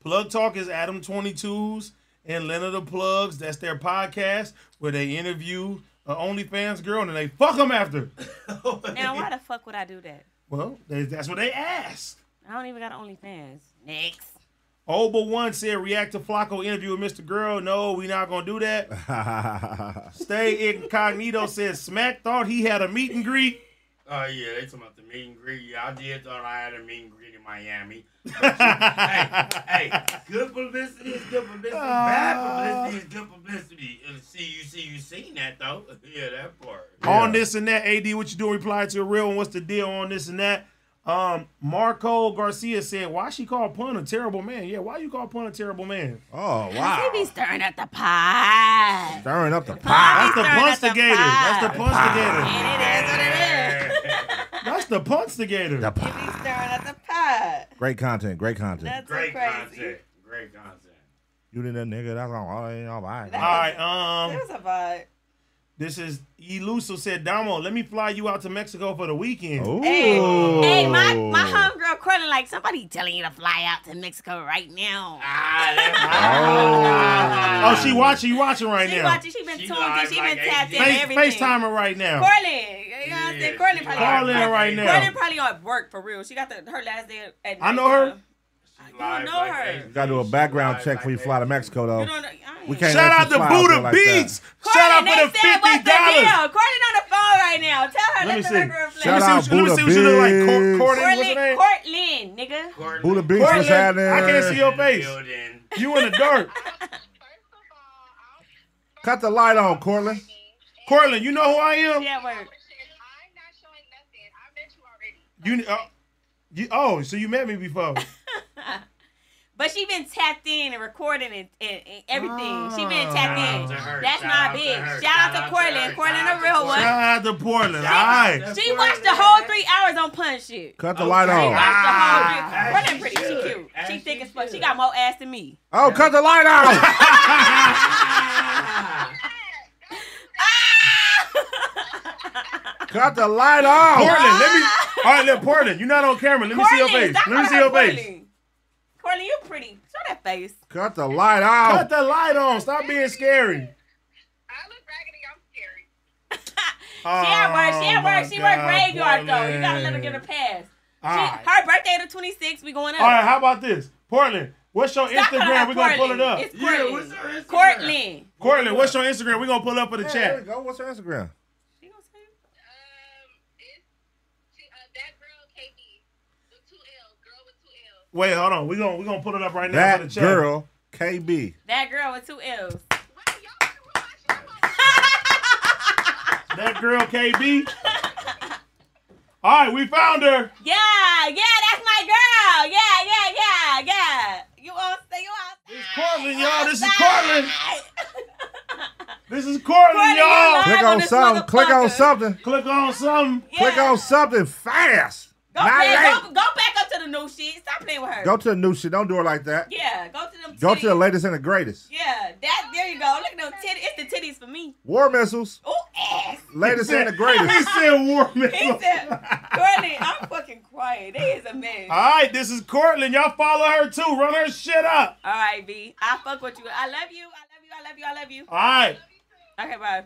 Plug Talk is Adam 22's and Leonard the Plugs. That's their podcast where they interview an OnlyFans girl and then they fuck them after.
Now, why the fuck would I do that?
Well, they, that's what they asked.
I don't even got OnlyFans. Next.
All but one said react to Flacco interview with Mr. Girl. No, we not gonna do that. Stay incognito says Smack thought he had a meet and greet.
Oh yeah, they talking about the meet and greet. Yeah, I did thought I had a meet and greet in Miami. But you- hey, hey, good publicity is good publicity. Bad publicity is good publicity. And see, you see, you seen that though. Yeah, that part.
On this and that, AD, what you doing? Reply to a real one. What's the deal on this and that? Um, Marco Garcia said, "Why she call Pun a terrible man? Yeah, why you call Pun a terrible man?
Oh
Wow. He be stirring at the pot.
Stirring up the
That's the
Stirring
punstigator.
up the
That's the
pot.
punstigator.
It is what it is.
That's the punstigator.
The
He be stirring at the pot.
Great content, great content.
Great
crazy.
content. Great content.
You did that nigga, that's all. All right, all right.
All right, um,
It was a vibe.
This is Eluso said, Damo, let me fly you out to Mexico for the weekend.
Hey, hey, my, my homegirl Courtney, like, somebody telling you to fly out to Mexico right now.
Oh, she watching, you watching right
she
now.
watching, she been tuned in, she been tapped in,
Face,
everything.
FaceTiming right now.
Courtney, you know what I'm saying? Courtney probably,
Call in right now.
Courtney probably on work for real. She got the, her last day at
I know her.
You don't know her.
You gotta do a background check before you fly to Mexico, though. We can't
Shout
let
out
you
to
fly out
Buddha
there like that.
Beats. Shout out
Courtney,
for the
they said,
fifty
what's the deal?
dollars.
Courtney on the phone right now. Tell her,
Let me
let,
see.
the record reflect.
Shout out
Let me
Buddha
see what you look like. Cor-
Beats.
Courtney, what's her
Courtney,
name?
Courtland, nigga.
Buddha Beats, what's
Courtney,
happening?
I can't see your face. You in the dark.
Cut the light on, Cortland.
Cortland, you know who I am?
Yeah, work.
You, uh, you oh, so you met me before.
But she been tapped in and recording and, and, and everything. She been
Ah.
tapped
Shout
in.
out to her.
That's
Shout out
my
to
bitch.
her.
Shout, out to Courtland. Courtland a real one.
Shout out to Portland. All right.
Oh, She watched the whole three hours on Punch shit.
Cut the light
She
on.
watched the whole
Ah.
three. Courtland pretty. She cute. She thick as fuck. She got more ass than me.
Oh, cut the light on. cut the light on.
Portland, let me. All right, let Portland. You're not on camera. Let me see your
Courtland,
face.
Ah. stop
Let me see
calling
your
her
face.
Courtland. Courtland, you pretty. Show that face.
Cut the light on.
Cut the light on. Stop being scary. I
She at
look
work.
raggedy. I'm scary.
She at work. She
Oh,
work graveyard though. You gotta let her get a pass.
All right.
Her birthday the 26th. We going up.
All right. How about this, Portland? What's your
Stop calling her
Instagram? We're gonna pull it
Courtland.
up.
It's Courtland. Courtland.
Courtland, what's your Instagram? We're gonna pull up for the
Yeah, There we
chat.
go. What's her Instagram?
Wait, hold on. We're gonna we're gonna pull it up right now for the
That
chat.
girl, KB.
That girl with two L's.
That girl KB. All right, we found her.
Yeah, yeah, that's my girl. Yeah, yeah, yeah, yeah. You all say you all. This
Courtland, y'all. This is Courtland. This is Courtland,
Courtland, you
y'all.
live
Click on something. Click on something.
Click on something.
Click on something fast.
Go,
Not
back,
late.
go, go back up to the new shit. Stop playing with her.
Go to the new shit. Don't do it like that.
Yeah, go to them.
Go to the
titties.
latest and the greatest.
Yeah, that. There you go. Look at them titties. It's the titties for me.
War missiles.
Oh ass.
Latest and the greatest.
He said war
He
missile.
said, Courtland, I'm fucking quiet. They is a mess.
All right, this is Courtland. Y'all follow her too. Run her shit up.
All right, B. I fuck with you. I love you. I love you. I love you. I love you.
All right.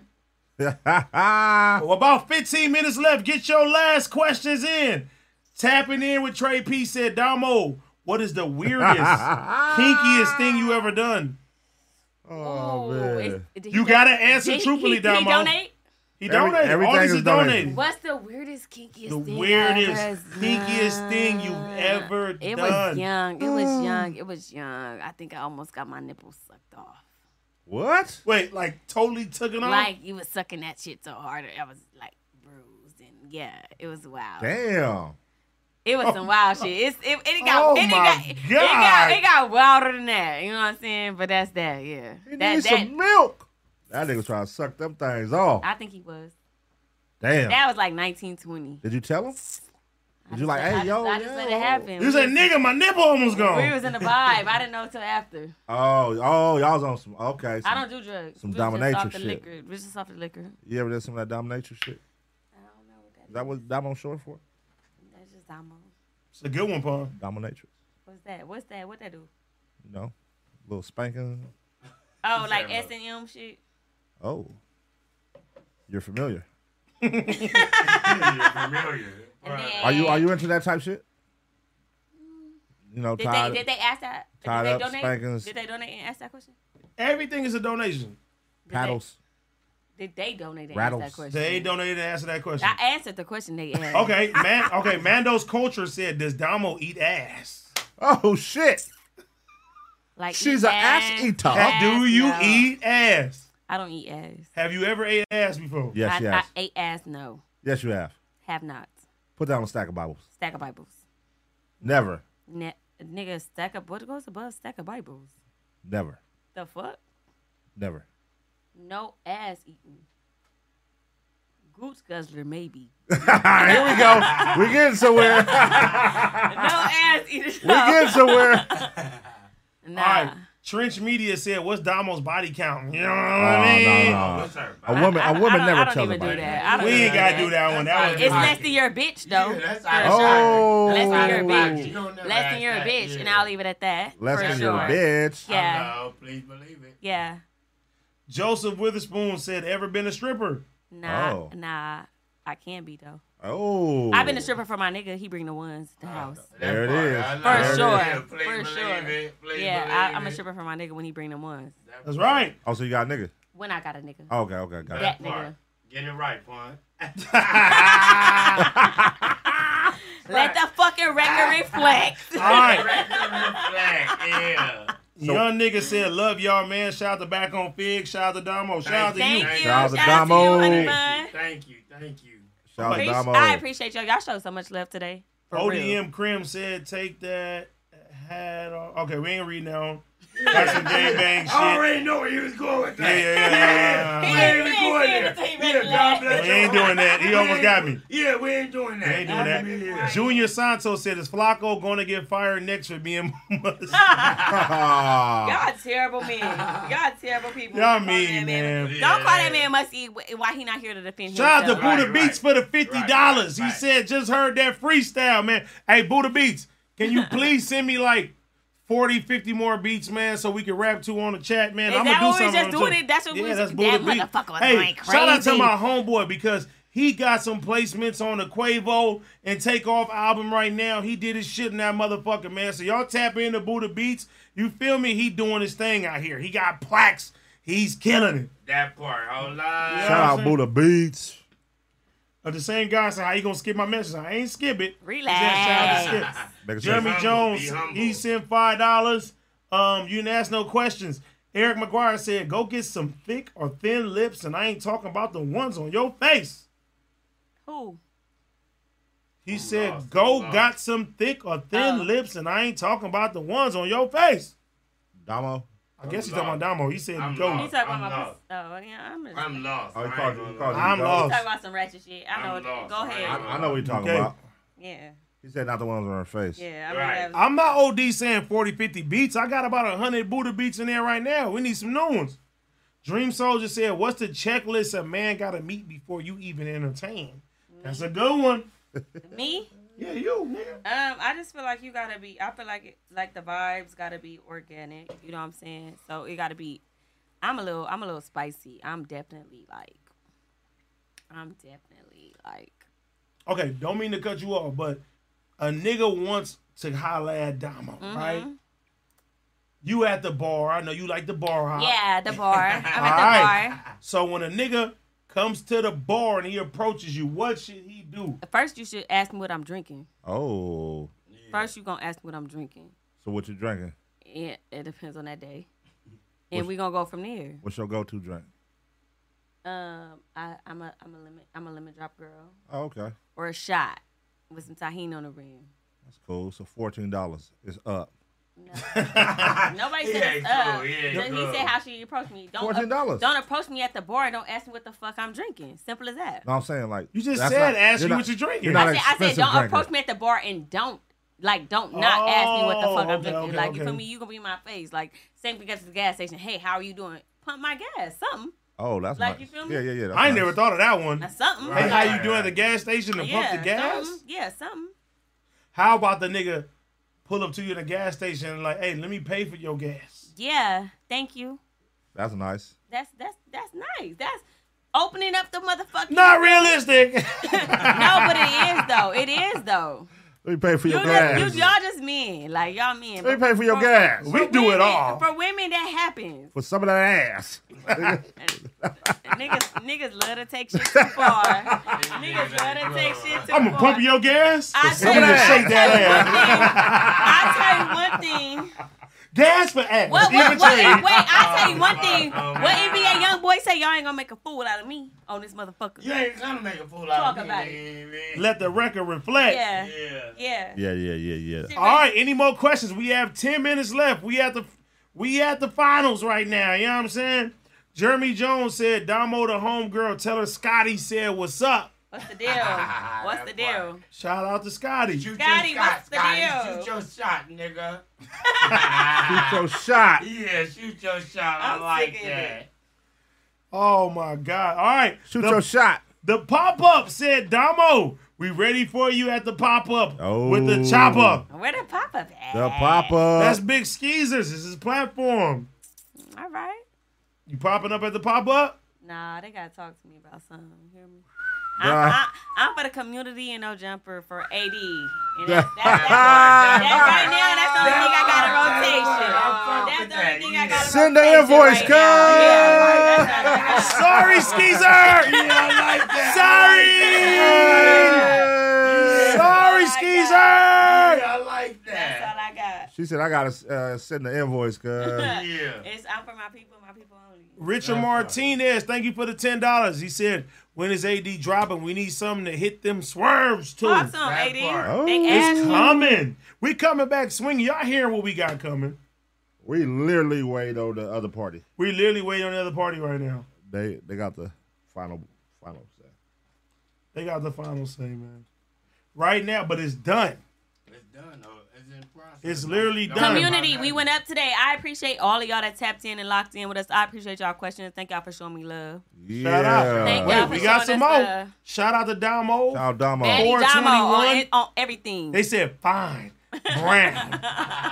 Okay, bye.
well, about 15 minutes left. Get your last questions in. Tapping in with Trey P said, Damo, what is the weirdest, kinkiest thing you ever done?
Oh, man.
Did he
You
do-
gotta answer
did he-
truthful,
he, did he
Damo.
donate?
He
Every-
donated.
everything
All this
is
is donated.
What's the weirdest, kinkiest
The
thing? I
weirdest,
ever
pinkiest thing you've ever
It was
done. Mm.
young. It was young. It was young. I think I almost got my nipples sucked off.
What?
Wait, like totally took it off?
Like you was sucking that shit so hard, I was like bruised and yeah, it was wild.
Damn.
It was some wild shit. It's it, it got
Oh
it, it
my
got it got
God.
it got wilder than that. You know what I'm saying? But that's that. Yeah.
He
that,
needs some milk. That nigga trying to suck them things off.
I think he was.
Damn.
That was like 1920.
Did you tell him? Did you like,
I
hey,
just,
yo?
I just let it happen.
You said,
We-
nigga, my nipple almost gone.
We was in the vibe. I didn't know till after.
Oh, oh, y'all was on some, okay.
I
some-
don't do drugs.
Some
We was just off
dominatrix
the
shit.
liquor. We was just off the liquor.
You ever did some of that dominatrix shit? I don't know what that is. that what Damo short for?
That's just domo.
It's a good one, Paul.
Dominatrix.
What's that? What's that? What that do?
You know? Little spanking.
Oh, like S and M shit.
Oh. You're familiar. Are you are you into that type shit? You know,
Mm. Did
tied,
they did they ask that?
tied
did they
up,
donate?
spankings,
Did they donate and ask that question?
Everything is a donation.
paddles.
Did they donate and ask that
Rattles.
question?
They donated to answer that question.
I answered the question they asked.
Okay, man. Okay, Mando's culture said, "Does Damo eat ass?"
Oh shit!
Like
She's
eat
an ass eater. Do you
no.
eat ass?
I don't eat ass.
Have you ever ate ass before?
Yes,
I,
yes.
I ate ass. No,
Yes, you have.
have not.
Put down a stack of Bibles.
Stack of Bibles.
Never,
Ne- nigga, stack of what goes above stack of Bibles.
never,
The fuck?
never.
No ass eating. Gooch guzzler maybe.
Here we go. We're getting somewhere.
no ass eating.
We're getting somewhere.
Nah.
All right. Trench Media said, "What's Damo's body count?" You know what
Oh,
I mean?
no, no. What's her A body woman- count? a woman
I don't-
never
I don't
tells
even do
nobody.
that. I don't
We
do
ain't gotta do that one. That was
it's
pocket.
less than your bitch though.
that's
For
out of
sure.
pocket.
Less than
Oh.
your
You
bitch.
don't
never
Less
ask
than your
that,
bitch,
yeah.
and I'll leave it at that.
Less
for
than
sure.
your bitch.
Yeah.
Oh, please believe it.
Yeah.
Joseph Witherspoon said, "Ever been a stripper?"
Nah.
Oh.
Nah. I can be though.
Oh,
I've been a stripper for my nigga. He bring the ones to the house.
There it is.
For
There it
sure.
is.
for sure. yeah, I, I'm a stripper for my nigga when he bring the ones.
That's right.
Oh, so you got a nigga.
When I got a nigga.
Oh, okay, okay, got
That
it.
nigga.
Get it right, Quan.
Let the fucking record reflect.
All right.
yeah.
Young nigga said, "Love y'all, man." Shout out to back on Fig. Shout out to Damo. Shout out to you.
Thank you.
Shout out to
Shout
Damo.
out to you, honey
Thank
bun.
Thank you. Thank you.
Shout out to
Appreci-
Damo.
I appreciate y'all. Y'all showed so much love today. For real.
ODM Krim said, "Take that hat off." Okay, we ain't reading that one. That's some gang bang shit.
I already know where you was going with that.
Yeah, yeah, yeah, yeah, yeah.
we ain't even going there. Yeah, God bless
We
your
ain't
heart.
doing that. He
We
almost
ain't-
got me.
Yeah, we ain't doing that.
We ain't doing that.
Yeah.
Junior Santos said, "Is Flacco going to get fired next for being much?"
Y'all terrible men. Y'all terrible people.
Y'all
Don't call
mean,
that
man.
Don't call that man must eat wh- why he not here to defend
Shout out to
himself.
Buddha Beats for the fifty dollars. He said, "Just heard that freestyle, man. Hey, Buddha Beats, can you please send me like 40, 50 more beats, man, so we can rap to on the chat, man?
Is
I'm gonna
that
do
what we
something.
just
on the
doing?
chat.
That's what
yeah,
we-
that's
that
Buddha Beats.
motherfucker was
hey,
going
shout out to
crazy.
my homeboy because he got some placements on the Quavo and Take Off album right now. He did his shit in that motherfucker, man. So y'all tap into Buddha Beats. You feel me? He doing his thing out here. He got plaques. He's killing it.
That part.
You
Hold on.
know what I'm
Shout out
saying?
Buddha Beats.
Of the same guy said, "How you gonna skip my message? I ain't skip it."
Relax.
He said, "Shout out to
Make
skip."
it
Jeremy
sense.
Jones, he sent five dollars. Um, you didn't ask no questions. Eric McGuire said, "Go get some thick or thin lips, and I ain't talking about the ones on your face."
Who?
Oh,
He said, "Go got some thick or thin
Uh.
lips, and I ain't talking about the ones on your face."
Damo.
I guess he's talking about Damo. He said,
I'm
"Go."
lost.
He talking
I'm
about my
lost.
Oh yeah, I'm just
I'm lost.
Oh, he
I
called
ain't
you- he
gonna
called you
lie.
I'm dumb. lost.
talking about some ratchet shit. I know
I'm
what
lost.
go ahead.
I, I know what you're talking
Okay.
about.
Yeah.
He said not the ones on her face.
Yeah. I mean that was
I'm not OD saying 40, 50 beats. I got about 100 Buddha beats in there right now. We need some new ones. Dream Soldier said, What's the checklist a man got to meet before you even entertain? That's a good one.
me?
Yeah, you, nigga.
Um, I just feel like you gotta be. I feel like it, like the vibes gotta be organic. You know what I'm saying? So it gotta be. I'm a little. I'm a little spicy. I'm definitely like. I'm definitely like.
Okay, don't mean to cut you off, but a nigga wants to holla at Damo,
Mhm.
right? You at the bar. I know you like the bar
Uh,
hop.
Yeah, the bar. I'm at the
Alright.
bar.
So when a nigga comes to the bar and he approaches you, what should he do?
First, you should ask me what I'm drinking.
Oh,
First, you gonna ask me what I'm drinking.
so what you drinking?
It, it depends on that day,
What's-
and we gonna go from there.
What's your go-to drink?
Um, I, I'm a I'm a lemon I'm a lemon drop girl.
Oh, okay.
Or a shot with some tahini on the rim.
That's cool. So fourteen dollars is up.
Nobody
He
said it's
ain't
up.
cool, he ain't
Just- he
cool.
said how she approached me. Don't
$14.
don't approach me at the bar. and Don't ask me what the fuck I'm drinking. Simple as that.
No, I'm saying like
You just
that's
said
not-
ask you
you're not-
what you're drinking.
You're not
I
an
said, I said,
expensive
don't
drinker.
approach me at the bar and don't like don't not ask me what the fuck
Oh,
I'm
okay,
drinking.
okay,
like you
okay.
feel me? You gonna be in my face. Like same thing as the gas station. Hey, how are you doing? Pump my gas. Something.
Oh, that's
Like,
nice.
you feel me?
Yeah, yeah, yeah. that's
I ain't
nice.
never thought of that one.
That's something.
Hey, how you doing at the gas station to
yeah,
pump the gas?
Something. Yeah, something.
How about the nigga pull up to you in the gas station and like, hey, let me pay for your gas?
Yeah. Thank you.
That's nice.
That's that's that's nice. That's opening up the motherfucking.
Not realistic.
no, but it is though. It is though.
Let me pay for your
You
gas.
just, you, y'all just men, like y'all
Let
men.
me
But
pay for your gas. We do it all
For women, that happens.
for some of that ass.
niggas, niggas love to take shit too far. niggas love to take shit too
I'm
far.
gonna pump your gas.
I
for some
tell you-
ass.
I
shake that ass.
I tell you one thing.
gas for ass.
What,
Even
what, what,
trade.
wait, I tell you one thing. What NBA young boy say? Y'all ain't gonna make a fool out of me on this motherfucker. You
ain't gonna make a fool
out of me. Talk about it.
Let the record reflect.
Yeah. Yeah.
Yeah, yeah, yeah, yeah.
All right, any more questions? We have 10 minutes left. We at the we at the finals right now. You know what I'm saying? Jeremy Jones said, Damo the homegirl, tell her Scotty said what's up.
What's the deal? What's the deal?
Shout out to Scotty.
Gotti, what's the
Scotty,
deal?
shoot your shot, nigga.
Shoot your shot.
Yeah, shoot your shot. i
I'm
like
sick of
that.
Oh my God. All right.
Shoot your shot.
The pop up said, Damo, we ready for you at the pop up
Oh.
with the chop up.
Where the pop up at?
The pop up.
That's Big Skeezers. This is platform.
All right.
You popping up at the pop up?
Nah, they gotta talk to me about something. You hear me?
Nah.
I'm, I, I'm for the community and no jumper for AD. And that, that, that, that right now, that's the only thing I got in rotation. That's the only thing I got.
Send the invoice, cuz.
Sorry, Skeezer. Sorry. Sorry, Skeezer.
I like that.
She said, I got to uh, send the invoice, cuz.
It's I'm for my people, my people only.
Richard Martinez, thank you for the ten dollars. He said, "When is AD dropping? We need something to hit them swerves too."
Awesome, AD.
Oh.
Big
It's
ass.
coming. We coming back swinging. Y'all hearing what we got coming?
we literally wait on the other party.
We literally waiting on the other party right now.
They they got the final final set.
They got the final say, man. Right now, but it's done. It's literally done.
Community, we went up today. I appreciate all of y'all that tapped in and locked in with us. I appreciate y'all questions. Thank y'all for showing me love.
Shout out.
Thank
Wait,
y'all
we
for
got some
showing
more.
us love.
Shout out to Damo. Shout
out Damo.
Maddie Damo on, e,
421.
on everything.
They said fine, brown,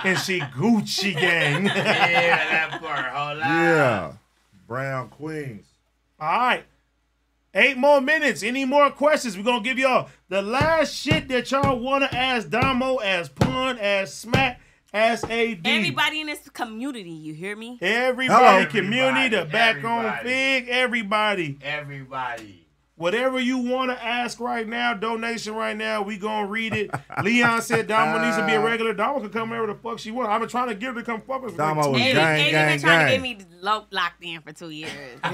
and she Gucci gang.
yeah, that part. Hold on.
Yeah. Brown Queens.
All right. Eight more minutes. Any more questions? We're gonna give y'all the last shit that y'all wanna ask Damo, as Pun, as Smack, as AD.
Everybody in this community, you hear me?
Everybody,
Hello.
community, the back on
Everybody.
fig, everybody.
Everybody.
Whatever you want to ask right now, donation right now, we gonna read it. Leon said Damo needs to be a regular. Damo can come wherever the fuck she want. I've been trying to get her to come fuck us. for
Damo
like
was
two
gang,
years.
gang,
They've been trying to get me lo- locked in for two years.
that part.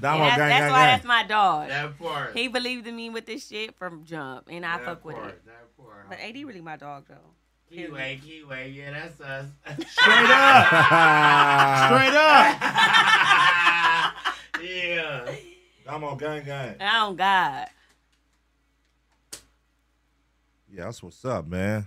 Gang,
that's
gang,
why
gang.
that's my dog.
Ah, That part.
He believed in me with this shit from jump, and I fuck with it. But AD really my dog though.
Keyway, Keyway, yeah, that's us.
Straight up. Straight up.
yeah.
I'm on gang gang.
Oh God.
Yeah, that's what's up, man.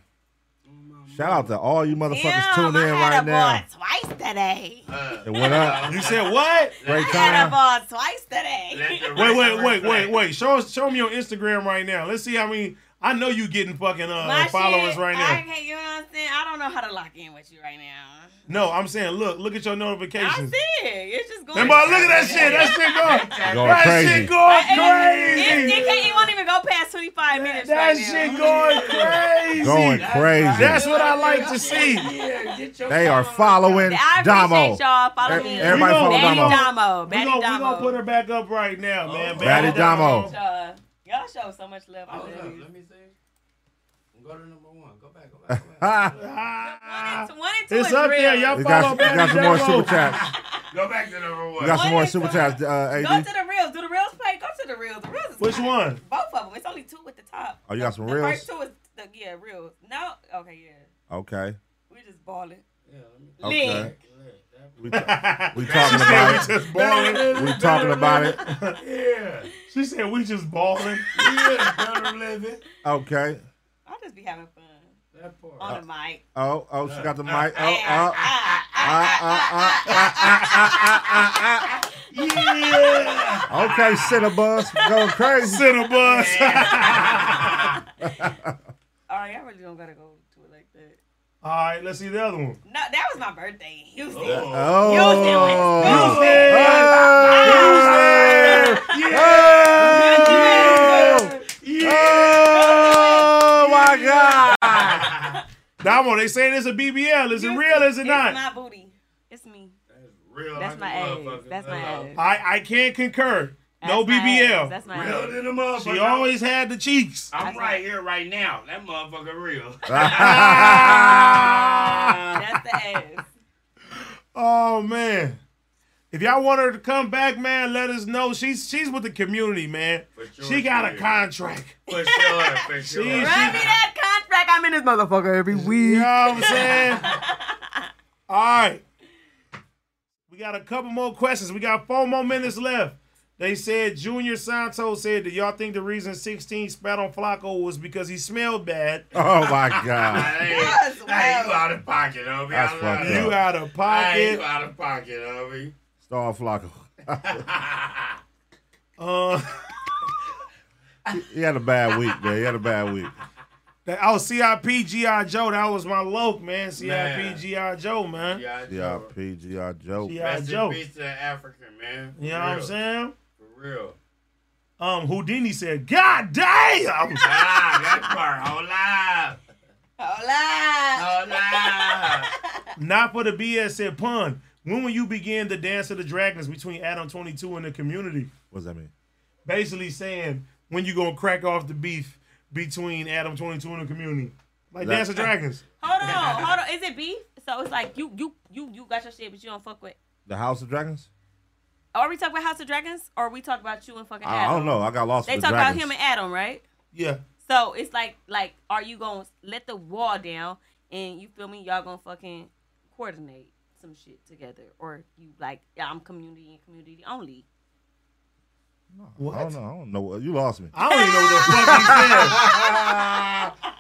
Shout out to all you motherfuckers
Damn,
tuned in
I had
right
a
now.
ball twice today.
Uh,
It went up.
You said what?
Great
I had
time.
a ball twice today.
Wait, wait, wait, wait, wait. Show us, show me your Instagram right now. Let's see how many. I know you getting fucking
My
uh,
shit,
followers right now.
I can't, you know what I'm saying? I don't know how to lock in with you right now.
No, I'm saying, look, look at your
I
notifications.
see it. It's just going.
Then, boy, look at that shit. That shit going.
Going
that
crazy.
shit going
It,
crazy.
it can't, it won't even go past 25 minutes.
That
right
shit
now.
going crazy.
Going crazy.
That's what I like to see.
Yeah, get Get your
They are
phone.
following
I
Damo.
appreciate y'all. Follow
E-
me.
Everybody follow
Batty
Damo.
Damo.
We're
Batty
going
Damo.
to put her back up right now, man.
Batty
Oh.
Damo.
Y'all, y'all show so much love. I love you.
Let me see. Go to number one. Go back. Go back.
One and two
It's
is
up
real.
there. Y'all
We
follow
got, we got
Batty
some more
Damo.
super chats.
Go back to number one.
We got some more
What is
super
up?
chats, uh,
Go
AD.
to the reels. Do the reels play? Go to the reels. The reels is
Which
hot.
one?
Both of them. It's only two at the top.
Oh, you got some
the
reels?
First two is the yeah reels. No, okay, yeah.
Okay.
We just balling.
Okay. We,
ta-
we
She
talking
said
about
we
it.
just balling.
We talking about it.
yeah. She said we just balling.
yeah, living.
Okay.
I'll just be having fun.
That part.
On the mic.
Oh, oh, she got the
Uh,
mic. Oh,
uh,
oh. Ah, ah, ah, ah, ah, ah,
Yeah.
ah. Okay, Cinnabus. Go crazy.
Cinnabus.
All right, I really don't gotta go to it like that.
All right, let's see the other one.
No, that was my birthday in Houston.
Oh.
Houston was good.
Houston.
Oh my God!
Damo, they saying it's a BBL. Is it real? Is it
it's
not?
my booty. It's me.
Real
That's
like
my
a
ass.
motherfucker.
That's my
Hello.
ass.
I I can't concur. no
my
BBL.
ass. That's my
Real
ass.
than a motherfucker.
She always had the cheeks.
I'm right here, right now. That motherfucker real.
That's the ass.
Oh man. If y'all want her to come back, man, let us know. She's she's with the community, man. she got a contract.
For sure, for
She-
sure.
she-
Run me that contract. I'm in this motherfucker every week.
You know what I'm saying? All right. We got a couple more questions. We got four more minutes left. They said Junior Santos said, Do y'all think the reason 16 spat on Flacco was because he smelled bad?
Oh my God!
Hey,
Yes,
hey, you out of pocket, homie.
That's
I
fucked
love
up.
You out of
Hey,
pocket.
you out of pocket, homie.
Star Flocka.
Uh,
He had a bad week, man. He had a bad week.
that, oh, CIP G.I. Joe. That was my loke, man.
Man.
CIP G.I. Joe, man.
Yeah,
Yeah, PGI Joe.
G.I.
Rest
Joe.
in peace to the African, man. For
You know what I'm
real.
saying?
For real.
Um, Houdini said, God damn!
Ah, that part. Hold up.
Hola.
Hold up.
Not for the BS said pun. When will you begin the dance of the dragons between Adam 22 and the community?
What does that mean?
Basically saying when you gonna crack off the beef between Adam 22 and the community. Like
That-
dance of dragons.
Hold on, hold on. Is it beef? So it's like you, you, you, you got your shit, but you don't fuck with.
The House of Dragons?
Are we talking about House of Dragons, or are we talking about you and fucking
I, I
Adam?
don't know. I got lost.
They
with
talk
the
about
dragons.
him and Adam, right?
Yeah.
So it's like, like, are you gonna let the wall down, and you feel me? Y'all gonna fucking coordinate some shit together, or you like, yeah, I'm community and community only.
Oh, I don't know. I don't know. You lost me.
I don't even know what the fuck he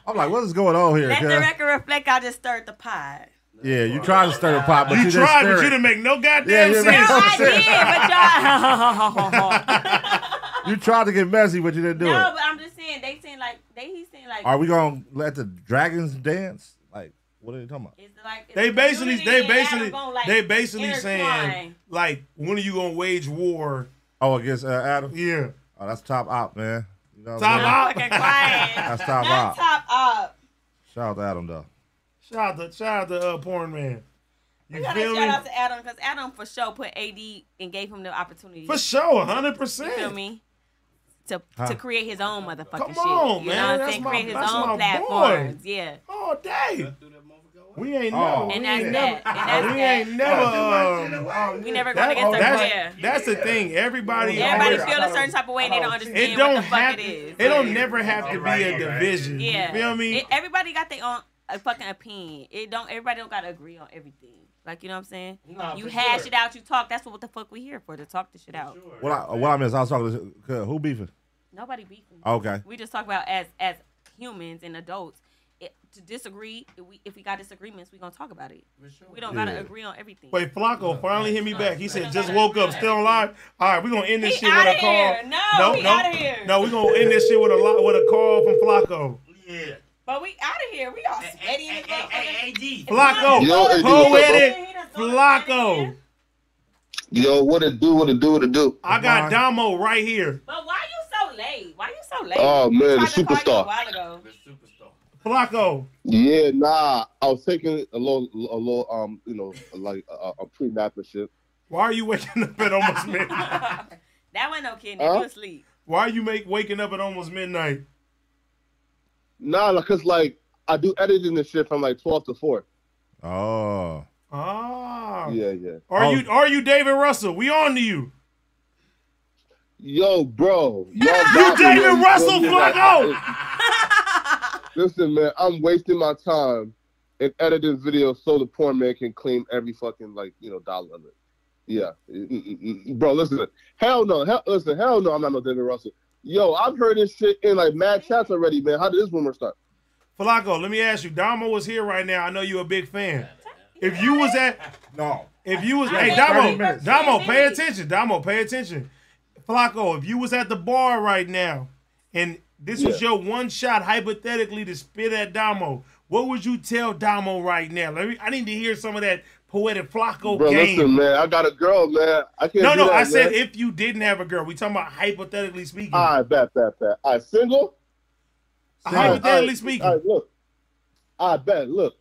I'm like, what is going on here?
Let the
cuz?
record reflect. I just stirred the pot.
Yeah, you tried to stir the pot, but
You
you, didn't
tried,
stir
but you
it.
didn't make no
Yeah,
goddamn
you
sense.
didn't-
I did, but y'all.
You tried to get messy, but you didn't do
no,
it.
but I'm just saying they saying like they he's saying like
Are we gonna let the dragons dance? Like, what are they talking about?
it's like it's
They basically,
community
they
and Adam
basically,
gonna, like,
they basically saying
intertwine.
like, when are you gonna wage war?
Oh, against uh, Adam?
Yeah.
Oh, that's top op, man. You know what
Top
I'm saying?
out.
fucking quiet.
That's top op.
Not top uh, up.
Shout out to Adam though.
Shout out to shout out to uh, porn man.
We
You
gotta
feel
shout
me?
out to Adam because Adam for sure put AD and gave him the opportunity.
For sure, hundred
You feel
percent.
me? To
Huh.
to create his own motherfucking
Come
shit.
on,
you
man.
know what I'm
That's
saying?
my-
create his
that's my Oh,
own platforms. Yeah.
All day. We ain't
Oh.
never.
And
we
that's
ain't
that.
never.
And that's
we
that.
ain't never. um,
We never
that-
going against
oh,
our
that's,
prayer.
that's the thing. Everybody.
Everybody
always-
feel a certain type of way and they don't understand
It don't
what the fuck
have.
it is.
It don't never have to be a
Oh, Alright, alright.
division.
Yeah.
You feel me?
It- everybody got their own uh, fucking opinion. It don't everybody don't gotta agree on everything. Like you know what I'm saying?
Nah,
you
for
hash
sure.
it out, you talk. That's what the fuck we here for, to talk the shit out.
What I what I missed? I was talking to who beefing?
Nobody beefing.
Okay.
We just talk about as as humans and adults. It, to disagree, if we if we got disagreements, we gonna talk about it. We don't gotta
Yeah.
agree on everything.
Wait, Flacco finally hit me back. He said, "Just woke up, still alive." All right, we gonna end this
He
shit with
outta
a call.
here. No, he outta here.
No, we gonna end this shit with a lot with a call from Flacco.
Yeah.
But we out of here. We all sweaty and
Flacco,
You know what it is,
poetic Flacco.
Yo, what it do, what it do, what it do.
I got Damo right here.
But why you so late? Why you so late?
Oh, man,
We
the
tried to call you
superstar.
a while ago.
Flacco.
Yeah, nah. I was taking a little, a little, um, you know, like a, a pre nap and shit.
Why are you waking up at almost midnight?
That wasn't no kidding.
Huh?
You asleep.
Why are you make waking up at almost midnight?
Nah, because like I do editing and shit from like twelve to four.
Oh.
Ah.
Yeah, yeah.
Are
Oh.
you are you David Russell? We on to you.
Yo, bro. Y'all
You
got me,
David
man.
Russell,
Yo, man.
Flacco.
Listen, man, I'm wasting my time in editing videos so the poor man can claim every fucking like you know dollar of it. Yeah, Mm-mm-mm. bro. Listen, hell no, hell, listen, hell no. I'm not no David Russell. Yo, I've heard this shit in like mad chats already, man. How did this rumor start?
Flacco, let me ask you. Damo was here right now. I know you're a big fan. If you was at
no,
if you was
I
hey
mean,
Damo,
thirty minutes.
Damo, pay attention. Damo, pay attention. Flacco, if you was at the bar right now, and this was
Yeah.
your one shot hypothetically to spit at Damo, what would you tell Damo right now? Let me. I need to hear some of that poetic Flacco
Bro,
game.
listen, man. I got a girl, man. I can't.
no,
do
no.
that,
I said
man.
if you didn't have a girl, we talking about hypothetically speaking.
All right, bet, bet, bet. All right, single?
Hypothetically
All right,
speaking.
All right, look. I bet, look.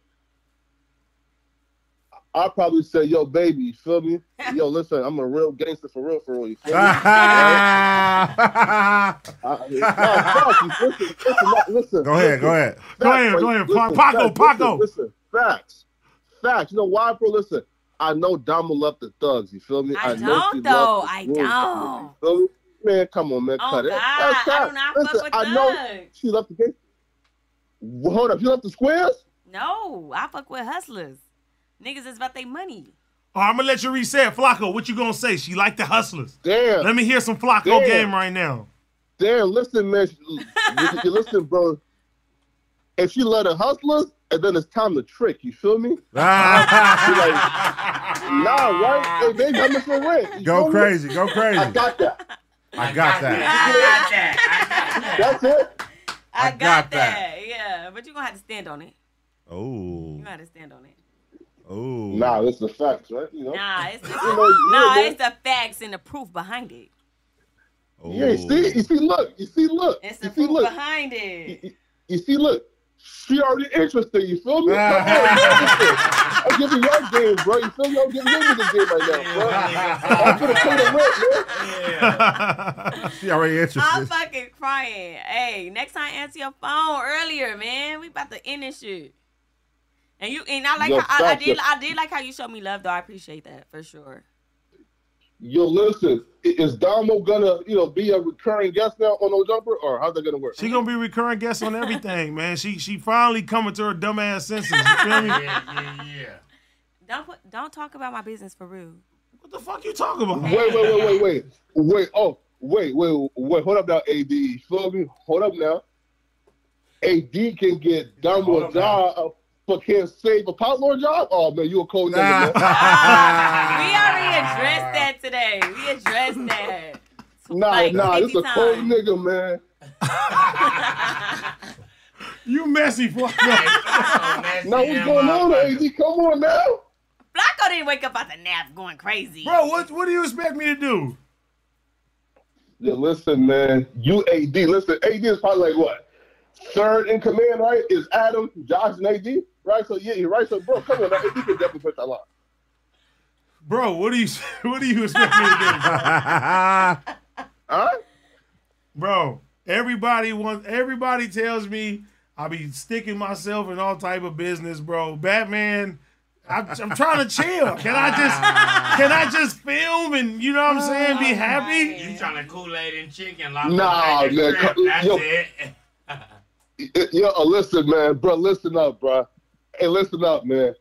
I I'll probably say, yo, baby, you feel me? Yo, listen, I'm a real gangster for real, for real. You feel me?
I-
I- no, fuck you. Listen, listen, listen, listen.
Go ahead, go ahead.
Facts,
Go ahead,
bro.
go ahead.
Listen,
Paco,
facts,
Paco.
Listen, listen, facts. Facts. You know why, bro? Listen, I know Dama love the thugs. You feel me?
I
know
don't,
she
though.
love the
I
rules,
don't.
You feel me? Man, come on, man.
Oh,
cut it.
God,
That's
I do
facts.
not fuck
listen,
with
I know
thugs.
she left the game. Hold up, you left the squares?
No, I fuck with hustlers. Niggas is about their money.
I'm gonna let you reset, Flacco. What you gonna say? She like the hustlers.
Damn.
Let me hear some Flacco
Damn.
game right now.
Damn, listen, man. You- you- you listen, bro. If she love the hustlers, and then it's time to trick. You feel me? She like, nah, right? Hey, they coming for rent.
Ah!
You
Go
feel me?
crazy, go crazy.
I got that.
I got that.
That's it.
I,
got
got, that. Yeah, but you gonna have to stand on it. You
Oh,
gonna have to stand on it.
oh.
Nah, this is facts, right? You know?
Nah, it's the,
know, you know,
nah,
man.
it's the facts and the proof behind it.
Yeah, you see, you see, look, you see, look,
It's the
you see,
proof
look,
behind it.
you see, look. She already interested. You feel me? I'm giving your game, bro. You feel me? I'm giving you the game right now, bro. I'm gonna pay the rent, man.
She already
I'm
interested.
fucking crying. Hey, next time answer your phone earlier, man. We about to end this shit. And you and I like
Yo,
how, I, I
facts,
did
yo.
I did like how you showed me love though. I appreciate that for sure.
Yo, listen, i- is Damo gonna, you know, be a recurring guest now on No Jumper, or how's that gonna work?
She gonna be recurring guest on everything, man. She she finally coming to her dumbass senses. You feel me?
Don't put, don't talk about my business for real.
What the fuck you talking about?
Wait, wait, wait, wait, wait, wait. Oh, wait, wait, wait. Hold up now, AD. You Feel me? Hold up now. AD can get Damo a job, but can't save a Potlord job. Oh man, you a cold nigga. man.
We already addressed that today. We addressed that.
Nah,
like
nah,
50
this a cold
times.
nigga, man.
you messy
fucker. now what's going on, AD? Come on now.
Flacco didn't wake up out the nap going crazy.
Bro, what what do you expect me to do?
Yeah, listen, man. You AD. Listen, AD is probably like what? Third in command, right? Is Adam, Josh, and AD, right? So yeah, you're right. So bro, come on, now. AD can definitely put that line.
Bro, what do you what do you expect me to do?
huh?
Bro, everybody wants everybody tells me I be sticking myself in all type of business, bro. Batman, I'm, I'm trying to chill. Can I just can I just film and you know what I'm saying? Be happy.
You trying to Kool Aid and chicken? Like
Nah, man. come-
That's
yo,
it.
yo, uh, listen, man, bro, listen up, bro. Hey, listen up, man.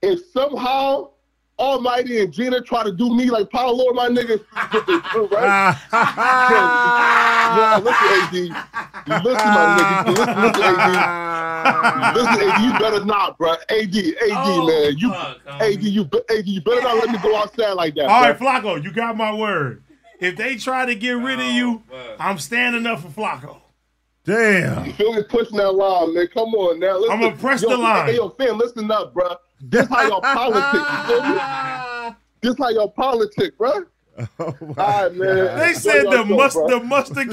If somehow Almighty and Gina try to do me like Paolo Lord, my nigga, get this through, right? so, yo, listen, AD. You Listen, my nigga. You Listen, listen, AD. You Listen, AD. You better not, bro. AD, AD, man. You, AD, you, be- AD, you better not let me go outside like that.
All
bro.
right, Flacco, you got my word. If they try to get
Oh,
rid of you, I'm standing up for Flacco.
Damn.
You feel me pushing that line, man? Come on now. Listen,
I'ma press
yo,
the line.
Hey, yo, fam, listen up, bro. This how y'all politics. You feel me? This how y'all politic, bro. All right, man.
Oh They
Enjoy
said the
yourself,
must
bruh.
the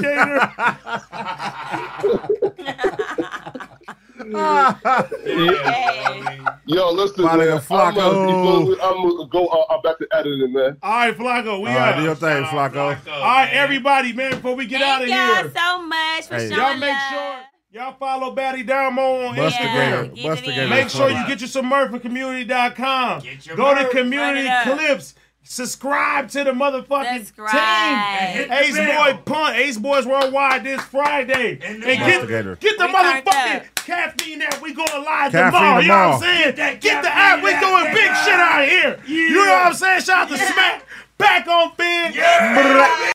musticator.
Yo, listen,
My
man. uh,
nigga Flacco.
I'm gonna go uh, uh, back to editing, man.
All right, Flacco, we
All
out.
right, do your thing, Flacco.
All right, everybody, man, before we get out of
Thank y'all
here,
so much for
Hey.
showing
Y'all make
love.
sure y'all follow Batty Damo on
Buster Gator.
Instagram.
Get it Buster in. Gator.
Make sure you
Fuck.
get your Smurf at community.com.
your
Go to
merch.
community
Run it up.
clips. Subscribe to the motherfucking
Subscribe. And hit
team.
the
Ace
bell.
Boy Punt, Ace Boys Worldwide this Friday. And
Buster
get,
Gator.
get the
We turned
motherfucking caffeine that we going live
Caffeine
tomorrow. You know what I'm
tomorrow.
saying? Get,
Get that
the app. We
caffeine
doing
that
big shit out here. You know what I'm saying? Shout out to Smack. Back on Finn. Yeah.